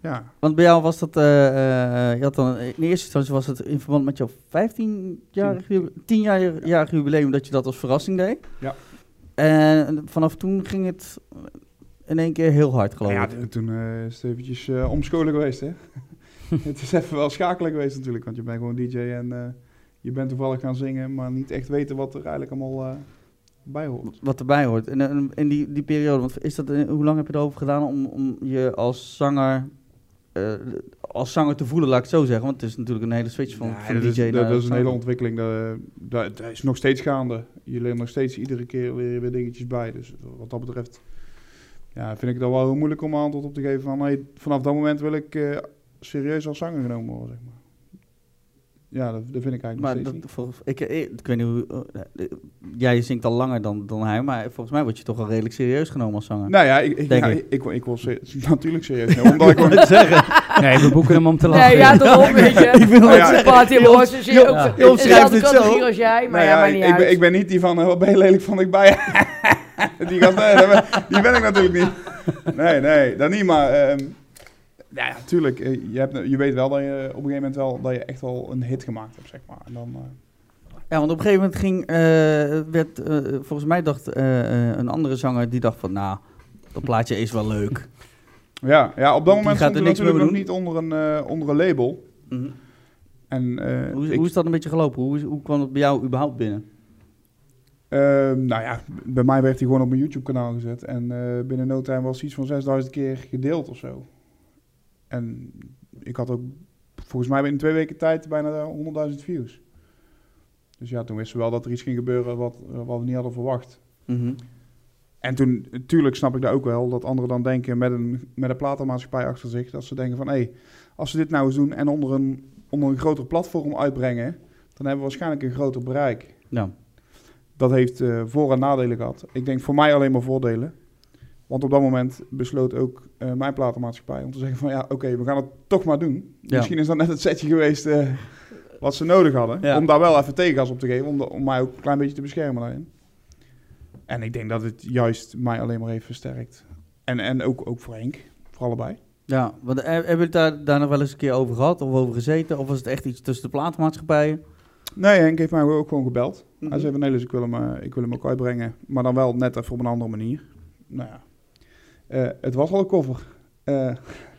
S4: ja.
S1: Want bij jou was dat, eh, eh, eh, je had dan, in eerste instantie was het in verband met jouw 15-jarig, jubileum- 10-jarig jarig jubileum, dat je dat als verrassing deed.
S4: Ja.
S1: En vanaf toen ging het in één keer heel hard, geloof ik.
S4: ja, t- toen eh, is het eventjes eh, omscholen geweest, hè? [laughs] het is even wel schakelen geweest natuurlijk, want je bent gewoon DJ en eh, je bent toevallig gaan zingen, maar niet echt weten wat er eigenlijk allemaal eh, bij hoort.
S1: Wat erbij hoort. En, eh, en die, die periode, want is dat, eh, hoe lang heb je erover gedaan om, om je als zanger, eh, als zanger te voelen, laat ik het zo zeggen. Want het is natuurlijk een hele switch van,
S4: Ja,
S1: van
S4: dat,
S1: DJ
S4: is,
S1: naar
S4: dat- dat is een hele
S1: zanger.
S4: ontwikkeling, dat, dat, dat is nog steeds gaande. Je leert nog steeds iedere keer weer, weer dingetjes bij, dus wat dat betreft ja, vind ik dat wel heel moeilijk om een antwoord op te geven van hey, vanaf dat moment wil ik eh, serieus als zanger genomen worden, zeg maar. Ja, dat, dat vind ik eigenlijk nog
S1: Maar
S4: steeds
S1: dat,
S4: niet.
S1: volgens, ik, ik, ik weet niet hoe. eh, eh, jij zingt al langer dan, dan hij, maar volgens mij word je toch al redelijk serieus genomen als zanger.
S4: Nou ja, ik, ik,
S1: Denk
S4: ja,
S1: ik.
S4: ik. ik, ik was se- [laughs] natuurlijk serieus. genomen, omdat
S1: [laughs]
S4: ik gewoon-
S1: het zeggen.
S3: Nee, we boeken hem om te lachen.
S2: Nee, ja, toch wel, weet je.
S1: ik wil
S4: Oh
S1: het
S4: ja,
S1: zeggen.
S2: Party
S1: Job-
S2: Boys, dus je
S1: Job-
S2: ook
S1: Job
S2: in dezelfde
S1: schrijft het zo.
S2: categorie als jij, maar
S4: Nou
S2: ja,
S4: ja,
S2: maakt niet
S4: ik, ben,
S2: uit.
S4: ik ben niet die van, eh, wat ben je lelijk van ik bij je? [laughs] die, gast, nee, dat ben, die ben ik natuurlijk niet. Nee, nee, dat niet, maar... ehm, ja, ja, tuurlijk. eh, Je, hebt, je weet wel dat je op een gegeven moment wel, dat je echt wel een hit gemaakt hebt, zeg maar. En dan, eh,
S1: Ja, want op een gegeven moment ging, eh, werd, eh, volgens mij dacht eh, eh, een andere zanger die dacht van, nou, dat plaatje is wel leuk.
S4: [laughs] ja, ja, op dat
S1: Die
S4: moment
S1: gaat
S4: stond
S1: er
S4: ik
S1: niks
S4: natuurlijk
S1: mee
S4: nog
S1: doen.
S4: niet onder een, eh, onder een label.
S1: Mhm.
S4: En, eh,
S1: hoe, is-
S4: ik-
S1: hoe is dat een beetje gelopen? Hoe, is- hoe kwam het bij jou überhaupt binnen?
S4: Ehm, nou ja, b- bij mij werd hij gewoon op mijn YouTube-kanaal gezet. En eh, binnen no time was iets van 6000 keer gedeeld of zo. En ik had ook volgens mij binnen twee weken tijd bijna 100.000 views. Dus ja, toen wisten we wel dat er iets ging gebeuren wat, eh, wat we niet hadden verwacht.
S1: Mhm.
S4: En toen, natuurlijk snap ik daar ook wel, dat anderen dan denken met een, met een platenmaatschappij achter zich. Dat ze denken van, hé, als ze dit nou eens doen en onder een, onder een groter platform uitbrengen, dan hebben we waarschijnlijk een groter bereik.
S1: Nou,
S4: Dat heeft eh, voor- en nadelen gehad. Ik denk voor mij alleen maar voordelen. Want op dat moment besloot ook eh, mijn platenmaatschappij om te zeggen van ja, oké, we gaan het toch maar doen.
S1: Ja.
S4: Misschien is dat net het setje geweest eh, wat ze nodig hadden.
S1: Ja.
S4: Om daar wel even tegengas op te geven, om, da- om mij ook een klein beetje te beschermen daarin. En ik denk dat het juist mij alleen maar heeft versterkt. En, en ook, ook voor Henk, voor allebei.
S1: ja, want eh, hebben jullie het daar, daar nog wel eens een keer over gehad of over gezeten? Of was het echt iets tussen de platenmaatschappijen?
S4: Nee, Henk heeft mij ook gewoon gebeld.
S1: Mhm.
S4: Hij zei van nee, dus ik wil, hem, eh, ik wil hem ook uitbrengen. Maar dan wel net even op een andere manier. Nou ja. Eh, het was al een koffer. Eh,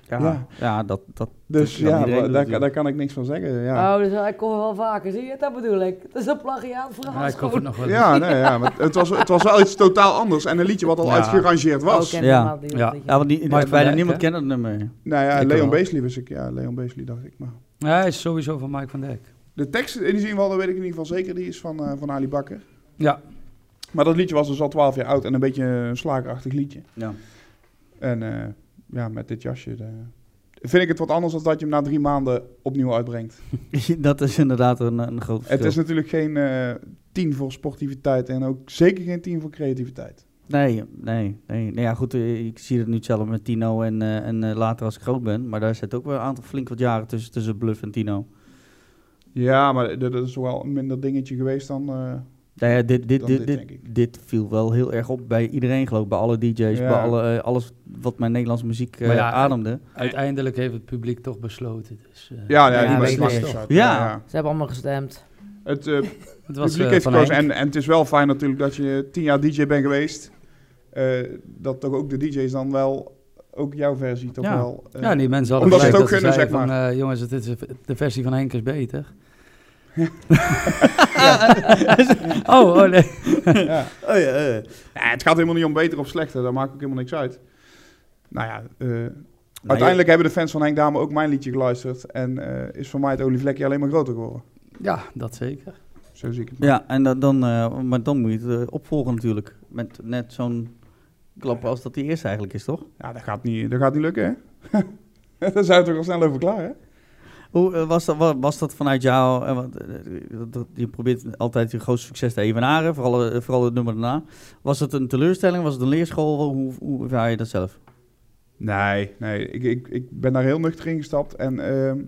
S1: Ja, ja.
S4: Ja.
S1: dat, dat
S4: Dus
S1: kan
S4: ja,
S1: iedereen doen
S4: wa- daar, kan-
S1: natuurlijk.
S4: daar kan ik niks van zeggen. Ja.
S2: Oh, dus hij komt wel vaker, zie je? Dat bedoel ik. Dat is een plagiaatverhaal.
S3: Ja, ik hoop het nog wel.
S4: Ja, nee, ja maar het, was, het was wel iets totaal anders. En een liedje wat al
S3: Ja.
S4: uitgerangeerd was.
S1: Ja.
S3: Ja.
S1: Ja, want die,
S3: Mark van
S1: bijna
S3: Dijk,
S1: niemand
S3: hè?
S1: kent dat nummer.
S4: Nou ja,
S3: Ik
S4: Leon
S3: wel.
S4: Beasley was ik. Ja, Leon Beasley dacht ik. Maar
S3: Ja, hij is sowieso van Mike van Dijk.
S4: de tekst in ieder geval, dat weet ik in ieder geval zeker, die is van, eh, van Ali Bakker.
S3: Ja,
S4: Maar dat liedje was dus al 12 jaar oud en een beetje een slagerachtig liedje.
S1: Ja.
S4: En eh, ja, met dit jasje eh, vind ik het wat anders dan dat je hem na drie maanden opnieuw uitbrengt.
S1: [laughs] dat is inderdaad een, een groot verschil.
S4: Het is natuurlijk geen eh tien voor sportiviteit en ook zeker geen tien voor creativiteit.
S1: Nee, nee, nee. Nou ja, goed, eh, ik zie het nu zelf met Tino en, eh, en eh, later als ik groot ben. Maar daar zit ook wel een aantal flink wat jaren tussen, tussen Bluff en Tino.
S4: Ja, maar dat dat is wel een minder dingetje geweest dan... eh,
S1: Nou ja, dit, dit,
S4: Dan
S1: dit,
S4: dit,
S1: dit,
S4: denk ik.
S1: dit viel wel heel erg op bij iedereen, geloof ik. Bij alle DJ's,
S4: Ja.
S1: bij alle, eh, alles wat mijn Nederlandse muziek eh,
S3: Maar ja,
S1: ademde.
S3: uiteindelijk heeft het publiek toch besloten. Dus, eh,
S4: ja,
S2: Ja,
S4: ja, die
S2: weet
S4: was
S2: ik
S4: maakt
S2: niet.
S4: niks uit.
S1: Ja.
S2: Ze hebben allemaal gestemd.
S4: Het eh,
S3: het was
S4: publiek
S3: eh,
S4: heeft
S3: van
S4: gekozen.
S3: Henk.
S4: En, en het is wel fijn natuurlijk dat je tien jaar DJ bent geweest. eh, dat toch ook de DJ's dan wel, ook jouw versie toch
S1: Ja.
S4: wel... eh, [laughs]
S3: Ja, die mensen hadden
S4: Omdat ze
S3: gelijk
S4: het ook
S3: dat ze
S4: kunnen,
S3: zeiden van, eh, jongens, het is, de versie van Henk is
S4: [laughs]
S3: beter. [laughs] oh, oh nee.
S4: [laughs] ja.
S1: Oh ja, eh.
S4: Ja, het gaat helemaal niet om beter of slechter, dat maakt ook helemaal niks uit. Nou ja, eh,
S1: Maar
S4: uiteindelijk hebben de fans van Henk Dame ook mijn liedje geluisterd. En eh, is voor mij het olievlekje alleen maar groter geworden.
S3: Ja, dat zeker.
S4: Zo zie ik het.
S1: je- Ja, en dat, dan, eh, maar dan moet je het eh, opvolgen natuurlijk. Met net zo'n klap als dat die eerste eigenlijk is, toch?
S4: Ja, dat gaat niet, dat gaat niet lukken, hè? [laughs] Daar zijn we toch al snel over klaar, hè?
S1: Hoe eh, was dat, wa- was dat vanuit jou? eh, want, eh, dat- dat- je probeert altijd je grootste succes te evenaren, vooral, eh, vooral het nummer daarna. Was het een teleurstelling? Was het een leerschool? Hoe, hoe ervaar je dat zelf?
S4: Nee, nee. Ik, ik, ik ben daar heel nuchter in gestapt. En ehm,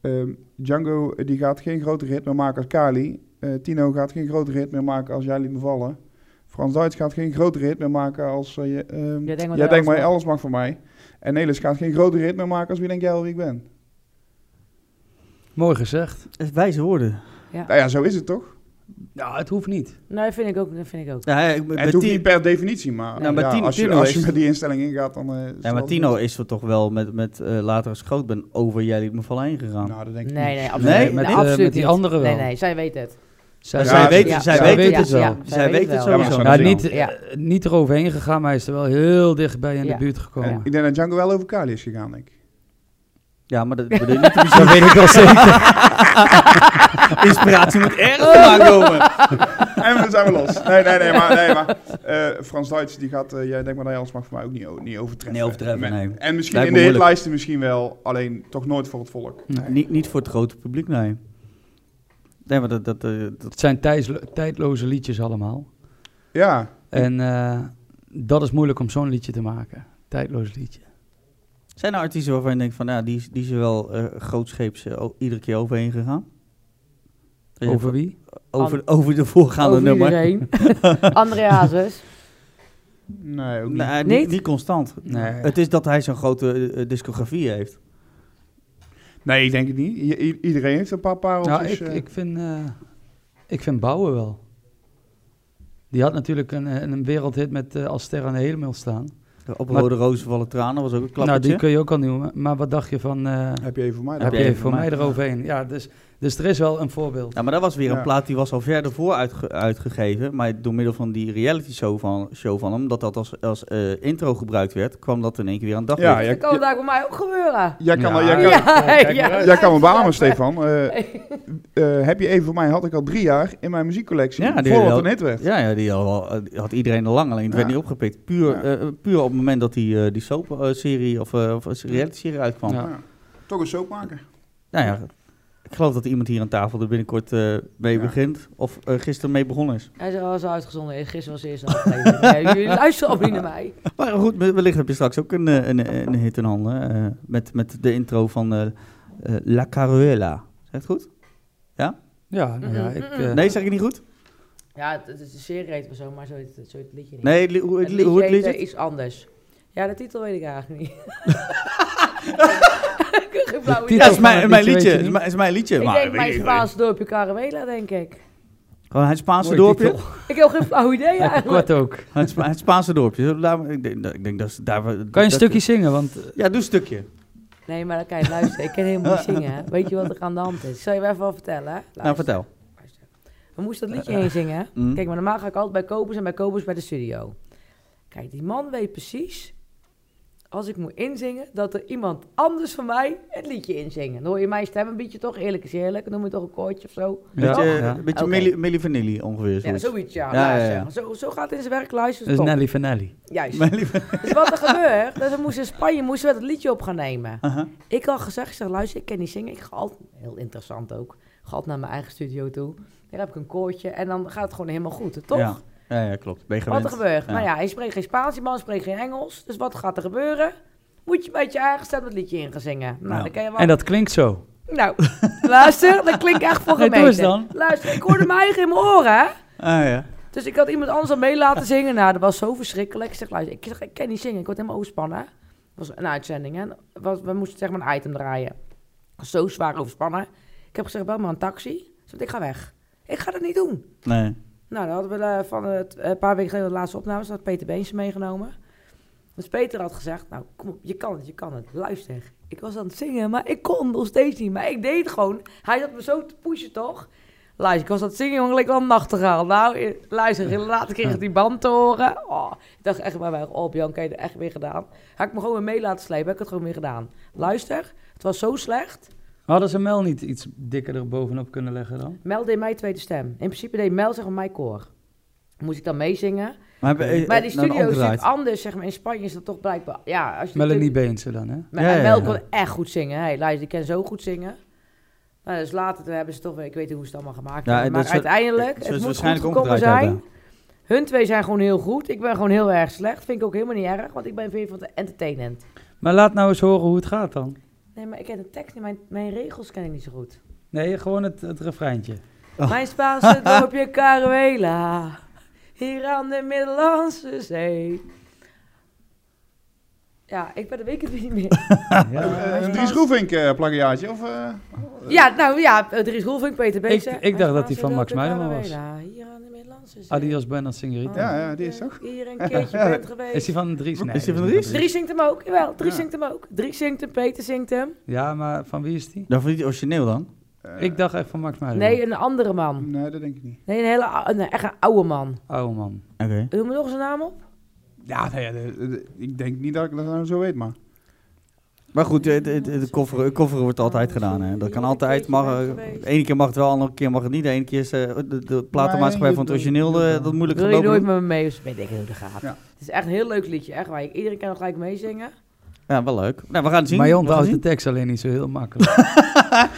S4: ehm, Django eh, die gaat geen grotere hit meer maken als Kali. Eh, Tino gaat geen grotere hit meer maken als Jij liet me vallen. Frans Duits gaat geen grotere hit meer maken als... eh, je,
S2: Jij
S4: ehm,
S2: denkt wat
S4: jij
S2: hij
S4: denkt
S2: alles
S4: maar
S2: mag.
S4: alles mag van mij. En Nelis gaat geen grotere hit meer maken als Wie denk jij wel wie ik ben.
S3: Mooi gezegd.
S1: Dat is wijze woorden.
S4: Nou ja, zo is het toch?
S3: Ja, het hoeft niet.
S2: Nee, vind ik ook. Dat vind ik ook.
S1: Ja, ik, bij
S4: het hoeft
S1: Ti-
S4: niet per definitie, maar,
S1: Nou, bij
S4: ja,
S1: Tino-
S4: als, je,
S1: Tino
S4: als je
S1: is-
S4: met die instelling ingaat, dan... eh, is het
S1: ja,
S4: wel
S1: maar
S4: goed.
S1: Tino is er toch wel met, met eh, later als ik groot ben over jij liet me vallen heen gegaan.
S4: Nou, dat denk ik
S2: Nee,
S4: niet.
S2: nee, absoluut
S1: Nee,
S2: niet.
S1: met,
S2: Nee,
S3: eh,
S2: absoluut
S3: met die
S2: niet.
S3: anderen wel.
S2: Nee, nee, zij weet het.
S3: Zij,
S4: Ja,
S1: zij
S4: ja,
S1: weet,
S4: ja,
S1: zij
S4: ja,
S1: weet
S3: ja,
S1: het zo.
S2: ja,
S1: zij,
S2: zij
S1: weet
S2: weet
S1: het
S2: wel.
S1: zo.
S4: Ja, maar zo-
S3: Nou,
S4: Django.
S3: niet, eh, niet eroverheen gegaan, maar hij is er wel heel dichtbij in
S2: Ja.
S3: de buurt gekomen.
S4: Ik denk dat Django wel over Kali is gegaan, denk ik. [laughs]
S1: Ja, maar [laughs] dat bedoel je niet te bizar.
S3: Dat weet ik wel zeker.
S1: [laughs] Inspiratie moet ergens vandaan komen.
S4: En we zijn we los. Nee, nee, nee, maar, nee, maar eh, Frans Duits, die gaat, eh, jij denkt maar dat hij alles mag voor mij ook niet, o- niet overtreffen.
S1: Niet overtreffen,
S4: Met-
S1: nee.
S4: En misschien
S1: Lijkt
S4: in
S1: me moeilijk.
S4: de hitlijsten misschien wel, alleen toch nooit voor het volk.
S1: Niet, niet voor het grote publiek, nee. Nee, maar dat... dat, eh, dat
S3: Het zijn tijdslo- tijdloze liedjes allemaal.
S4: Ja,
S3: En eh, dat is moeilijk om zo'n liedje te maken. Tijdloos liedje.
S1: zijn er artiesten waarvan je denkt van, ja, die, is- die is er wel eh, grootscheeps eh, o- iedere keer overheen gegaan? Dus je
S3: Over wie?
S1: hebt over, over de voorgaande
S2: Over
S1: nummer. [laughs]
S2: iedereen. André Hazes.
S4: nee, ook niet.
S1: Nee, niet,
S2: Niet?
S1: niet constant.
S3: Nee.
S1: Het is dat hij zo'n grote eh, discografie heeft.
S4: Nee, ik denk het niet. I- i- iedereen heeft een paar pareltjes.
S3: Nou, ik,
S4: eh,
S3: ik, vind, eh, ik vind Bouwen wel. Die had natuurlijk een, eh, een wereldhit met eh, Als Ster aan de Hemel staan.
S1: Op
S3: Maar-
S1: Rode Rozen vallen tranen was ook een klappertje.
S3: Nou, die kun je ook al noemen. Maar wat dacht je van... eh,
S4: Heb je even voor mij?
S3: heb je even voor mij eroverheen? Ja, dus, dus er is wel een voorbeeld.
S1: Ja, Nou, maar dat was weer een
S4: Ja.
S1: plaat die was al verder voor uitge- uitgegeven. Maar door middel van die reality show van, show van hem, dat dat als, als eh, intro gebruikt werd, kwam dat in één keer weer aan het daglicht.
S4: Ja, jij,
S2: Dat kan
S4: jij,
S2: daar bij mij ook gebeuren.
S4: jij kan,
S3: Ja.
S4: jij kan,
S2: Ja, ja.
S4: jij kan me beamen, Stefan. Eh, eh, heb je even voor mij had ik al drie jaar in mijn muziekcollectie,
S1: Ja, die-
S4: voordat
S1: die-
S4: het een hit werd.
S1: Ja, ja die al- eh, die had iedereen al lang, alleen het werd
S4: Ja.
S1: niet opgepikt. Puur,
S4: Ja.
S1: eh, puur op het moment dat die, eh, die soap-serie of, eh, of reality-serie uitkwam.
S3: Ja.
S4: Ja. Toch een soap maken.
S1: Nou ja, ik geloof dat iemand hier aan tafel er binnenkort eh, mee
S4: Ja.
S1: begint. Of eh, gisteren mee begonnen is.
S2: Hij is al eens uitgezonden. Gisteren was de eerste aflevering. Nee, jullie luisteren al niet naar mij.
S1: [laughs] Maar goed, wellicht heb je straks ook een, eh, een, een hit in handen. eh, met, met de intro van eh, eh, La Caruela. Zeg het goed?
S3: Ja, nou ja,
S2: Mm-mm,
S3: ik...
S2: mm-mm.
S3: eh,
S1: Nee, zeg ik niet goed?
S2: Ja, het, het is een serie heet of zo, maar zo heet, het- zo heet het liedje niet.
S1: Nee, li- hoe,
S2: het
S1: het,
S2: liedje,
S1: hoe het
S2: heet,
S1: liedje?
S2: eh, iets anders. Ja, de titel weet ik eigenlijk niet. ik heb geen flauw
S3: De
S2: idee.
S1: Ja, is mijn,
S3: van het
S1: mijn
S3: liedje,
S1: liedje.
S3: weet je
S1: Is mijn, is mijn liedje.
S2: Ik
S1: maar
S2: denk
S1: weet
S2: mijn
S1: ik
S2: Spaans dorpje Caravela, denk ik.
S1: Gewoon het Spaanse
S3: Mooi
S1: dorpje.
S3: titel.
S2: Ik heb geen flauw idee
S3: Lekker
S2: eigenlijk.
S3: [laughs] kort ook.
S1: [laughs] Het, Spa- het Spaanse dorpje. Zullen we daar- ik, denk, ik denk dat ze daar...
S3: Kan je
S1: dat-
S3: een stukje zingen? Want eh,
S1: Ja, doe een stukje.
S2: Nee, maar dan kan je luisteren. Ik kan helemaal niet zingen. hè. Weet je wat er aan de hand is? Ik zal je even wel vertellen. Hè? Luister.
S1: Nou, vertel.
S2: We moesten dat liedje heen zingen. hè.
S1: Mm.
S2: Kijk, maar normaal ga ik altijd bij Kobus en bij Kobus bij de studio. Kijk, die man weet precies, als ik moet inzingen, dat er iemand anders van mij het liedje inzingen. Dan hoor je mijn stem een beetje toch, eerlijk is eerlijk, noem je toch een koortje of zo.
S1: beetje
S3: Ja. Ja.
S1: een beetje
S2: Oké.
S1: Milli, Milli Vanilli ongeveer.
S2: Ja,
S1: Zoiets.
S2: zoiets, ja.
S1: Ja,
S2: Luister,
S1: ja, ja.
S2: Zo, zo gaat het in zijn werk, luister
S3: dat is
S1: Oh.
S2: top.
S3: Nelly Vanelli.
S2: Juist.
S1: Milli Van-
S2: Dus wat er gebeurt, dus we moesten in Spanje moesten we dat liedje op gaan nemen.
S1: Aha.
S2: Ik had gezegd, ik zeg, luister, ik kan niet zingen. Ik ga altijd, heel interessant ook, ga altijd naar mijn eigen studio toe. Daar heb ik een koortje en dan gaat het gewoon helemaal goed, toch?
S1: Ja. Ja, ja, klopt. Ben je gewend.
S2: Wat er gebeurt.
S1: Ja.
S2: Nou ja, hij spreekt geen Spaans, die man spreekt geen Engels. Dus wat gaat er gebeuren? Moet je een beetje aangesteld het liedje in gaan zingen. Nou,
S1: Ja.
S2: dan kan je wel...
S3: En dat klinkt zo.
S2: Nou, [laughs] luister, dat klinkt echt voor
S3: Hey,
S2: gemeente.
S3: doe eens dan.
S2: Luister, ik hoorde mij eigen in mijn oren, hè.
S1: Ah, ja.
S2: Dus ik had iemand anders aan mee laten zingen. Nou, dat was zo verschrikkelijk. Ik zeg, luister, ik, zeg, ik kan niet zingen. Ik word helemaal overspannen. Het was een uitzending, hè. Het Was, we moesten zeg maar een item draaien. Ik was Zo zwaar overspannen. Ik heb gezegd, bel maar een taxi. Zodat ik ga weg. Ik ga dat niet doen.
S1: Nee.
S2: Nou, dan hadden we eh, van het, eh, een paar weken geleden de laatste opnames, had Peter Beens meegenomen. Dus Peter had gezegd, nou kom op, je kan het, je kan het, luister. Ik was aan het zingen, maar ik kon nog steeds niet. Maar ik deed het gewoon. Hij zat me zo te pushen, toch? Luister, ik was aan het zingen, jongen, ik wel een nachtegaal. Nou, eh, luister, later kreeg ik die band te horen. Oh, ik dacht echt bij mij, oh Bianca, heb je het echt weer gedaan? Had ik me gewoon weer mee laten slepen, heb ik het gewoon weer gedaan. Luister, het was zo slecht.
S3: Hadden ze Mel niet iets dikker er bovenop kunnen leggen dan?
S2: Mel deed mij tweede stem. In principe deed Mel zeg maar mijn koor. Moest ik dan meezingen?
S1: Maar, hebben- eh,
S2: Maar die
S1: dan
S2: studio is
S1: omgedraaid.
S2: natuurlijk anders, zeg maar. In Spanje is dat toch blijkbaar... Ja, als je
S3: Melanie
S2: natuurlijk-
S3: Beense dan, hè?
S2: Maar
S1: Ja, ja,
S2: en Mel
S1: ja.
S2: kon echt goed zingen. Hey, luister, die kan zo goed zingen. Nou, dus later toen hebben ze toch... weer- Ik weet niet hoe ze het allemaal gemaakt
S1: Ja,
S2: hebben.
S1: dat
S2: Maar
S1: ze-
S2: uiteindelijk,
S1: ze
S2: het
S1: het
S2: moet
S1: waarschijnlijk
S2: goed gekomen
S1: omgedraaid
S2: zijn.
S1: hebben.
S2: Hun twee zijn gewoon heel goed. Ik ben gewoon heel erg slecht. Vind ik ook helemaal niet erg, want ik ben veel van de entertainment.
S3: Maar laat nou eens horen hoe het gaat dan.
S2: Nee, maar ik ken de tekst niet. Mijn, mijn regels ken ik niet zo goed.
S3: Nee, gewoon het, het refreintje.
S1: Oh.
S2: Mijn
S1: [laughs]
S2: Spaanse dorpje Caruela. Hier aan de Middellandse Zee. Ja, ik ben de weekend niet meer.
S3: Ja.
S4: Eh,
S2: maar
S4: een
S2: Spaans-
S4: Dries Roelvink eh, plakkerjaatje, of... eh,
S2: Ja, nou ja, eh, Dries Roelvink, Peter Beekse.
S3: ik dacht dat die van Max Meijerman was. Ah,
S2: Hier aan de Middellandse Zee.
S3: Adios Buenas Señorita.
S4: Ja, ja, die is toch?
S2: Hier een keertje
S4: Ja,
S2: bent
S3: Is
S2: geweest.
S3: die van Dries? Nee,
S1: Is die van
S3: dat
S1: Dries?
S2: Dries zingt hem ook, jawel. Dries
S4: Ja.
S2: zingt hem ook. Dries zingt hem, Peter zingt hem.
S3: Ja, maar van wie is die?
S1: Dan vond je het origineel dan?
S4: eh,
S3: Ik dacht echt van Max Meijerman.
S2: Nee, een andere man.
S4: Nee, dat denk ik niet.
S2: Nee, een hele ou- een, echt een oude man.
S3: Oude man.
S1: Oké.
S2: Noem me nog eens een naam op.
S4: Ja, nee, ja, de- de- ik denk niet dat ik dat nou zo weet, maar...
S1: Maar goed, het, het, het kofferen, het kofferen wordt altijd gedaan. Hè. Dat kan altijd. Mag, eh, de ene keer mag het wel, de andere keer mag het niet. De ene keer is eh, de, de platenmaatschappij van het origineel eh, dat moeilijk
S2: Wil je
S1: gelopen.
S2: nooit
S1: doet.
S2: met me mee? Dus ik weet ik hoe dat gaat.
S4: Ja.
S2: Het is echt een heel leuk liedje, echt waar. ik- Iedereen kan er gelijk meezingen.
S1: Ja, wel leuk. Nou, we gaan het zien.
S3: Maar je
S1: We gaan
S3: onthoudt de
S1: het
S3: tekst alleen niet zo heel
S1: [laughs]
S3: makkelijk.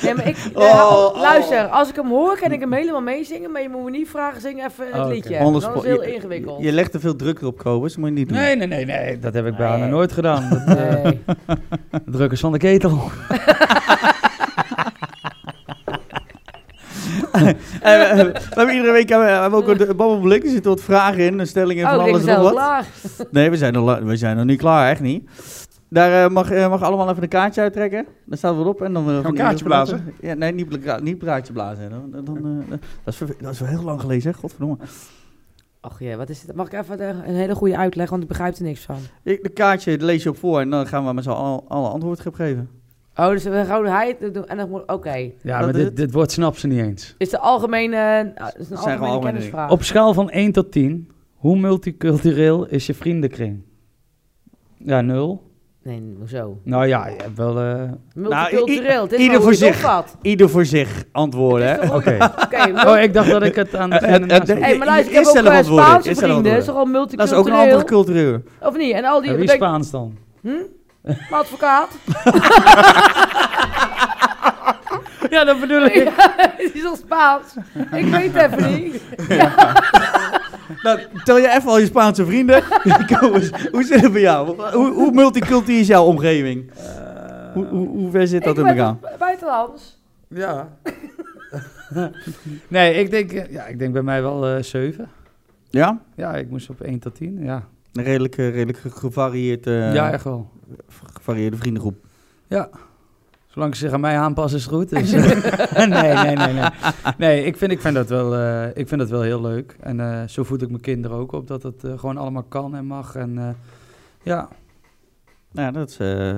S2: Nee, maar ik, eh,
S1: Oh, oh.
S2: luister, als ik hem hoor, kan ik hem helemaal meezingen. Maar je moet me niet vragen, zing even het
S3: Oh, oké.
S2: liedje.
S1: zien. Anders
S2: Dat is
S1: spo-
S2: heel
S1: je-
S2: ingewikkeld.
S1: Je, je legt er veel druk op, Kobus. Moet je niet doen.
S3: Nee, nee, nee, nee. Dat heb ik bij
S2: Nee.
S3: Anne nooit gedaan.
S1: [laughs]
S3: Dat, eh,
S2: Nee.
S3: Drukkers van de ketel.
S1: Eh, eh, we hebben iedere week hebben we hebben ook een babbelblik. Er zitten wat vragen in, stellingen
S2: Oh,
S1: van
S2: ik
S1: alles en
S2: ben
S1: nog wat.
S2: al klaar.
S1: Nee, we zijn, nog, la- we zijn nog niet klaar, echt niet. Daar eh, mag, eh, mag allemaal even een kaartje uittrekken. Daar staat wat op. En dan, eh, van
S4: een
S1: iedereen
S4: kaartje blazen?
S1: verlaten. Ja, nee, niet, bla- niet praatje blazen. Dan, dan, eh, dat, is verve- dat is wel heel lang geleden, zeg. Godverdomme.
S2: Ach jee, wat is dit? Mag ik even de- een hele goede uitleg, want ik begrijp er niks van.
S1: Ik, de kaartje dat lees je op voor en dan gaan we met z'n allen alle antwoord op geven.
S2: Oh, dus we houden hij het doen en dan moet... Oké.
S3: Ja,
S1: Dat
S3: maar
S1: is
S3: dit,
S1: het.
S3: dit woord snapt ze niet eens.
S2: Is de algemene... eh, Is een
S1: gewoon
S2: algemene
S1: algemene
S2: kennisvraag.
S3: Op schaal van 1 tot 10, hoe multicultureel is je vriendenkring? Ja, nul.
S2: Nee, hoezo?
S3: Nou ja, je hebt wel... eh,
S2: Multicultureel, dit is
S1: ieder
S2: wel hoe je
S1: voor
S2: het
S1: zich.
S2: opvat.
S1: Ieder voor zich antwoorden,
S2: Het
S1: hè?
S2: is toch
S3: [laughs] Oké.
S2: Oké,
S1: [laughs]
S2: mul-
S3: Oh, ik dacht dat ik het aan
S1: Eh,
S3: degene
S1: eh,
S3: naast me-
S1: eh,
S2: hey, maar luister, ik
S1: Eerst
S2: heb ook
S1: zelf
S2: eh,
S1: antwoorden,
S2: Spaanse
S1: eerst zelf
S2: vrienden. Dat is
S1: antwoorden.
S2: toch al
S1: Dat is ook een andere
S2: multicultureel?
S1: cultuur.
S2: Of niet? En al die...
S3: Ja, Wie is
S2: denk-
S3: Spaans dan?
S2: Mijn advocaat.
S3: Ja, dat bedoel ik.
S2: Ja, [laughs] die is al Spaans. Ik weet het even niet.
S1: Nou, tel je even al je Spaanse
S2: [laughs]
S1: vrienden. [laughs] Kobus, hoe zit het bij jou? Hoe, hoe multicultureel is jouw omgeving? hoe, hoe, hoe ver zit dat
S2: Eh, ik
S1: in
S2: ben
S1: elkaar?
S2: toch buitenlands.
S3: Ja. [laughs] nee, ik denk, eh, ja, ik denk bij mij wel eh 7.
S1: Ja?
S3: Ja, ik moest op 1 tot 10. Ja,
S1: Een redelijk, eh, redelijk ge- gevarieerd, eh,
S3: ja echt wel.
S1: gevarieerde vriendengroep.
S3: Ja. Zolang ze zich aan mij aanpassen is het goed. Dus, nee, [laughs] nee, nee, nee. Nee, ik vind, ik vind, dat, wel, eh, ik vind dat wel heel leuk. En eh, zo voed ik mijn kinderen ook op dat het eh, gewoon allemaal kan en mag. En eh, ja,
S1: Nou, dat is, eh,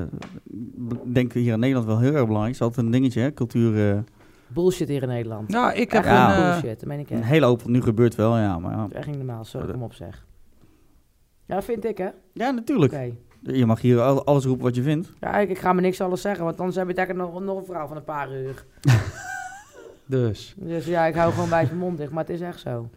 S1: b- denk ik hier in Nederland wel heel erg belangrijk. Het is altijd een dingetje, hè? cultuur. eh,
S2: Bullshit hier in Nederland.
S3: nou, ik heb
S1: Ja.
S3: een... eh,
S2: bullshit, dat meen ik
S1: een
S2: echt.
S1: hele open, nu gebeurt wel, ja, maar ja.
S2: Dat is echt niet normaal, zo
S1: Maar dat-
S2: kom op zeg. Ja, dat vind ik hè. Oké.
S1: Ja, natuurlijk. Je mag hier al- alles roepen wat je vindt.
S2: Ja, ik, ik ga me niks alles zeggen, want anders heb je daar nog, nog een verhaal van een paar uur.
S3: Dus.
S2: Dus ja, ik hou gewoon bij mijn mond dicht, maar het is echt zo.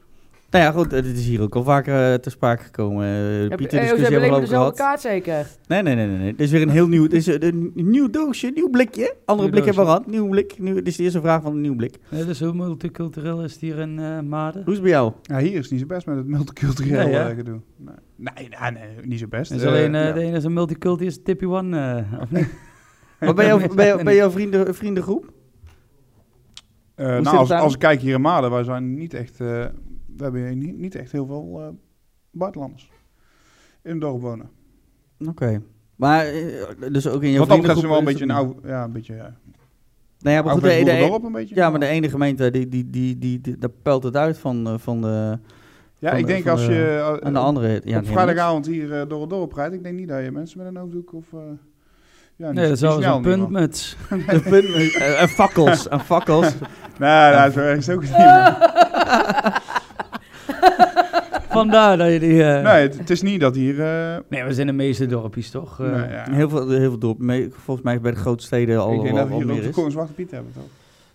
S1: Nou ja, goed, eh, dit is hier ook al vaker eh, ter sprake gekomen. Eh, Pieter,
S2: Heb- eh,
S1: discussie
S2: Jozef,
S1: hebben we
S2: leek me
S1: al gehad.
S2: dezelfde kaart zeker.
S1: Nee, nee, nee, nee, nee. Dit is weer een heel nieuw, dit is eh, een, een nieuw doosje, nieuw blikje. Andere
S3: Nieuw
S1: blik hebben we
S3: doosje.
S1: gehad, nieuw blik. Nieuw, dit is de eerste vraag van een nieuw blik.
S3: Nee, dus hoe multicultureel is het hier in eh Maden?
S1: Hoe is het bij jou?
S4: Ja, hier is het niet zo best met het multicultureel
S3: Nee, hè?
S4: eh, gedoe. Nee, nee, nee, nee, niet zo best.
S3: Is
S4: Eh,
S3: alleen eh,
S4: ja.
S3: de ene is een multiculti, is Tippy One, eh, of niet?
S1: Wat ben jouw, ben jouw, ben jouw vrienden, vriendengroep? zit
S4: Eh, nou,
S1: het
S4: als,
S1: daar?
S4: als ik kijk hier in Maden, wij zijn niet echt, eh, we hebben hier niet, niet echt heel veel eh buitenlanders in het dorp wonen.
S1: Oké. Maar, eh, dus ook in jouw
S4: Wat dat
S1: vriendengroep...
S4: betreft zijn we wel een
S1: is
S4: beetje een
S1: het-
S4: oude, ja, een beetje, ja,
S1: Nee, ja, maar
S4: oude
S1: goed, de, de,
S4: dorp een beetje.
S1: ja, maar de ene gemeente, die, die, die, die, die- daar pelt het uit van, eh, van de,
S4: ja
S1: van
S4: ik
S1: de-
S4: denk
S1: van
S4: als
S1: de-
S4: je eh,
S1: aan de andere. Ja,
S4: op
S1: helemaal niks. [laughs]
S4: vrijdagavond hier eh, door het dorp rijdt, ik denk niet dat je mensen met een hoofddoek of... eh, ja,
S3: Nee, dat is wel eens een
S4: punt.
S3: puntmuts. [laughs]
S1: Een punt- eh, En fakkels, en fakkels.
S4: Nee, dat is wel ergens ook niet. meer.
S3: Vandaar dat je die... eh,
S4: Nee, het, het is niet dat hier... eh,
S3: Nee, we zijn de meeste dorpjes toch? Eh,
S4: nou ja.
S1: Heel veel, heel veel dorpen. mee- Volgens mij bij de grote steden al,
S4: Ik denk dat
S1: al,
S4: we
S1: al
S4: hier ook
S1: meer
S4: de
S1: is.
S4: Koning Zwarte Piet hebben, toch?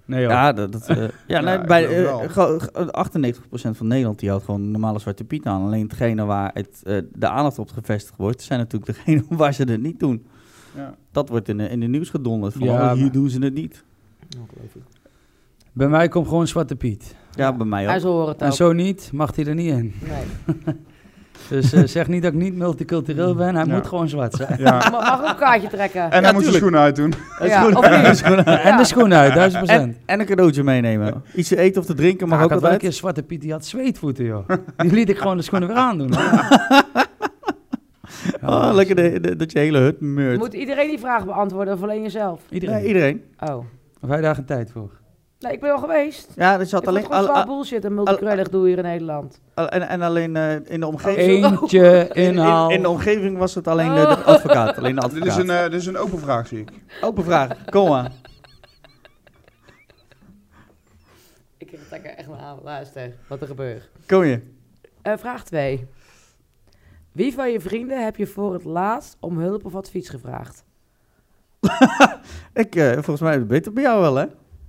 S3: Nee joh.
S1: Ja, dat, dat, eh, ja, nee,
S4: ik
S1: bij,
S4: geloof
S1: eh, gro-
S4: wel.
S1: gro- 98% van Nederland die houdt gewoon een normale Zwarte Piet aan. Alleen hetgene waar het, eh, de aandacht op gevestigd wordt, zijn natuurlijk degene [laughs] waar ze het niet doen. [laughs]
S4: Ja.
S1: Dat wordt in de, in de nieuws gedonderd. Van,
S3: Ja,
S1: oh, hier
S3: maar-
S1: doen ze het niet.
S2: Ongelooflijk.
S3: Bij mij komt gewoon Zwarte Piet.
S1: Ja, bij mij
S2: Hij
S1: ook.
S2: zal horen het
S3: En
S2: ook.
S3: zo niet, mag hij er niet in.
S2: Nee.
S3: Dus eh, zeg niet dat ik niet multicultureel ben. Hij
S4: Ja.
S3: moet gewoon zwart zijn.
S1: [laughs]
S4: ja.
S2: Maar mag ook een kaartje
S4: [laughs]
S2: trekken.
S4: En hij moet
S1: tuurlijk.
S4: zijn schoenen uitdoen.
S2: ja, of niet?
S3: En de schoenen uit, duizend
S1: En,
S3: procent.
S1: en een cadeautje meenemen. Iets te eten of te drinken mag
S3: Maar ik
S1: ook
S3: had wel een keer
S1: altijd.
S3: Zwarte Piet, die had zweetvoeten, joh. Die liet ik gewoon de schoenen weer aandoen. hoor.
S1: Oh, lekker de- de- dat je hele hut meurt.
S2: Moet iedereen die vraag beantwoorden of alleen jezelf?
S3: Iedereen.
S1: Nee, iedereen.
S2: Oh.
S3: Of hij daar geen tijd voor.
S2: Nee, ik ben wel geweest.
S1: Ja, er zat
S2: Ik vond het
S1: alleen...
S2: gewoon
S1: al-
S2: zwaar
S1: al-
S2: bullshit en multicultureel gedoe hier in Nederland.
S1: al- en, en alleen eh, in de omgeving... [laughs]
S3: Eentje
S1: In, in,
S3: inhaal.
S1: in de omgeving was het alleen eh,
S2: Oh.
S1: de advocaat. Alleen de
S4: [laughs] Dit is,
S1: advocaat.
S4: een, eh, dit is een open vraag, zie ik.
S1: Open vraag. Kom maar.
S2: Ik heb het echt een aan. Luister, wat er gebeurt.
S1: Kom je.
S2: Eh, vraag 2. Wie van je vrienden heb je voor het laatst om hulp of advies gevraagd?
S1: Ik, eh, volgens mij weet het bij jou wel, hè?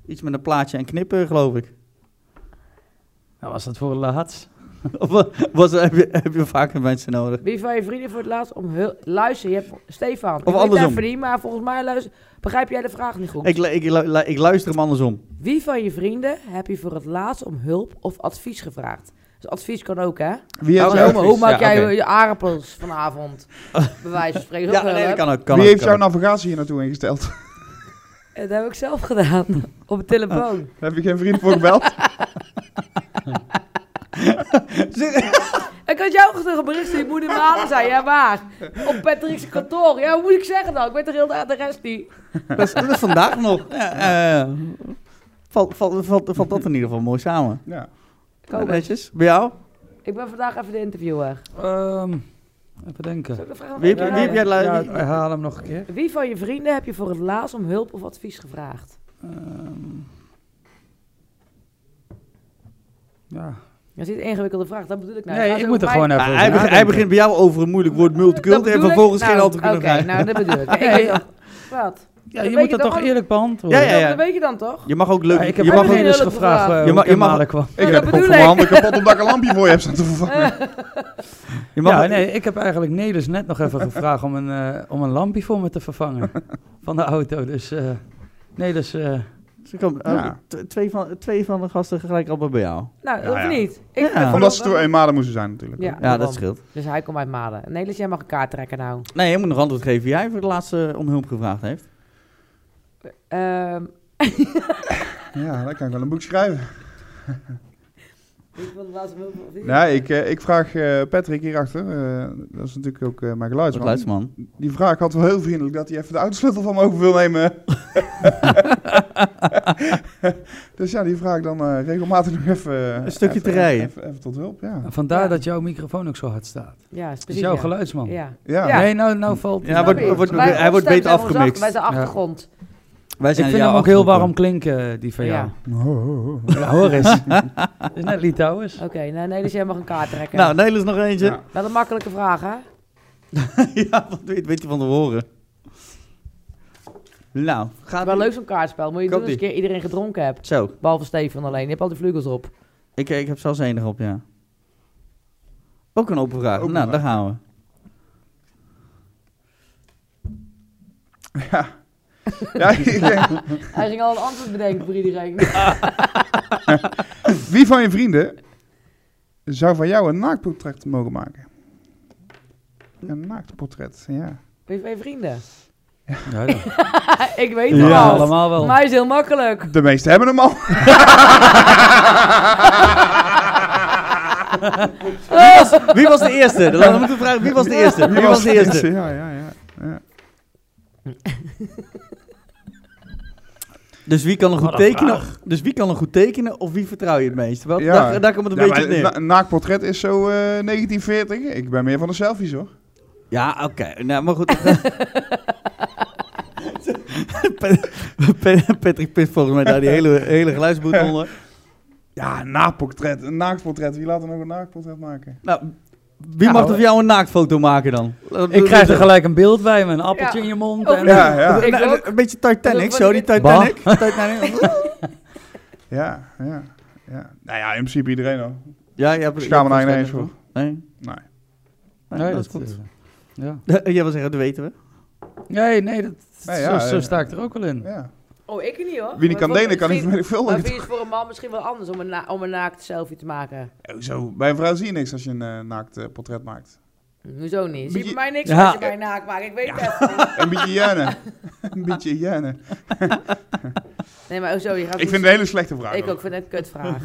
S1: Iets met een plaatje en knippen, geloof ik. [laughs]
S3: Nou, was dat voor het laatst?
S1: Of wa- was, heb, je, heb je vaker mensen nodig?
S2: Wie van je vrienden voor het laatst om hulp... Luister, je hebt... Stefan, ik weet het
S1: andersom.
S2: even niet, maar volgens mij luister... begrijp jij de vraag niet goed.
S1: Ik, lu- ik, lu- lu- ik luister hem andersom.
S2: Wie van je vrienden heb je voor het laatst om hulp of advies gevraagd? Dus advies kan ook, hè?
S4: Wie heeft,
S1: Oh,
S2: Hoe-
S1: nee,
S4: jou,
S1: advies,
S2: hoe maak
S1: ja,
S2: jij
S1: oké.
S2: je aardappels
S1: [laughs]
S2: vanavond? Bij wijze van spreken.
S1: Ja,
S2: Ook wel,
S1: nee,
S2: hè?
S1: dat kan ook. Kan
S4: wie
S1: ook,
S4: heeft
S1: kan
S4: jouw
S1: ook.
S4: navigatie hier naartoe ingesteld? [laughs]
S2: Eh, Dat heb ik zelf gedaan. [laughs] Op mijn telefoon.
S4: Daar heb je geen vriend voor gebeld?
S2: Ik had jou gisteren een bericht zien, ik moet in Malen
S1: [laughs]
S2: zijn. Ja, waar? Op Patrick's kantoor. Ja, hoe moet ik zeggen dan? Ik weet toch heel de, de rest niet.
S1: dat,
S4: nou-
S1: is, [laughs] dat is vandaag nog. Ja, eh, valt, valt, valt, valt dat in ieder geval mooi samen.
S4: Ja.
S2: Kom eens.
S1: Netjes. Bij jou?
S2: Ik ben vandaag even de interviewer.
S3: Ehm, even denken.
S2: Zal ik de vraag nog
S1: Wie, heb
S2: even
S1: je- wie heb jij...
S2: herhalen?
S1: lu-
S3: Ja,
S1: wie-
S3: herhaal hem nog een keer.
S2: Wie van je vrienden heb je voor het laatst om hulp of advies gevraagd?
S3: Ehm, ja.
S2: Dat is niet een ingewikkelde vraag, dat bedoel ik nou.
S3: nee,
S2: Ga
S3: ik
S2: zo
S3: moet er
S2: op
S3: gewoon
S2: mij-
S3: even
S1: Ah,
S3: over
S1: hij, begint, hij
S3: nadenken.
S1: begint bij jou over een moeilijk woord
S2: Dat
S1: multicult en
S2: bedoel ik?
S1: vervolgens geen
S2: Nou,
S1: antwoord kunnen
S2: Oké,
S1: krijgen.
S2: nou dat bedoel
S1: [laughs]
S2: ik. ik
S3: Nee.
S2: weet toch- Wat?
S3: Ja,
S2: Dat
S3: je
S2: weet
S3: moet
S2: je
S3: dat
S2: toch
S3: toch
S2: al-
S3: eerlijk beantwoorden.
S1: Ja, ja, ja.
S2: Dat weet je dan toch?
S1: Je mag ook
S3: Ja,
S1: leuk...
S3: ik heb
S1: je
S2: Nou, ook
S1: mag
S2: geen
S1: ook...
S3: vrienden dus
S2: hulp
S3: gevraagd
S2: gevraagd.
S3: eh,
S1: Je
S3: hoe
S1: mag-
S3: ik in
S1: je mag-
S3: Malen kwam.
S4: Ik
S2: dat
S4: heb gewoon
S2: bedoel
S4: van mijn
S2: ik.
S4: handen kapot omdat ik een lampje voor je heb staan te vervangen.
S1: Je mag
S3: Ja,
S1: ook-
S3: nee, ik heb eigenlijk Nelis net nog even gevraagd om een, eh, om een lampje voor me te vervangen van de auto. Dus eh Nelis, eh,
S1: Ze komen- oh,
S4: Ja.
S1: t- twee, van, twee van de gasten gelijk allemaal bij jou.
S2: Nou,
S4: Ja,
S2: of
S4: ja.
S2: niet?
S1: Ja.
S2: vind het
S4: Omdat ze
S2: wel-
S4: toen eenmalig moesten zijn natuurlijk.
S2: Ja,
S1: Ja, dat
S2: daarom.
S1: scheelt.
S2: Dus hij komt uit Malen. Nee, dus jij mag een kaart trekken nou.
S1: Nee, je moet nog antwoord geven wie jij voor de laatste eh, om hulp gevraagd heeft.
S2: Ehm,
S4: Ja, dan kan ik wel een boek schrijven.
S2: Ik wil de laatste minuten of niet?
S4: Nou, ik, eh, ik vraag eh, Patrick hierachter, eh dat is natuurlijk ook eh, mijn geluidsman.
S1: Geluidsman.
S4: Die vraag had wel heel vriendelijk dat hij even de autosleutel van me over wil
S1: [laughs]
S4: nemen. dus ja, die vraag dan eh, regelmatig nog even... eh,
S1: Een stukje
S4: even-
S1: te rijden.
S4: Even, even tot hulp, ja.
S3: Vandaar
S2: Ja.
S3: dat jouw microfoon ook zo hard staat. Het
S2: Ja, is
S3: is
S2: precies.
S3: jouw
S2: ja.
S3: geluidsman.
S2: Ja.
S4: Ja,
S2: Ja.
S3: Nee, nou, nou valt...
S1: Ja, wordt-
S2: Snap ik.
S1: wordt-
S2: Wij
S1: hij wordt
S2: opstaan
S1: beter
S2: bij ons af-
S1: afgemixt.
S2: Bij zijn
S3: Ja.
S2: achtergrond.
S1: Wij
S3: Ik
S1: aan
S3: vind hem
S1: jou
S3: ook heel
S1: afgeroepen.
S3: warm klinken, eh, die van
S2: Ja.
S3: jou.
S2: [laughs]
S3: Ja, hoor eens. Dat is net Litouwers.
S2: Oké, nou, nee, dus jij mag een kaart trekken.
S1: Nou, Nederland is nog eentje.
S4: Ja.
S1: [laughs] Ja,
S2: Wel een makkelijke vraag, hè?
S1: wat weet, weet je van de horen. Nou, gaat
S2: Wel
S1: u-
S2: leuk zo'n kaartspel. Moet je doen als
S1: Komt-ie.
S2: een keer iedereen gedronken hebt.
S1: Zo,
S2: Behalve Stefan alleen. Je hebt al die vleugels op.
S1: ik, ik heb zelfs enig op, ja. Ook een open vraag.
S4: Open
S1: nou,
S4: vraag.
S1: daar gaan we.
S4: ja ik denk,
S2: Hij ging al een antwoord bedenken voor [laughs] iedereen.
S4: wie van je vrienden zou van jou een naaktportret mogen maken? Een naaktportret, ja.
S2: Weet je vrienden? Eh,
S3: Ja, dat-
S2: ik weet het
S3: dat
S1: Ja.
S2: al.
S3: allemaal wel.
S2: Maar hij is heel
S4: [laughs]
S2: makkelijk.
S4: De meesten hebben hem al.
S1: Wie was, wie was de eerste? Dan moeten we vragen, wie was de [laughs] eerste? Wie was de eerste?
S4: Ja, ja, ja. ja.
S1: Dus wie kan een goed
S3: Wat een
S1: tekenen? Dus wie kan een goed tekenen of wie vertrouw je het meest? Wel,
S4: Ja.
S1: daar, daar komt het een
S4: Ja,
S1: beetje op
S4: maar
S1: neer.
S4: na- een naaktportret is zo eh, 1940. Ik ben meer van de selfies, hoor.
S1: Ja, oké. Nou, maar goed. [laughs] Pat- Pat- Patrick pist volgens mij daar die hele, hele geluidsboet onder.
S4: Ja, een naaktportret. Een naaktportret. Wie laat er nog een naaktportret maken?
S1: Nou, wie mag er
S3: Nou,
S1: van jou een naaktfoto maken dan?
S3: Ik krijg er gelijk een beeld bij me. Een appeltje
S2: Ja.
S3: in je mond.
S2: Oh,
S3: en-
S4: Ja, ja.
S2: Ik
S1: Nou,
S2: ook.
S1: Een beetje Titanic,
S2: Dat
S1: zo, die
S2: vond ik-
S1: Titanic. [laughs] Titanic.
S4: Ja, ja, ja. Nou ja, in principe iedereen al.
S1: Ja, ja,
S4: Ik schaam me daar niet eens voor.
S1: nou Nee,
S4: Nee.
S1: nee,
S3: Nee,
S1: dat is
S3: dat,
S1: goed.
S3: eh, Ja.
S1: [laughs] Jij wil zeggen, dat weten we.
S3: Nee, nee, dat,
S4: Nee, ja,
S3: zo, zo
S4: ja.
S3: sta ik er ook wel in.
S4: Ja.
S2: Oh, ik niet hoor.
S4: Wie niet
S2: Maar
S4: kan
S2: voor-
S4: delen, kan niet
S2: misschien- Maar
S4: vermenigvuldigen.
S2: wie is voor een man misschien wel anders om een, na- om een naakt selfie te maken?
S4: Zo, Eh, bij een vrouw zie je niks als je een eh, naakt eh, portret
S2: [laughs]
S4: maakt.
S2: Hoezo niet? Zie je
S4: Beetje-
S2: bij mij niks
S1: Ja.
S2: als je bij een naakt maakt? Ik weet het
S1: [laughs]
S2: echt.
S4: Een beetje jeunen. [laughs] een beetje jeunen.
S2: Nee, maar hoezo? Je gaat
S4: Ik vind het een hele slechte vraag.
S2: Ik
S4: hoor.
S2: ook vind het een
S4: [laughs]
S2: kutvraag. Wat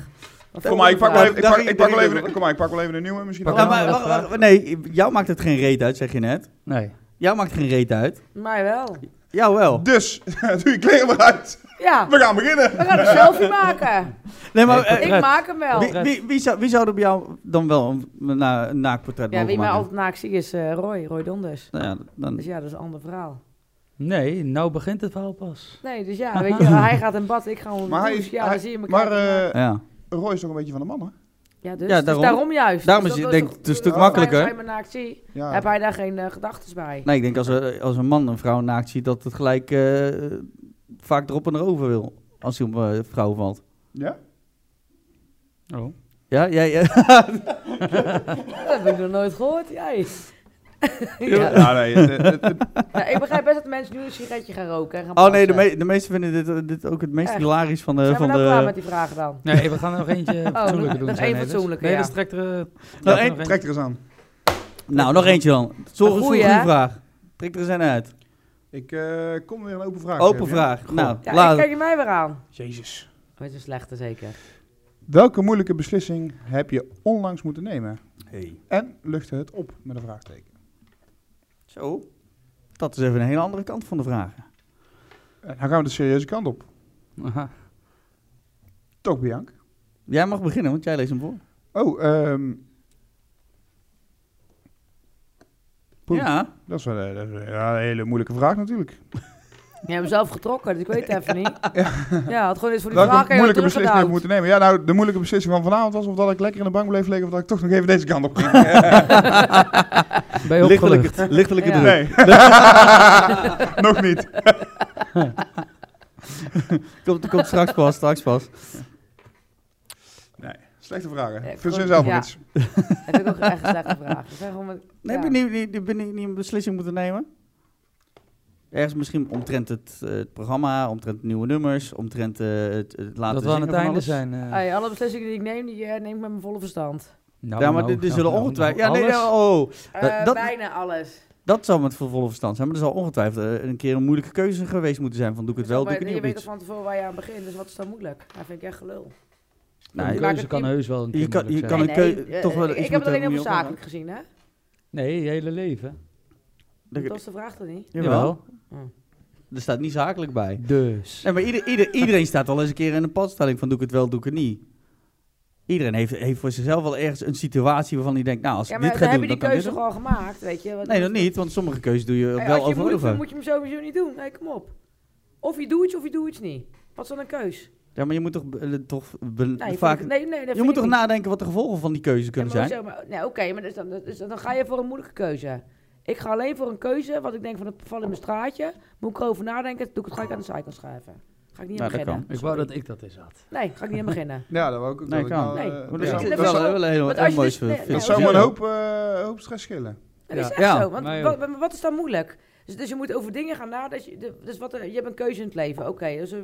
S4: Kom
S2: voor
S4: maar, ik pak,
S2: vraag?
S4: wel even, ik,
S1: Daar
S4: pak,
S1: ging-
S4: ik, pak
S1: daar
S4: wel
S1: ging-
S4: even, kom maar, ik pak wel even een nieuwe misschien.
S3: Pak
S4: dan-
S1: Ja, maar
S3: een
S1: wacht,
S3: vraag.
S1: wacht, nee, jou maakt het geen reet uit, zeg je net.
S3: Nee.
S1: Jou maakt geen reet uit.
S2: Mij wel.
S1: Jou wel.
S4: Dus, [laughs] doe je kleren maar uit.
S2: Ja,
S4: We gaan beginnen.
S2: we gaan
S4: [laughs]
S2: een selfie maken.
S1: Nee, maar
S3: Nee,
S1: eh,
S2: Ik
S3: Red.
S2: maak hem wel.
S1: wie, wie, wie, zou, wie zou er bij jou dan wel een, na- een naakportret
S2: Ja, wie
S1: mogen
S2: mij
S1: maken?
S2: altijd naakt zie is eh, Roy, Roy Donders.
S1: Nou ja, dan...
S2: Dus ja, dat is een ander verhaal.
S3: Nee, nou begint het verhaal pas.
S2: Nee, dus
S1: [laughs]
S2: ja, weet je, hij gaat in bad, ik ga onder
S4: Maar
S2: de
S4: hij
S2: douche.
S4: is,
S2: Ja,
S4: hij-
S2: dan zie je elkaar.
S4: maar eh,
S1: Ja.
S4: Roy is toch een beetje van de mannen?
S2: ja, dus,
S1: ja,
S2: dus
S1: daarom.
S2: daarom, juist.
S1: Daarom
S2: Dus
S1: is
S2: dat
S1: het- denk
S2: toch-
S1: ik, het een stuk
S2: als hij-
S1: makkelijker.
S2: Als hij me naakt ziet,
S4: Ja.
S2: heb hij daar geen eh, gedachten bij.
S1: Nee, ik denk als, eh, als een man een vrouw naakt ziet, dat het gelijk eh, vaak erop en erover wil. Als hij op eh, een vrouw valt.
S4: Ja?
S3: Oh.
S1: Ja, jij. [laughs] Ja, Nou.
S2: Dat heb ik nog nooit gehoord, jij.
S4: Ja,
S2: [laughs]
S1: [laughs]
S2: ja.
S4: nee. het- het- het-
S2: Ja, [laughs] ik begrijp best dat mensen nu een sigaretje gaan roken en gaan
S1: Oh nee, de,
S2: plassen.
S1: me- de meesten vinden dit, eh, dit ook het meest
S2: Echt?
S1: hilarisch van de.
S2: Zijn we
S1: Van
S2: nou klaar met
S1: de
S2: die vragen dan?
S3: Nee, we gaan er nog eentje fatsoenlijker
S2: nog-
S3: doen.
S2: nog
S3: zei
S2: één
S3: Nelis.
S2: fatsoenlijke,
S3: Nee,
S2: ja.
S3: dat trekt er... eh,
S1: Nou,
S3: ja,
S1: één-
S3: nog
S4: Trek er eens aan.
S1: nou, nog eentje dan. Zorg
S2: Een
S1: eens voor een
S2: goeie,
S1: goede
S2: hè?
S1: vraag. Trek er eens een uit.
S4: Ik eh, kom weer een open vraag.
S1: Open
S4: eh,
S1: vraag. Nou,
S2: Ja,
S1: laat
S2: ik kijk je mij weer aan.
S4: Jezus.
S2: Dat Oh, is een slechte zeker.
S4: Welke moeilijke beslissing heb je onlangs moeten nemen?
S1: Hey.
S4: En luchtte het op met een vraagteken?
S1: Zo. Dat is even een hele andere kant van de vraag.
S4: Eh, Dan gaan we de serieuze kant op.
S3: Aha.
S4: Toch, Bianca?
S1: Jij mag beginnen, want jij leest hem voor.
S4: Oh, ehm Poeh.
S1: Ja.
S4: dat is wel eh, dat is, eh, ja, een hele moeilijke vraag natuurlijk.
S2: [laughs] Je hebt hem zelf getrokken, dus ik weet het even niet. Ja, had gewoon eens voor die vraag
S4: Welke
S2: en je
S4: moeilijke beslissing heb
S2: teruggedouwd.
S4: je moeten nemen? Ja, nou, de moeilijke beslissing van vanavond was of dat ik lekker in de bank bleef liggen of dat ik toch nog even deze kant
S5: [laughs]
S4: op ging.
S3: Ben je opgelucht?
S1: Lichtelijke, lichtelijke
S2: Ja.
S1: druk.
S2: [laughs]
S4: Nee, nog niet.
S1: Komt, komt straks pas, straks pas.
S4: Nee, slechte vragen.
S2: Ja, ik
S4: Verzin
S2: vond-
S4: zelf maar
S2: ja.
S4: iets.
S2: Dat vind ik ook echt een slechte
S1: [laughs]
S2: vraag. Dat zijn gewoon met-
S1: Nee,
S2: ja.
S1: ben je niet, niet- ben je niet een beslissing moeten nemen? Ergens misschien omtrent het, eh, het programma, omtrent nieuwe nummers, omtrent eh, het, het laten
S3: Dat we
S1: zingen
S3: aan het
S1: van
S3: einde
S1: alles.
S3: zijn. eh.
S2: Hey, alle beslissingen die ik neem, die eh, neem ik met mijn volle verstand.
S3: Nou,
S1: ja, maar
S3: nou,
S1: dit is
S3: nou,
S1: wel
S3: nou,
S1: ongetwijfeld. Ja,
S3: nou,
S1: nee, nee,
S3: alles.
S1: oh,
S2: Eh,
S1: dat-
S2: Bijna alles.
S1: dat zou met volle verstand zijn, maar dat zal ongetwijfeld eh, een keer een moeilijke keuze geweest moeten zijn. Van doe ik het wel, doe ik
S2: Maar
S1: het
S2: je
S1: niet op
S2: weet al
S1: iets.
S2: van tevoren waar je aan begint, dus wat is dan moeilijk? Dat vind ik echt gelul.
S1: Nou,
S3: een
S1: je-
S3: keuze kan heus wel een keer
S1: je kan-
S3: moeilijk
S1: je
S3: zijn.
S1: kan een keu-
S2: eh,
S1: toch wel iets
S2: ik
S1: moet
S2: heb het alleen
S1: hebben
S2: over
S1: om je
S2: zakelijk gezien, hè?
S3: Nee, je hele leven.
S2: Dat
S1: Er,
S2: was de vraag toch niet?
S1: jawel, er staat niet zakelijk bij.
S3: Dus.
S1: Nee, maar ieder, ieder, iedereen staat wel eens een keer in een padstelling van doe ik het wel, doe ik het niet. Iedereen heeft, heeft voor zichzelf wel ergens een situatie waarvan hij denkt, nou als
S2: Ja,
S1: ik
S2: maar
S1: dit
S2: dan
S1: ga
S2: heb
S1: doen,
S2: je die
S1: dan kan ik
S2: keuze
S1: dit
S2: toch
S1: doen.
S2: al gemaakt, weet je? Wat-
S1: Nee, dat niet, want sommige keuzes doe je
S2: Hey,
S1: wel
S2: als je
S1: over
S2: moet,
S1: over.
S2: moet je hem sowieso niet doen. Nee, kom op. Of je doet iets of je doet iets niet. Wat is dan een keus?
S1: Ja, maar je moet toch, be- eh, toch be-
S2: Nee, vind
S1: vaak...
S2: ik- nee, nee, dat
S1: je
S2: vind
S1: moet
S2: ik
S1: toch
S2: niet.
S1: nadenken wat de gevolgen van die keuze
S2: Ja,
S1: kunnen
S2: maar
S1: zijn?
S2: hoezo? Maar- nee, Oké, maar dus dan, dus dan ga je voor een moeilijke keuze. Ik ga alleen voor een keuze, wat ik denk van het valt in mijn straatje. Moet ik erover nadenken, doe ik het gelijk aan de zijkant schuiven. Ga ik niet aan
S1: Nou, dat
S2: beginnen.
S3: Ik wou dat ik dat eens had.
S2: Nee, ga ik niet aan
S1: [laughs]
S2: beginnen.
S5: Ja, dat wou ik ook
S1: Nee,
S5: wel. Ik
S1: kan.
S5: wou,
S2: Nee.
S5: eh,
S1: Maar
S2: dat
S5: ja.
S2: is-
S1: dat
S2: dat
S1: is
S2: is
S1: wel
S2: ook-
S1: wel een heel eh,
S2: want als
S1: heel
S2: je
S1: mooi
S2: dus- nee,
S1: ver-
S2: nee,
S5: Dat
S1: vers-
S5: zou
S2: Ja.
S5: maar een hoop, eh, hoop schillen.
S2: Dat is
S3: Ja.
S2: echt
S3: Ja,
S2: zo, want
S3: mij
S2: wat, maar wat is dan moeilijk? Dus, dus je moet over dingen gaan nadenken. Dus, dus wat, er- je hebt een keuze in het leven, oké. dus, eh,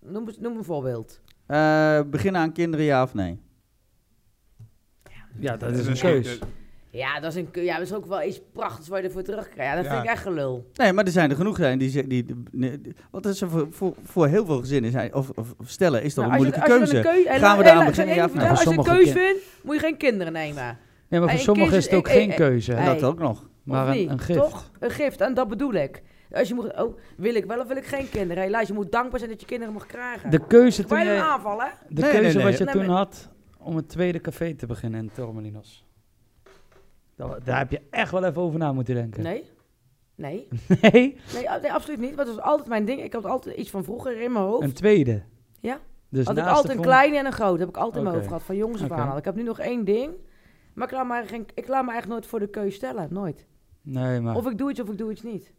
S2: noem, eens- noem een voorbeeld.
S1: Eh, beginnen aan kinderen, ja of nee?
S3: Ja, dat is een keus.
S2: Ja, dat is, een, keu- ja, dat is ook wel iets prachtigs waar je ervoor terugkrijgt. Ja, dat
S5: Ja.
S2: vind ik echt gelul.
S1: Nee, maar er zijn er genoeg zijn die... ze- die, die nee, die- want dat is er voor, voor, voor heel veel gezinnen, zijn, of, of of stellen, is dat
S2: Nou,
S1: een
S2: als je-
S1: moeilijke
S2: als je dan
S1: keuze.
S2: een keu-
S1: Gaan we
S2: en-
S1: daaraan
S2: en-
S1: beginnen,
S2: en-
S1: ja of nee?
S2: Als je een
S3: Sommige
S2: keuze
S3: kin-
S2: vindt, moet je geen kinderen nemen.
S3: Nee,
S2: Hey,
S3: maar voor sommigen is
S2: kies-
S3: het ook
S2: ik- ik-
S3: geen
S2: ik-
S3: keuze,
S2: Hey.
S1: Dat ook nog.
S3: maar
S2: of
S3: een,
S2: niet,
S3: een gift.
S2: Toch? Een gift, en dat bedoel ik. Als je moet, oh, wil ik wel of wil ik geen kinderen? Helaas, je moet dankbaar zijn dat je kinderen mag krijgen.
S3: De keuze, toen
S2: Wij hem
S3: jij,
S2: aanvallen.
S3: de
S1: Nee,
S3: keuze
S1: nee, nee.
S3: wat je
S2: Nee,
S3: toen
S2: maar-
S3: had om het tweede café te beginnen in Tormelinos. Daar, daar heb je echt wel even over na moeten denken.
S2: Nee.
S3: [laughs]
S2: Nee.
S3: Nee?
S2: Nee, a- nee, absoluut niet. Want dat was altijd mijn ding. Ik had altijd iets van vroeger in mijn hoofd.
S3: Een tweede.
S2: Ja.
S3: Dus
S2: had ik
S3: naast de
S2: altijd een
S3: vorm-
S2: kleine en een groot. Heb ik altijd in mijn
S3: Oké.
S2: hoofd gehad. Van jongens af
S3: Oké.
S2: aan al. Ik heb nu nog één ding. Maar ik laat me eigenlijk, geen- ik laat me eigenlijk nooit voor de keuze stellen. Nooit.
S3: Nee, maar...
S2: Of ik doe iets of ik doe iets niet.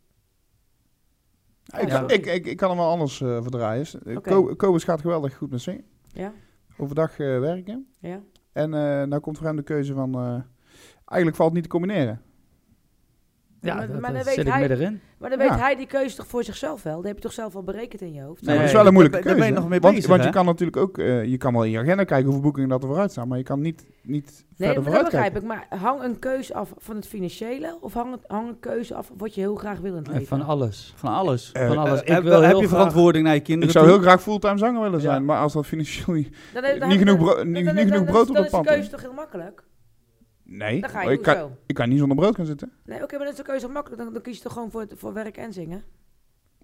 S5: Ik,
S2: Ja.
S5: ik, ik, ik kan hem wel anders eh, verdraaien. Eh,
S2: Oké.
S5: Ko- Kobus gaat geweldig goed met zingen.
S2: Ja?
S5: Overdag eh, werken.
S2: Ja?
S5: En eh nou komt voor hem de keuze van... eh, eigenlijk valt het niet te combineren.
S3: ja,
S2: maar-
S3: dat,
S2: maar
S3: dat
S2: dan
S3: zit
S2: weet
S3: ik
S2: hij-
S3: middenin.
S2: Maar dan
S5: Ja.
S2: weet hij die keuze toch voor zichzelf wel? Die heb je toch zelf al berekend in je hoofd?
S1: Nee,
S5: maar dat is wel een
S1: daar
S5: moeilijke
S1: ben- daar
S5: keuze.
S1: ben je nog mee
S5: want,
S1: bezig,
S5: want je
S1: hè?
S5: kan natuurlijk ook... eh, je kan wel in je agenda kijken hoeveel boekingen dat er vooruit staan. Maar je kan niet, niet
S2: Nee,
S5: verder
S2: maar dat
S5: vooruit
S2: begrijp
S5: kijken.
S2: ik. Maar hang een keuze af van het financiële of hang, het- hang een keuze af wat je heel graag wil in het leven?
S3: En Van alles.
S1: Van alles.
S5: Eh,
S3: Van alles.
S1: Eh,
S3: ik
S1: heb
S3: wil
S1: heb
S3: heel
S1: je
S3: graag-
S1: verantwoording naar je
S5: Ik
S1: kinderen
S5: zou
S1: toe?
S5: heel graag fulltime zanger willen zijn.
S3: Ja.
S5: Maar als dat financieel... niet-
S2: Dan- dan- dan-
S5: niet genoeg
S2: dan-
S5: bro-
S2: dan-
S5: niet- niet
S2: dan- dan-
S5: genoeg
S2: dan-
S5: brood op
S2: dan
S5: het
S2: is de
S5: pand,
S2: keuze toch heel makkelijk?
S5: Nee,
S2: Dan ga
S5: maar
S2: je
S5: ik, kan,
S2: hoezo?
S5: ik kan niet zonder brood gaan zitten.
S2: Nee, oké, maar dat is de keuze toch makkelijk. Dan, dan kies je toch gewoon voor, het- voor werk en zingen?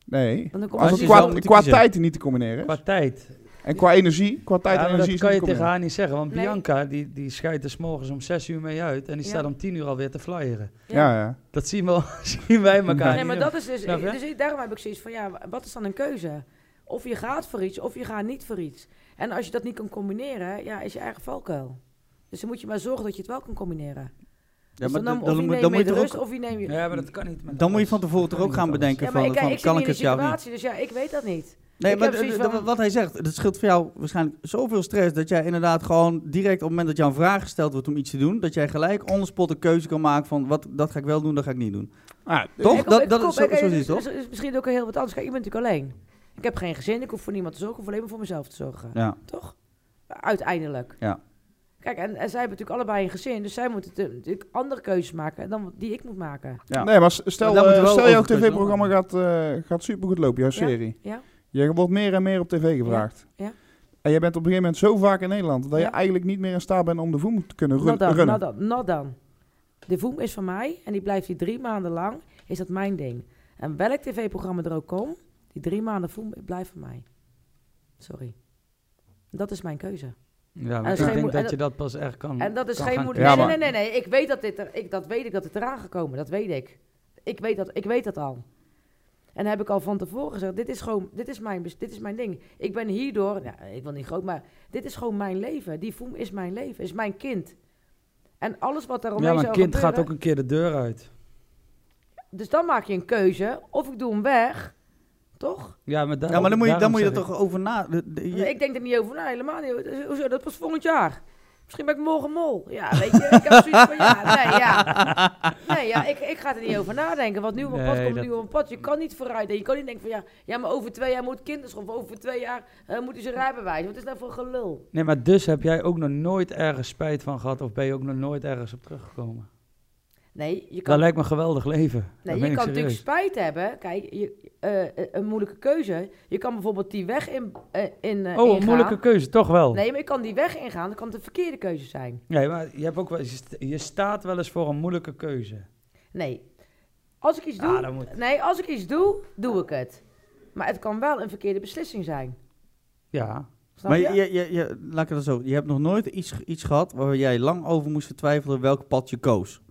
S5: Nee.
S2: Want dan kom
S1: Als
S5: Als
S2: je
S5: het
S1: je
S5: qua,
S1: zou moeten
S5: qua
S1: kiezen.
S5: tijd niet te combineren
S3: Qua
S5: is.
S3: tijd.
S5: En qua energie, qua tijd
S3: Ja,
S5: en
S3: maar
S5: energie is
S3: dat kan
S5: niet te
S3: je tegen
S5: combineren.
S3: haar niet zeggen. Want
S2: Nee.
S3: Bianca, die, die schijt er 's morgens om 6 uur mee uit. En die
S2: Ja.
S3: staat om 10 uur alweer te flyeren.
S5: Ja, ja.
S3: Dat zien, we, al- [laughs] zien wij elkaar
S2: Nee, maar
S3: niet.
S2: dat is dus...
S3: Snap je?
S2: dus ik- daarom heb ik zoiets van, ja, wa- wat is dan een keuze? Of je gaat voor iets, of je gaat niet voor iets. En als je dat niet kan combineren, ja, is je eigen valkuil. Dus dan moet je maar zorgen dat je het wel kan combineren.
S1: Ja,
S2: Dus
S1: maar dan,
S2: dan, nam- of je
S1: dan,
S2: neemt
S1: moet- dan moet
S2: meer
S1: je
S2: de
S1: toch
S2: rust,
S1: ook-
S2: of je neemt...
S3: Ja, maar dat kan niet. met
S1: dan moet je
S3: alles.
S1: van tevoren
S3: Dat
S1: toch
S3: kan
S1: ook
S3: niet
S1: gaan
S3: met
S1: bedenken
S2: Ja, maar
S1: van,
S2: ik, kijk,
S1: van
S2: ik zit
S1: kan ik
S2: niet in
S1: het
S2: die
S1: ja of niet?
S2: situatie, dus ja, ik weet dat niet.
S1: Nee,
S2: Ik
S1: maar
S2: heb zoiets
S1: d- d-
S2: van-
S1: wat hij zegt, dat scheelt voor jou waarschijnlijk zoveel stress dat jij inderdaad gewoon direct op het moment dat jou een vraag gesteld wordt om iets te doen, dat jij gelijk on the spot een keuze kan maken van wat, dat ga ik wel doen, dat ga ik niet doen.
S5: Ah,
S1: Toch?
S2: Ik kom-
S1: Dat-
S2: ik
S1: dat
S2: kom-
S1: is zo-
S2: ik-
S1: zo is het, toch?
S2: is- is misschien ook heel wat anders. Kijk, ik ben natuurlijk alleen. Ik heb geen gezin, ik hoef voor niemand te zorgen, ik hoef alleen maar voor mezelf te zorgen.
S1: Ja,
S2: Toch? Uiteindelijk.
S1: Ja.
S2: Kijk, en, en zij hebben natuurlijk allebei een gezin, dus zij moeten te- natuurlijk andere keuzes maken dan die ik moet maken.
S1: Ja.
S5: Nee, maar s- stel,
S1: Maar daar moeten
S5: eh,
S1: we wel
S5: stel jouw
S1: over kunnen
S5: tv-programma gaat, eh, gaat supergoed lopen, jouw serie.
S2: Ja?
S5: Je wordt meer en meer op tv gevraagd.
S2: Ja, ja.
S5: En je bent op een gegeven moment zo vaak in Nederland dat je
S2: Ja.
S5: eigenlijk niet meer in staat bent om de voet te kunnen run-
S2: Not dan, nou
S5: runnen.
S2: not dan, not dan. De voem is van mij en die blijft hier drie maanden lang, is dat mijn ding. En welk tv-programma er ook komt, die drie maanden voem blijft van mij. Sorry. Dat is mijn keuze.
S3: Ja,
S2: dat
S3: maar
S2: is
S3: ik
S2: geen
S3: denk
S2: moe-
S3: dat,
S2: en
S3: je dat pas echt kan.
S2: En dat is
S3: Hm, kan
S2: geen
S3: gaan
S2: moeder.
S5: Ja,
S2: nee,
S5: maar-
S2: nee, nee, nee, nee. Ik weet dat dit er, ik, dat weet ik dat het eraan gekomen. Dat weet ik. Ik weet dat, ik weet dat al. En heb ik al van tevoren gezegd: dit is gewoon, dit is mijn, bes- dit is mijn ding. Ik ben hierdoor, ja, ik wil niet groot, maar dit is gewoon mijn leven. Die voem is mijn leven, is mijn kind. En alles wat daaromheen
S3: Ja, maar
S2: zou
S3: een kind
S2: gebeuren,
S3: gaat ook een keer de deur uit.
S2: Dus dan maak je een keuze, of ik doe hem weg, toch?
S3: Ja, maar,
S1: ja maar dan moet je, dan moet je er
S3: dat
S1: toch over na... de- de- je-
S2: Ik denk er niet over na, helemaal niet. Hoezo, dat pas volgend jaar. Misschien ben ik morgen mol.
S3: [laughs]
S2: Ja, weet je, ik heb zoiets van, ja, nee, ja. Nee, ja, ik, ik ga er niet over nadenken. Want nu op een pad
S3: Nee,
S2: komt
S3: dat-
S2: nu op een pad. Je kan niet vooruit. En je kan niet denken van, ja, ja maar over twee jaar moet kinderschool. Of over twee jaar eh, moet hij zijn rijbewijs. Wat is nou voor gelul?
S3: Nee, maar dus heb jij ook nog nooit ergens spijt van gehad of ben je ook nog nooit ergens op teruggekomen?
S2: Nee, je
S3: Dat
S2: kan,
S3: lijkt me een geweldig leven. Dat
S2: nee,
S3: meen
S2: je
S3: ik
S2: kan natuurlijk
S3: serieus.
S2: spijt hebben. Kijk, je, eh, een moeilijke keuze. Je kan bijvoorbeeld die weg in, eh, in eh,
S3: Oh, een
S2: ingaan.
S3: moeilijke keuze, toch wel.
S2: Nee, maar je kan die weg ingaan. Dan kan het een verkeerde keuze zijn.
S3: Nee, maar je, hebt ook wel, je st- je staat wel eens voor een moeilijke keuze.
S2: Nee. Als ik iets doe,
S3: Ah, dan moet-
S2: nee, als ik iets doe, doe ik het. Maar het kan wel een verkeerde beslissing zijn.
S3: Ja.
S2: Snap
S1: Maar
S2: je?
S1: je, je, je, je- laat ik het dan zo. Je hebt nog nooit iets, ge- iets gehad waar jij lang over moest vertwijfelen welk pad je koos.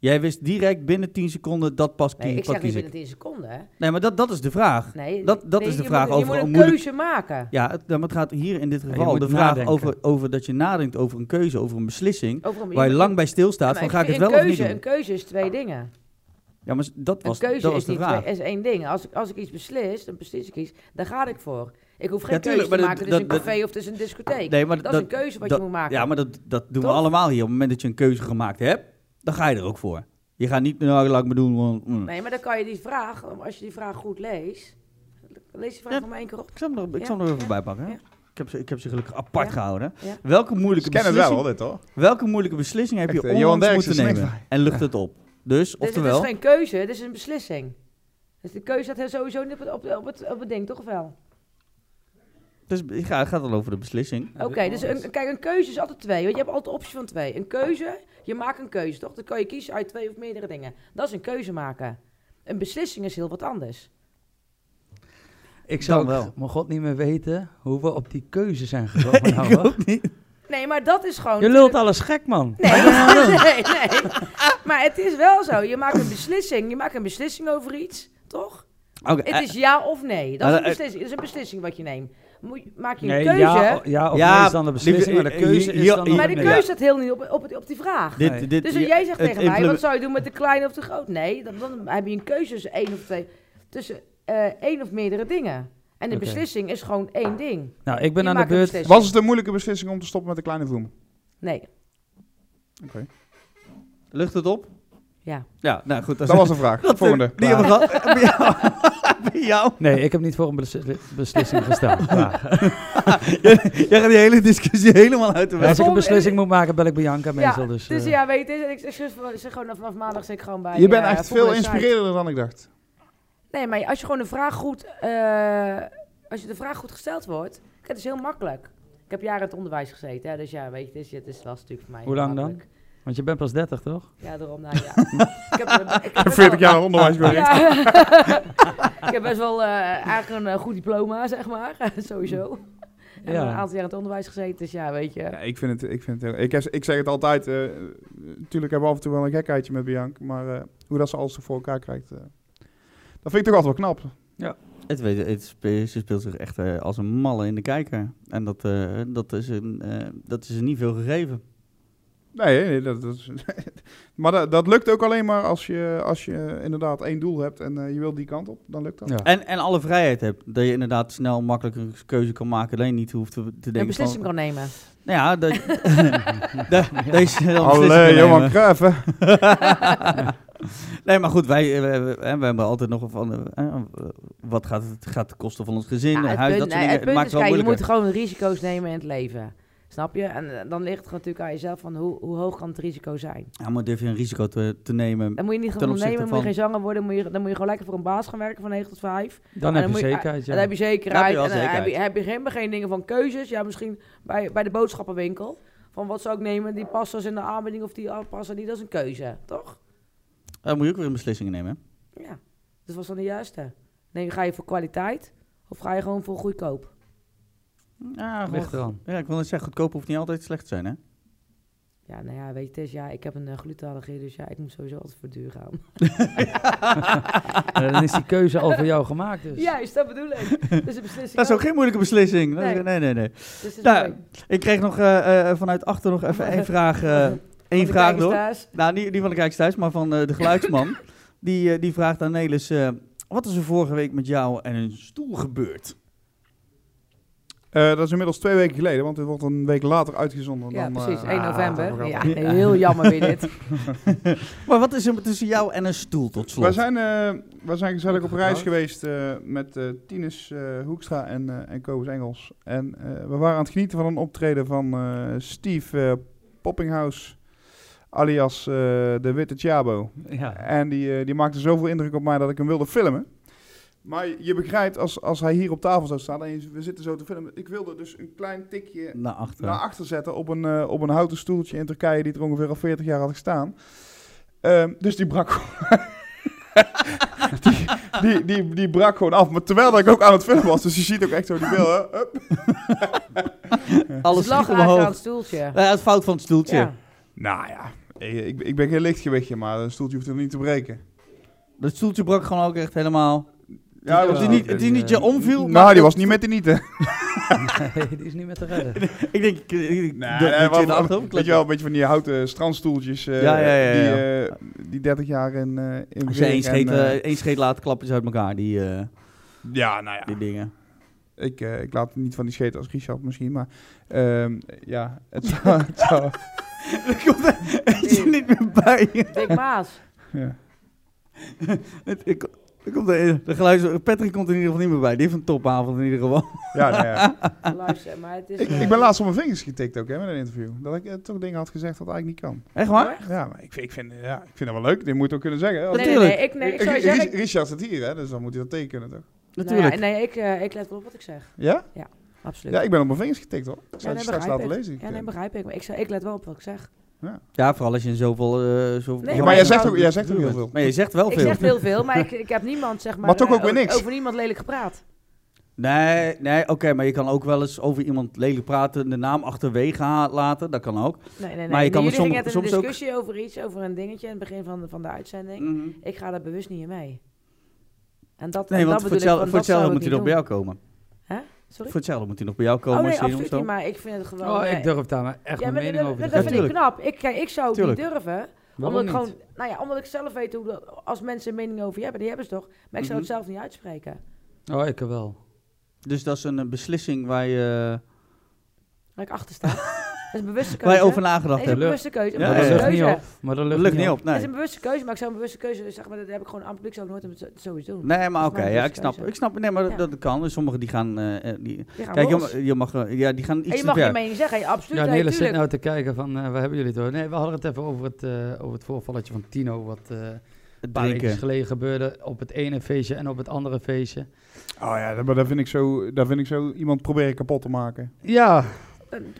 S1: Jij wist direct binnen 10 seconden dat pas
S2: nee,
S1: kie-
S2: ik
S1: pad
S2: zeg niet
S1: kies ik.
S2: binnen 10 seconden. hè.
S1: Nee, maar dat, dat is de vraag.
S2: Nee,
S1: Dat- dat
S2: nee,
S1: is de
S2: je
S1: vraag
S2: moet,
S1: over
S2: Je moet
S1: een
S2: een
S1: moeilijk-
S2: keuze maken
S1: Ja, het, maar het gaat hier in dit
S3: je
S1: geval
S3: moet
S1: de vraag
S3: nadenken.
S1: over, over dat je nadenkt over een keuze, over een beslissing.
S2: over een,
S1: Waar je
S2: je-
S1: lang bij stilstaat
S2: Ja,
S1: van
S2: maar
S1: ga ik het
S2: een
S1: wel of niet
S2: keuze-
S1: doen?
S2: Een keuze is twee dingen.
S1: Ja, maar s- dat was,
S2: een keuze
S1: dat was
S2: is,
S1: de
S2: niet
S1: vraag.
S2: twee, is één ding. Als ik, als ik iets beslis, een beslissing kies, daar ga ik voor. Ik hoef geen
S1: Ja, tuurlijk,
S2: keuze te
S1: maar
S2: maken
S1: dat-
S2: tussen
S1: dat-
S2: een café of tussen een discotheek.
S1: Nee, maar
S2: dat, is een keuze wat
S1: dat-
S2: je moet maken.
S1: Ja, maar dat, dat doen
S2: Toch?
S1: we allemaal hier. Op het moment dat je een keuze gemaakt hebt, dan ga je er ook voor. Je gaat niet, nou, laat ik me doen. Want, mm.
S2: Nee, maar dan kan je die vraag, als je die vraag goed leest, lees die vraag
S1: Ja.
S2: nog maar één keer op.
S1: Ik zal hem er, ik
S2: Ja,
S1: zal hem er even
S2: ja,
S1: bij pakken. hè.
S2: ja.
S1: Ik, heb ze, ik heb ze gelukkig apart
S2: Ja,
S1: gehouden. hè.
S2: ja.
S1: Welke, moeilijke
S5: Ze kennen het
S1: beslissing,
S5: wel, dit hoor.
S1: welke moeilijke beslissing heb
S5: Echt,
S1: je
S5: eh, Johan
S1: onlangs
S5: Derksen
S1: moeten
S5: is
S1: nemen? En lucht het op. Dus,
S2: Dus het
S1: oftewel,
S2: is geen keuze, het is een beslissing. Dus de keuze staat sowieso niet op het, op, op het, op het ding, toch of wel?
S1: dus, ja, het gaat al over de beslissing.
S2: Oké,
S3: Nou,
S2: dus een, kijk, een keuze is altijd twee. Want je hebt altijd de optie van twee. Een keuze, je maakt een keuze, toch? Dan kan je kiezen uit twee of meerdere dingen. Dat is een keuze maken. Een beslissing is heel wat anders.
S3: Ik zou
S1: Dan
S3: wel.
S1: wel.
S3: mijn god niet meer weten hoe we op die keuze
S2: [laughs]
S3: zijn gekomen. nou, hoor.
S2: Nee, maar dat is gewoon...
S3: Je lult alles gek, man.
S2: Oh, [laughs] Nee, [laughs] nee, nee. Maar het is wel zo. Je maakt een beslissing. Je maakt een beslissing over iets, toch?
S1: Oké, eh,
S2: Het is ja of nee. Dat
S1: eh,
S2: is een
S1: eh,
S2: beslissing, dat is een beslissing wat je neemt. Moet je- Maak je een
S3: Nee,
S2: keuze,
S3: ja, ja of
S1: Ja,
S3: nee is dan de beslissing, maar de
S1: liever-
S3: keuze is
S1: hier-
S3: dan... de
S2: maar de
S3: nee.
S2: keuze staat heel niet op, op, op die vraag.
S1: dit,
S3: Nee.
S1: dit,
S2: Dus
S1: ja,
S2: als jij zegt
S1: het
S2: tegen mij,
S1: implement-
S2: wat zou je doen met de kleine of de groot? Nee, dan, dan heb je een keuze tussen één of twee, tussen eh, één of meerdere dingen. En de
S3: Oké.
S2: beslissing is gewoon één ding.
S3: Nou, ik ben
S2: Je
S3: aan de
S2: maakt een
S3: beurt.
S2: beslissing.
S5: Was het een moeilijke beslissing om te stoppen met de kleine voem?
S2: Nee,
S1: Lucht het op?
S2: ja.
S1: Ja, nou
S5: [laughs]
S1: goed.
S5: Dat
S1: [laughs]
S5: was een vraag. Volgende.
S1: Die hebben we gehad. [laughs] Bij jou. Bij [laughs] jou.
S3: Nee, ik heb niet voor een besli-
S1: [laughs]
S3: beslissing gestaan. Maar
S1: Jij gaat die hele discussie helemaal uit de weg.
S3: als ik een
S2: Volgende-
S3: beslissing moet maken, bel ik Bianca meestal.
S2: ja
S3: dus,
S2: dus
S3: eh,
S2: ja, weet je, ik zeg, gewoon- ik zeg gewoon vanaf maandag zit ik gewoon bij.
S5: Je bent
S2: eh,
S5: echt veel
S2: voetbal Inside.
S5: inspirerender dan ik [laughs] dacht.
S2: Nee, maar als je gewoon de vraag goed, eh, als je de vraag goed gesteld wordt, kijk, het is heel makkelijk. Ik heb jaren in het onderwijs gezeten, hè, dus ja, weet je, het is, het is wel een stuk voor mij.
S3: Hoe
S2: heel
S3: lang dan?
S2: makkelijk.
S3: Want je bent pas 30, toch?
S2: Ja, daarom nou ja. ik heb, ik heb best
S5: 40
S2: wel-
S5: jaar onderwijs geweest.
S2: Ja.
S1: [laughs]
S2: ik heb best wel eh, eigenlijk een eh, goed diploma, zeg maar. [laughs] Sowieso. En
S3: Ja.
S2: een aantal jaar in het onderwijs gezeten, dus ja, weet je.
S5: Ja, ik vind het, ik vind het heel, ik, heb- ik zeg het altijd, eh, natuurlijk hebben we af en toe wel een gekheidje met Bianca, maar eh, hoe dat ze alles voor elkaar krijgt, eh, dat vind ik toch altijd wel knap.
S1: Het, weet, het spe- ze speelt zich echt eh, als een malle in de kijker. En dat, eh, dat, is een, eh, dat is er niet veel gegeven.
S5: Nee, nee, dat, dat is, [laughs] maar dat, dat lukt ook alleen maar als je, als je inderdaad één doel hebt en eh, je wilt die kant op, dan lukt dat.
S2: Oh,
S3: Ja.
S1: En, en alle vrijheid hebt. Dat je inderdaad snel, makkelijk een keuze kan maken. Alleen niet hoeft te, te
S2: Een
S1: denken
S2: beslissing
S1: van...
S2: kan nemen.
S1: Nou ja,
S2: [laughs]
S1: dat, [laughs] dat, deze
S5: Allee, Johan
S1: jongen.
S5: Cruijff, hè?
S1: [laughs] Nee, maar goed, wij, eh, we- we- hè, we hebben altijd nog van... eh, eh, wat gaat het gaat de kosten van ons gezin,
S2: Ja,
S1: een
S2: het
S1: eh, huis,
S2: punt,
S1: dat soort
S2: nee,
S1: dingen. Het
S2: het punt
S1: maakt
S2: is,
S1: het wel
S2: kijk, je moet
S1: moeilijker.
S2: gewoon risico's nemen in het leven. Snap je? En eh, dan ligt het gewoon natuurlijk aan jezelf van hoe, hoe hoog kan het risico zijn.
S1: Ja, maar durf je een risico te, te nemen?
S2: Dan moet je niet gaan
S1: Ten opzichte
S2: ondernemen, moet je
S1: van-
S2: geen zanger worden, moet je, dan moet je gewoon lekker voor een baas gaan werken van 9 tot 5.
S3: Dan
S2: En
S3: heb je
S2: moet
S3: zekerheid, ja.
S2: Dan heb je
S1: Dan heb
S2: zekerheid.
S1: je wel
S2: en dan heb je,
S1: zekerheid.
S2: heb je geen, geen dingen van keuzes. Ja, misschien bij, bij de boodschappenwinkel. Van wat zou ik nemen? Die past als in de aanbieding of die passen niet. Dat is een keuze, toch?
S1: Dan Oh, moet je ook weer een beslissing nemen.
S2: Ja. Dus was dan de juiste? Nee, ga je voor kwaliteit of ga je gewoon voor goedkoop?
S1: Ja,
S3: Ligt eraan.
S1: Ja, ik wil net zeggen, goedkoop hoeft niet altijd slecht te zijn, hè?
S2: Ja, nou ja, weet je, het is, ja, ik heb een eh, glutenallergie, dus ja, ik moet sowieso altijd voor duur
S1: [laughs]
S2: gaan.
S3: Eh, Dan is die keuze al voor jou gemaakt. Dus.
S2: Juist, dat bedoel ik. Dus de beslissing
S1: Dat is ook geen moeilijke beslissing. Dat is- Nee,
S2: Nee.
S1: nee, nee.
S2: Dus het is
S1: Nou,
S2: mooi.
S1: ik kreeg nog eh, eh, vanuit achter nog even één vraag, eh,
S2: Want
S1: één
S2: de
S1: vraag
S2: kijk is
S1: door.
S2: thuis.
S1: Nou, niet, niet van de kijkers thuis, maar van eh, de
S2: [laughs]
S1: geluidsman. die, eh, die vraagt aan Nelis, eh, wat is er vorige week met jou en een stoel gebeurd?
S5: Eh, dat is inmiddels twee weken geleden, want dit wordt een week later uitgezonden.
S2: Ja,
S5: dan, eh,
S2: precies. 1
S5: ah, dat
S2: november.
S5: wordt
S2: ja,
S5: grappig.
S2: nee, heel jammer weer
S1: [laughs]
S2: dit.
S1: Maar wat is er tussen jou en een stoel tot slot?
S5: Wij zijn, eh, wij zijn gezellig op reis
S3: Getrouwd.
S5: geweest eh, met eh Tinus eh, Hoekstra en, eh, en Kobus Engels. En eh, we waren aan het genieten van een optreden van eh, Steve eh, Poppinghouse
S4: alias eh, de Witte Chabo.
S3: [laughs] Ja.
S4: En die, eh, die maakte zoveel indruk op mij dat ik hem wilde filmen. Maar je begrijpt, als, als hij hier op tafel zou staan en je- we zitten zo te filmen. Ik wilde dus een klein tikje
S1: Naar achter.
S4: naar achter zetten op een, eh, op een houten stoeltje in Turkije die er ongeveer al 40 jaar had gestaan. Ehm, dus die brak gewoon- [laughs] die, die, die, die brak gewoon af. Maar terwijl dat ik ook aan het filmen was, dus je ziet ook echt zo die beelden. Hup.
S1: Alles
S2: lag
S1: schiet
S2: eigenlijk aan het
S1: omhoog.
S2: stoeltje.
S1: Ja, het fout van het stoeltje.
S2: Ja.
S4: Nou ja, ik, ik- ik ben geen lichtgewichtje, maar een stoeltje hoeft er niet te breken.
S1: Dat stoeltje brak gewoon ook echt helemaal.
S4: Ja,
S1: het
S4: was
S1: is
S3: nou,
S1: niet,
S3: oké,
S1: het is niet je
S3: eh,
S1: omviel.
S4: Nou,
S1: maar
S4: die was niet met de nieten.
S1: [laughs]
S3: Nee, die is niet meer te redden.
S1: Ik denk, ik, ik,
S4: Nee,
S1: dat-
S4: nee,
S1: dat je
S4: wel-
S1: de achterhoofd
S4: Weet
S1: klapt.
S4: je wel, een beetje van die houten strandstoeltjes eh,
S1: Ja, ja, ja,
S4: Die,
S1: ja.
S4: eh, die 30 jaar in, eh in
S1: Als je
S4: weer
S1: één
S4: en,
S1: scheet,
S4: eh,
S1: eh, één scheet laat, klappen ze uit elkaar, die, eh,
S4: Ja, nou ja.
S1: die
S4: [laughs]
S1: dingen.
S4: Ik, eh, ik laat niet van die scheet als Richard misschien, maar ehm, ja, het
S2: [laughs]
S4: zou... het zou-
S1: Er komt er eentje niet meer bij.
S2: Dick Maas.
S4: ja.
S1: Het- ik- er komt er- de geluids, Patrick komt er in ieder geval niet meer bij. Die heeft een topavond in ieder geval. [laughs]
S4: Ja, nou
S2: [laughs]
S4: ja.
S2: Luister, maar het is...
S4: Ik,
S2: eh,
S4: ik ben laatst op mijn vingers getikt ook hè, met een interview. Dat ik eh, toch dingen had gezegd dat eigenlijk niet kan.
S1: Echt waar?
S4: Ja, maar ik vind, ik vind, ja, ik vind dat wel leuk. Dit moet je ook kunnen zeggen. hè. Als-
S2: Nee, nee, nee, ik, nee, ik zou
S4: Ri-
S2: je zeggen...
S4: Ri- Richard zit hier, hè, dus dan moet hij dat tekenen toch?
S1: Natuurlijk.
S2: Nou ja, nee, ik, eh, ik let wel op wat ik zeg.
S4: Ja?
S2: Absoluut.
S4: Ja, ik ben op mijn vingers getikt hoor. Ik zou
S2: nee,
S4: het je straks
S2: begrijp
S4: laten
S2: ik.
S4: lezen. Ik,
S2: Ja, nee,
S4: eh,
S2: begrijp ik. Maar ik, zeg, ik let wel op wat ik zeg.
S1: Ja, vooral als je in zoveel... eh zoveel
S2: Nee,
S4: Ja, maar
S2: maar-
S4: jij zegt ook, jij zegt ook heel veel.
S1: Maar je zegt wel
S2: Ik
S1: veel.
S2: zeg heel veel, maar ik, ik heb niemand, zeg maar...
S4: Maar toch
S2: eh,
S4: ook weer
S2: o-
S4: niks.
S2: Over niemand lelijk gepraat.
S1: Nee, nee oké, maar je kan ook wel eens over iemand lelijk praten, de naam achterwege ha- laten, dat kan ook.
S2: Nee, nee, nee.
S1: Maar je kan
S2: jullie
S1: er som-
S2: gingen net
S1: soms
S2: een
S1: ook-
S2: discussie over iets, over een dingetje... in het begin van de, van de uitzending.
S4: Mm.
S2: Ik ga daar bewust niet in mee. En dat,
S1: Nee,
S2: en
S1: want
S2: dat
S1: voor
S2: bedoel
S1: hetzelfde
S2: ik, want
S1: voor
S2: dat zou
S1: hetzelfde
S2: ik
S1: moet hij nog
S2: niet
S1: bij
S2: doen.
S1: jou komen.
S2: Sorry?
S1: Voor hetzelfde moet hij nog bij jou komen
S2: Oh nee,
S1: als je in of
S2: absoluut
S1: zo.
S2: niet, maar ik vind het gewoon...
S3: [laughs] Oh,
S2: eh,
S3: ik durf daar maar echt
S2: ja,
S3: mijn
S2: maar, dat-
S3: mening over te
S2: dat,
S1: zeggen.
S2: dat vind ik
S1: Tuurlijk.
S2: knap. Ik, kijk, ik zou het niet
S1: Tuurlijk.
S2: durven.
S3: Waarom
S2: Omdat ik
S3: niet?
S2: gewoon, nou ja, omdat ik zelf weet hoe dat, als mensen een mening over je hebben, die hebben ze toch. Maar ik zou het
S1: Mhm.
S2: zelf niet uitspreken.
S3: Oh, ik wel.
S1: Dus dat is een eh, beslissing waar je, eh,
S2: Waar ik achter sta. dat is een bewuste
S1: waar
S2: keuze.
S1: je over
S2: Nee,
S1: nagedacht
S2: het is een
S1: hebt.
S3: lukt.
S2: bewuste keuze. Een
S1: Ja,
S3: maar dat
S2: bewuste
S1: ja,
S3: lukt
S2: keuze.
S3: niet op. Maar dat lukt,
S1: Lukt niet op,
S2: Het is
S1: nee.
S2: een bewuste keuze, maar ik zou een bewuste keuze, zeg maar, dat heb ik gewoon aan het publiek zou ik nooit om het zo- zoiets doen.
S1: Nee, maar
S2: Dat is
S1: oké,
S2: mijn
S1: ja, ik snap.
S2: beslissingskeuze.
S1: Ik snap, nee, maar dat-
S2: Ja.
S1: dat kan. En Sommigen die gaan, eh, eh, die,
S2: Die gaan
S1: kijk, je,
S2: los.
S1: mag- je mag, eh, ja, die gaan
S2: en
S1: iets
S2: je
S1: te
S2: mag je
S1: ver.
S2: mening zeggen, hey, absoluut.
S3: Ja, de
S2: hey,
S3: hele zit
S2: tuurlijk.
S3: nou te kijken van, eh, waar hebben jullie het over? Nee, we hadden het even over het, eh, over het voorvalletje van Tino, wat eh, een
S1: Het
S3: paar weken
S1: Drinken.
S3: geleden gebeurde op het ene feestje en op het andere feestje.
S4: Oh ja, dat- maar daar vind ik zo, daar vind ik zo iemand proberen kapot te maken.
S3: Ja,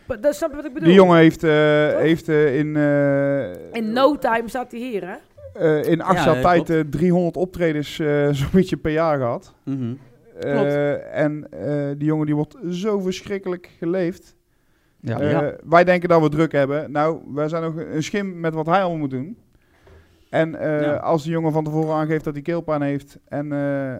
S2: Dat- Dat snap je wat ik bedoel.
S4: Die jongen heeft, eh,
S2: Toch?
S4: heeft eh, in, eh,
S2: In no time staat hij hier, hè?
S4: eh, in acht
S1: Ja,
S4: jaar
S1: eh,
S4: tijd eh, 300 optredens eh [laughs] zo'n beetje per jaar gehad.
S1: Mhm.
S4: Eh, en eh, die jongen die wordt zo verschrikkelijk geleefd.
S3: ja,
S4: Eh,
S3: ja.
S4: Wij denken dat we druk hebben. Nou, wij zijn nog een schim met wat hij allemaal moet doen. En eh,
S1: Ja.
S4: als die jongen van tevoren aangeeft dat hij keelpijn heeft en, eh,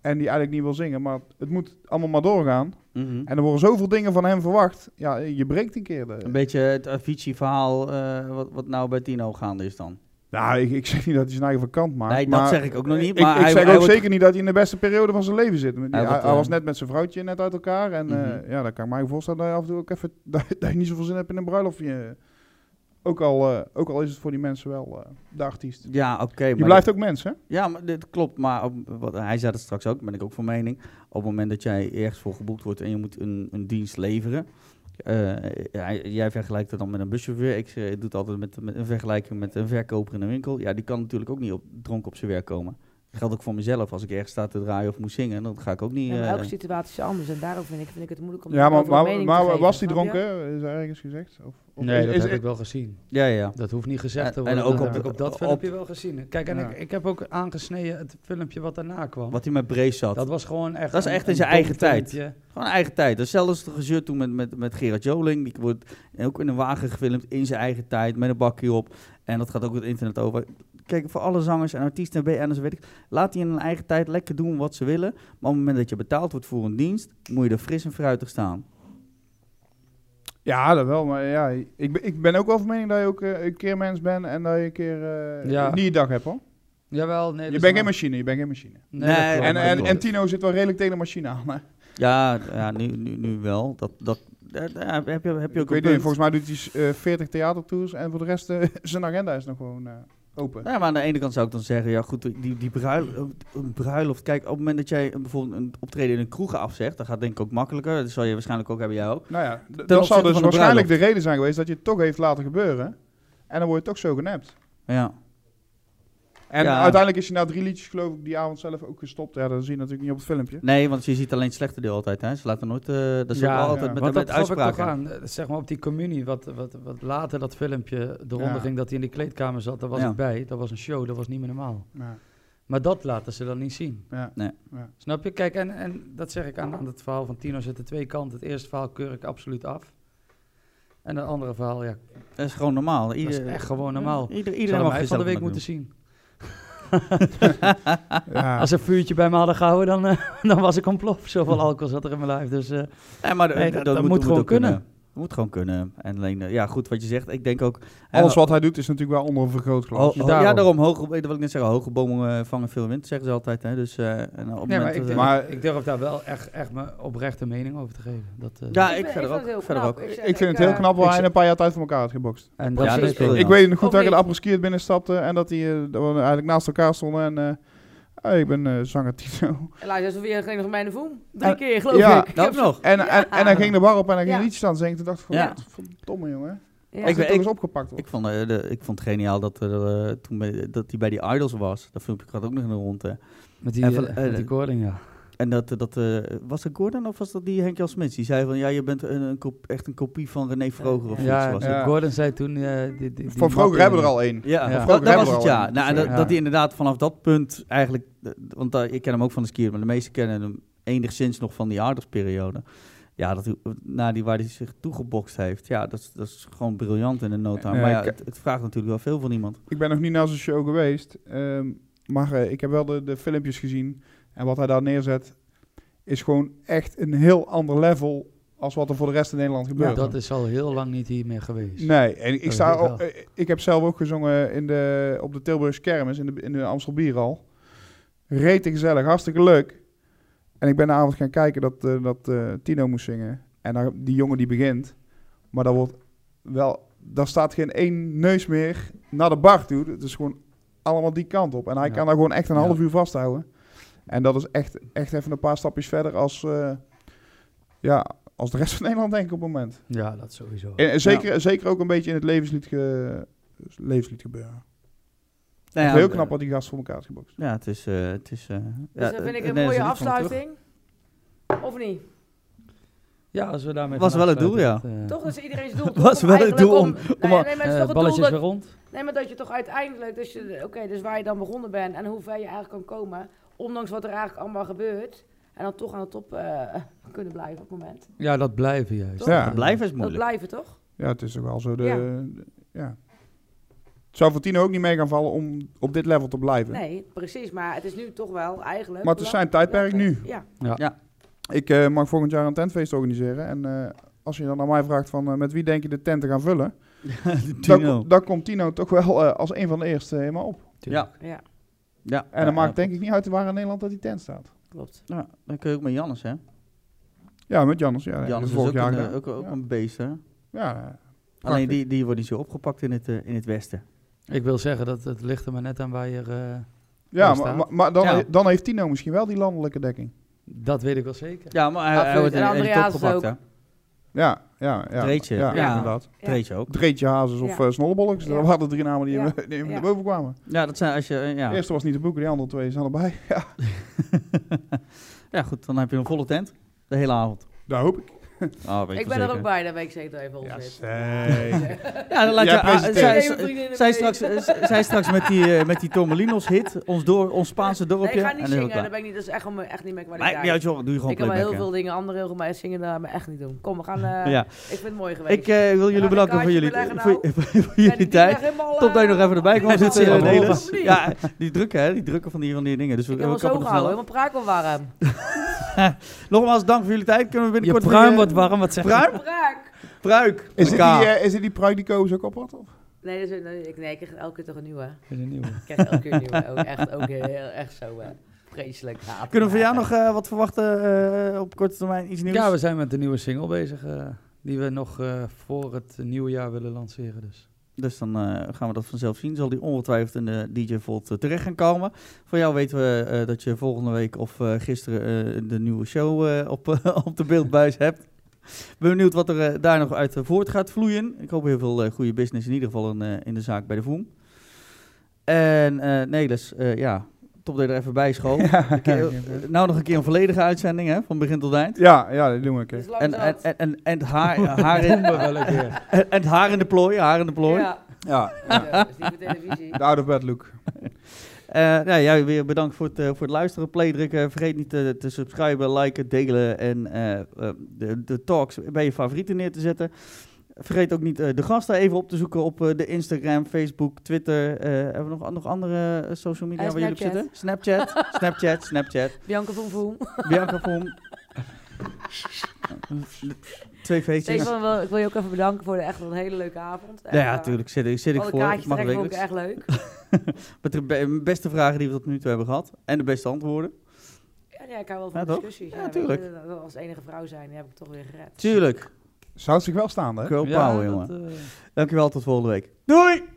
S4: en die eigenlijk niet wil zingen, maar het moet allemaal maar doorgaan.
S1: Mhm.
S4: En eh, er worden zoveel dingen van hem verwacht. Ja, je breekt een keer. de-
S1: Een beetje het Avicii-verhaal eh, wat, wat nou bij Tino gaande is dan.
S4: Nou, ik, ik zeg niet dat hij zijn eigen kant maakt.
S1: nee,
S4: maar
S1: dat zeg ik ook nog niet.
S4: ik,
S1: Maar
S4: ik
S1: hij,
S4: zeg
S1: hij
S4: ook
S1: wordt-
S4: zeker niet dat hij in de beste periode van zijn leven zit. Hij,
S1: Hij
S4: hij,
S1: wordt, eh,
S4: was net met zijn vrouwtje net uit elkaar. En eh,
S1: Mhm.
S4: ja, dan kan ik mij voorstellen dat je af en toe ook even [laughs] dat, dat je niet zoveel zin hebt in een bruiloft. Je, ook, al, eh, ook al is het voor die mensen wel eh, de artiest.
S1: Ja, oké.
S4: Je
S1: maar
S4: blijft ook mens, hè?
S1: Ja, maar dit klopt. Maar op- wat, hij zei dat straks ook, ben ik ook van mening. Op het moment dat jij ergens voor geboekt wordt en je moet een, een dienst leveren. eh, hij- jij vergelijkt het dan met een buschauffeur. Ik eh, doe het altijd met, met een vergelijking met een verkoper in een winkel. Ja, die kan natuurlijk ook niet op, dronken op zijn werk komen. Dat geldt ook voor mezelf. Als ik ergens sta te draaien of moet zingen, dan ga ik ook niet...
S2: Ja, maar
S1: eh,
S2: elke situatie is anders en daarom vind ik, vind ik het moeilijk om
S4: Ja, maar,
S2: daarover een
S4: maar,
S2: mening
S4: maar
S2: te geven,
S4: was hij
S2: snap je?
S4: dronken? Is er ergens gezegd? Of, of
S3: nee,
S4: is-
S3: dat
S4: is-
S3: heb
S4: is-
S3: ik wel gezien.
S1: ja, ja, ja.
S3: Dat hoeft niet gezegd te
S1: En- en
S3: worden.
S1: ook
S3: dat
S1: op
S3: heb
S1: het-
S3: ik op dat
S1: op-
S3: filmpje wel gezien. Kijk, en
S4: Ja.
S3: ik, ik heb ook aangesneden het filmpje wat daarna kwam.
S1: Wat hij met Brace zat.
S3: Dat was gewoon echt...
S1: Dat is
S3: een-
S1: echt in
S3: een
S1: zijn
S3: dom
S1: eigen tijd.
S3: filmpje.
S1: Gewoon eigen tijd. Dat is zelfs het gezeur toen met, met, met Gerard Joling. Die wordt ook in een wagen gefilmd in zijn eigen tijd met een bakje op. En dat gaat ook het internet over. Kijk, voor alle zangers en artiesten en BN'ers weet ik. Laat die in hun eigen tijd lekker doen wat ze willen. Maar op het moment dat je betaald wordt voor een dienst, moet je er fris en fruitig staan.
S4: Ja, dat wel. Maar ja, ik, ben- ik ben ook wel van mening dat je ook eh, een keer mens bent en dat je een keer eh,
S3: Ja.
S4: niet je dag hebt, hoor.
S3: Jawel, nee.
S4: Je
S3: dat
S4: bent
S3: is
S4: geen machine, je bent geen machine.
S3: waar. Nee, dat
S1: Nee,
S3: klopt.
S4: En,
S1: maar
S4: en,
S1: dat
S4: en Tino zit wel redelijk tegen de machine aan, hè?
S1: Ja, ja nu, nu, nu wel. Dat, dat, daar- daar heb je, heb je ook
S4: Ik weet
S1: een
S4: niet,
S1: punt.
S4: volgens mij doet hij s- eh, 40 theatertours en voor de rest eh, [laughs] zijn agenda is nog gewoon eh, open.
S1: Ja, maar aan de ene kant zou ik dan zeggen, ja goed, die, die bruiloft, een bruiloft. Kijk, op het moment dat jij een- bijvoorbeeld een optreden in een kroeg afzegt, dat gaat denk ik ook makkelijker. Dat zal je waarschijnlijk ook hebben, jij ook.
S4: Nou ja, d- dat
S1: opzichte
S4: zal
S1: van
S4: dus
S1: de
S4: waarschijnlijk
S1: bruiloft.
S4: de reden zijn geweest dat je het toch heeft laten gebeuren. En dan word je toch zo genept.
S1: Ja.
S4: En
S1: Ja.
S4: uiteindelijk is hij na drie liedjes, geloof ik, die avond zelf ook gestopt. Ja, dat zie je natuurlijk niet op het filmpje.
S1: Nee, want je ziet alleen het slechte deel altijd. Hè? Ze laten nooit. eh dat is ook wel altijd
S4: ja.
S1: met,
S3: Want
S1: met
S3: dat gaf ik toch
S1: uitspraken.
S3: aan. eh, Zeg maar op die communie, wat, wat, wat later dat filmpje eronder
S4: Ja.
S3: ging, dat hij in die kleedkamer zat, daar was
S1: Ja.
S3: ik bij. Dat was een show, dat was niet meer normaal.
S4: Ja.
S3: Maar dat laten ze dan niet zien.
S1: [laughs]
S4: Ja.
S3: Snap je? Kijk, en, en dat zeg ik aan, aan het verhaal van Tino zitten twee kanten. Het eerste verhaal keur ik absoluut af. En het andere verhaal, ja,
S1: Dat is gewoon normaal.
S3: dat
S1: Ieder,
S3: is echt gewoon normaal.
S1: Ieder,
S3: Iedereen
S1: iedereen
S3: zou
S1: mag
S3: mij van
S1: jezelf
S3: de week
S1: maar
S3: moeten
S1: doen.
S3: zien.
S1: Ah,
S4: Ja.
S3: Als ze een vuurtje bij me hadden gehouden, dan, eh, [laughs] dan was ik ontploft. Zoveel alcohol zat er in mijn lijf. Dus eh,
S1: Nee, maar
S3: Nee,
S1: eh,
S3: dat- dat moet
S1: ook
S3: gewoon kunnen.
S1: Dat moet gewoon kunnen. En alleen, eh, ja, goed wat je zegt. Ik denk ook. hè,
S4: Alles wat hij doet is natuurlijk wel onder een vergrootglas. Dus
S1: ho- ho- Oh, ja,
S3: Daarom.
S1: daarom. Hoge, dat wil ik net zeggen. Hoge bomen eh, vangen veel wind, zeggen ze altijd. Hè? Dus, eh, en op het
S3: nee, maar
S1: moment,
S3: ik,
S1: eh,
S3: durf,
S4: maar-
S3: ik durf daar wel echt, echt mijn oprechte mening over te geven. Dat, eh,
S1: ja,
S2: Ik
S1: ik
S2: vind- ik
S1: verder
S2: vind het heel
S1: ook. Verder
S2: knap.
S1: ook.
S2: Ik zeg-
S4: Ik vind het
S2: eh,
S4: heel knap waar
S1: ik
S4: hij
S1: zeg-
S4: in een paar jaar tijd van elkaar had gebokst.
S1: Ja,
S3: En
S1: dat is wel
S4: Ik
S1: Ja.
S4: weet nog goed dat ik
S2: Of
S4: de
S2: niet?
S4: apres binnen stapte en dat, die, eh, dat we eigenlijk naast elkaar stonden en... eh, hey, ik ben eh, zanger Tino.
S2: Laat alsof je geen nog mijn voem. Drie keer, geloof
S4: ja.
S2: ik.
S1: Dat ook Nou, nog.
S4: En, en, en hij ging de bar op en hij ging
S2: Ja.
S4: liedjes aan zingen. Toen dacht ik van,
S1: Ja.
S4: wat verdomme jongen.
S2: Ja.
S4: Ik
S1: Ik-
S4: ben toch eens opgepakt
S1: Ik
S4: wordt.
S1: vond, eh, de, ik vond het geniaal dat, er, eh, toen bij- dat hij bij die Idols was. Dat filmpje gaat ook nog in de ronde.
S3: Met die,
S1: En van-
S3: eh,
S1: eh,
S3: met die koording, ja.
S1: En dat, eh, dat eh, was het Gordon of was dat die Henk Jan Smits? Die zei van, ja, je bent een, een kop- echt een kopie van René Vroger of
S3: Ja,
S1: iets was
S4: ja.
S1: het.
S3: die Gordon zei toen... eh, die- die, die
S4: Van vroeger hebben we er al één.
S1: Ja,
S3: Ja.
S1: dat-
S4: Vroger
S1: dat,
S4: hebben
S1: was
S4: we
S1: het,
S4: al
S1: ja.
S4: een.
S1: Nou, en dat,
S3: Ja.
S1: dat hij inderdaad vanaf dat punt eigenlijk... eh, Want eh, ik ken hem ook van de skier, maar de meesten kennen hem enigszins nog van die Idols-periode. Ja, dat, hij- na die, waar hij zich toegebokst heeft. Ja, dat, is- dat is gewoon briljant in de nota.
S4: Ja,
S1: Maar ja,
S4: ik-
S1: het, het vraagt natuurlijk wel veel van iemand.
S4: Ik ben nog niet naar zijn show geweest. ehm, maar eh, ik heb wel de, de filmpjes gezien. En wat hij daar neerzet is gewoon echt een heel ander level... als wat er voor de rest in Nederland
S3: Ja,
S4: gebeurt.
S3: dat is al heel lang niet hier meer geweest.
S4: Nee, en ik,
S3: Dat
S4: sta
S3: weet ik
S4: ook- eh, ik heb zelf ook gezongen in de, op de Tilburgse kermis, in de, in de Amstel Bieral. Rete gezellig, hartstikke leuk. En ik ben de avond gaan kijken dat, eh, dat eh, Tino moest zingen. En dan, die jongen die begint. Maar daar wordt wel, daar staat geen één neus meer naar de bar toe. Het is gewoon allemaal die kant op. En hij
S3: Ja.
S4: kan daar gewoon echt een
S3: Ja.
S4: half uur vasthouden. En dat is echt, echt even een paar stapjes verder als, eh, ja, als de rest van Nederland denk ik op het moment.
S3: Ja, dat sowieso.
S4: En, en zeker, zeker ook een beetje in het levenslied, ge- levenslied gebeuren.
S1: Nou ja,
S4: Heel
S1: eh,
S4: knap wat die gast voor elkaar heeft gebokst.
S1: Ja, het is... eh, het is eh, ja,
S2: Dus dat vind ik
S1: eh,
S2: een
S1: nee, dat is
S2: mooie
S1: lied van hem, toch?
S2: afsluiting. Of niet?
S3: Ja, als we daarmee...
S1: Was
S3: gaan
S1: wel het doel,
S3: afsluiten, het, eh,
S2: Toch is iedereen's
S1: [laughs]
S2: doel.
S1: Was
S2: toch?
S1: wel het
S2: Eigenlijk
S1: doel
S2: om-
S1: om- om-
S2: Nee, nee, maar het
S3: eh,
S2: is toch het
S3: balletje
S2: doel
S3: is weer
S2: dat-
S3: rond.
S2: Nee, maar dat je toch uiteindelijk, dus je- oké, dus waar je dan begonnen bent en hoe ver je eigenlijk kan komen, ondanks wat er eigenlijk allemaal gebeurt, en dan toch aan de top eh, [laughs] kunnen blijven op het moment.
S3: Ja, dat blijven juist.
S2: Toch?
S4: Ja.
S3: Dat
S1: Blijven is
S2: Dat
S1: moeilijk.
S2: blijven toch?
S4: Ja, het is toch wel zo de...
S2: Ja.
S4: de- ja. Het zou voor Tino ook niet mee gaan vallen om op dit level te blijven.
S2: Nee, precies, maar het is nu toch wel eigenlijk.
S4: Maar het is zijn
S2: belangrijk-
S4: tijdperk nu.
S2: Ja,
S4: Ik eh, mag volgend jaar een tentfeest organiseren. En eh, als je dan aan mij vraagt van eh, met wie denk je de tent te gaan vullen...
S1: [laughs]
S4: Dan,
S1: Tino.
S4: ko- dan komt Tino toch wel eh, als een van de eerste helemaal op.
S1: Ja.
S2: ja,
S1: Ja,
S4: En dan
S1: ja,
S4: maakt denk ik niet uit waar in Nederland dat die tent staat.
S2: klopt.
S1: Ja, dan kun je ook met Jannes, hè?
S4: Ja, met Jannes. Ja,
S1: Jannes is
S4: dus vorig
S1: ook,
S4: jaar
S1: een, eh,
S4: gedaan.
S1: ook, ook
S4: Ja.
S1: een beest, hè?
S4: Ja, eh,
S1: Alleen die, die wordt niet zo opgepakt in het, eh, in het westen.
S3: Ik wil zeggen, dat het ligt er maar net aan waar je... eh,
S4: ja
S3: Daar
S4: maar,
S3: staat.
S4: maar, maar dan,
S1: Ja.
S4: dan heeft Tino misschien wel die landelijke dekking.
S3: dat weet ik wel zeker.
S1: Ja, maar hij,
S2: Absoluut.
S1: hij wordt
S2: En
S1: in, in de top
S2: Andreas
S1: gepakt,
S2: ook.
S1: hè?
S4: Ja, ja, ja.
S1: Dreetje.
S4: Ja,
S1: Ja.
S4: inderdaad.
S2: Ja.
S1: Treetje ook.
S4: Dreetje Hazes of
S2: Ja.
S4: eh, Snollebolleks. Dat
S2: Ja.
S4: waren de drie namen die,
S2: Ja.
S4: hem- die hem
S2: Ja.
S4: naar boven kwamen.
S1: Ja, dat zijn als je... eh,
S4: De
S1: Ja,
S4: eerste was niet te boeken, die andere twee zijn erbij.
S1: ja goed, dan heb je een volle tent. De hele avond.
S4: Daar hoop ik.
S1: Ah, weet
S2: Ik
S1: je
S2: ben
S1: zeker.
S2: er ook bij, dat weet ik zeker even op zit. [laughs]
S1: Ja, dan laat
S4: Jij
S1: je... ah,
S4: presenteert.
S1: zij-
S2: Even
S1: zij-
S2: vriendinnen
S1: zij
S2: mee.
S1: straks, eh, zij straks met die, eh, met die Tormelinos hit, ons, door, ons Spaanse dorpje.
S2: Nee, ik ga
S1: en
S2: niet
S1: dan
S2: zingen,
S1: ben
S2: dat
S1: ik
S2: ben ik niet, dat is echt, om- echt niet mijn
S1: klaar. Maakt
S2: kwaliteit.
S1: niet uit, joh, doe je gewoon
S2: ik kan wel heel
S1: playback,
S2: veel
S1: hè.
S2: dingen, andere heel veel, maar zingen, dat me echt niet doen. Kom, we gaan, eh,
S1: Ja,
S2: ik vind het mooi geweest.
S1: ik eh, wil jullie
S2: een
S1: bedanken voor
S2: kaartje
S1: jullie, [laughs]
S2: beleggen
S1: voor,
S2: nou.
S1: voor
S2: Ja, die-
S1: jullie
S2: die
S1: tijd.
S2: lag helemaal,
S1: Top dat je
S2: eh,
S1: nog even erbij
S2: [laughs]
S1: kwam zitten,
S3: Ja,
S1: eh,
S3: waarom
S1: Nelis.
S2: niet?
S1: Ja, die drukken, hè? Die drukken van die, van die dingen. Dus we,
S2: Ik heb
S1: we
S2: wel zo
S1: kappen er snel
S2: gehouden, helemaal prakel
S1: [laughs]
S2: warm.
S1: af. Nogmaals, dank voor jullie tijd. Kunnen we
S3: Je
S1: binnenkort...
S3: pruim
S1: weer- eh,
S3: wordt warm, wat zeg je?
S1: Pruim?
S2: Praak!
S1: Pruik.
S4: Is dit die,
S1: Elkaar.
S4: eh, is dit die pruik die Koos ook op had? Of?
S2: Nee, dat is, nee, ik, nee, ik krijg elke keer toch een nieuwe.
S3: Met een nieuwe.
S2: Ik krijg elke keer een nieuwe. Ook echt, ook heel, echt zo eh, vreselijk. haat.
S1: Kunnen we van jou nog eh, wat verwachten eh, op korte termijn? Iets nieuws?
S3: Ja, we zijn met de nieuwe single bezig. eh, die we nog eh, voor het nieuwe jaar willen lanceren.
S1: [laughs]
S3: Dus.
S1: Dus dan eh, gaan we dat vanzelf zien. Zal die ongetwijfeld in de DJ Volt eh, terecht gaan komen. Voor jou weten we eh, [laughs] dat je volgende week of eh, gisteren eh, de nieuwe show eh, op, eh, op de beeldbuis hebt. ben benieuwd wat er eh, daar nog uit eh, voort gaat vloeien. Ik hoop heel veel eh, goede business in ieder geval in, eh, in de zaak bij de VOEM. En eh Nelis, eh, ja, top dat je er even bij school.
S3: eh,
S1: nou nog een keer een volledige uitzending, hè, van begin tot eind.
S5: Ja, ja, dat doen we een keer.
S2: Dus lang
S1: En, en,
S2: zat.
S1: en, en, en het haar, haar in,
S3: Kom eh, wel een keer.
S1: [laughs] en het haar in de plooi, haar in de plooi.
S2: Ja,
S5: Ja,
S2: ja, dus
S1: [laughs]
S2: die voor televisie.
S5: de out of bed look.
S1: Eh, nou, jij weer bedankt voor het, eh, voor het luisteren. Playdrukken. Vergeet niet eh, te, te subscriben, liken, delen en eh, eh, de, de talks bij je favorieten neer te zetten. Vergeet ook niet eh, de gasten even op te zoeken op eh, de Instagram, Facebook, Twitter. Eh, hebben we nog, nog andere eh, social media
S2: Eh,
S1: waar jullie op zitten?
S2: Snapchat.
S1: Snapchat, Snapchat,
S2: [laughs]
S1: Snapchat.
S2: Bianca van
S1: [laughs]
S2: Voem.
S1: Bianca Vom. Twee feestjes.
S2: Stefan, wil- ik wil je ook even bedanken voor de echt een hele leuke avond. eh,
S1: Nou ja, tuurlijk zit, ik- zit ik
S2: Alle
S1: voor.
S2: kaartjes
S1: Mag
S2: trekken vond ik
S1: wekelijks.
S2: echt leuk.
S1: Met de be- beste vragen die we tot nu toe hebben gehad. En de beste antwoorden.
S2: Ja, nee, ik hou wel
S1: Ja,
S2: van
S1: toch?
S2: discussies.
S1: Ja,
S2: weet
S1: tuurlijk.
S2: je, dat- dat Als enige vrouw zijn, die heb ik toch weer gered.
S1: Tuurlijk.
S5: Zou het zich wel staan, hè?
S1: Girl power,
S3: Ja,
S1: jongen.
S3: dat, eh,
S1: Dankjewel, tot volgende week. Doei!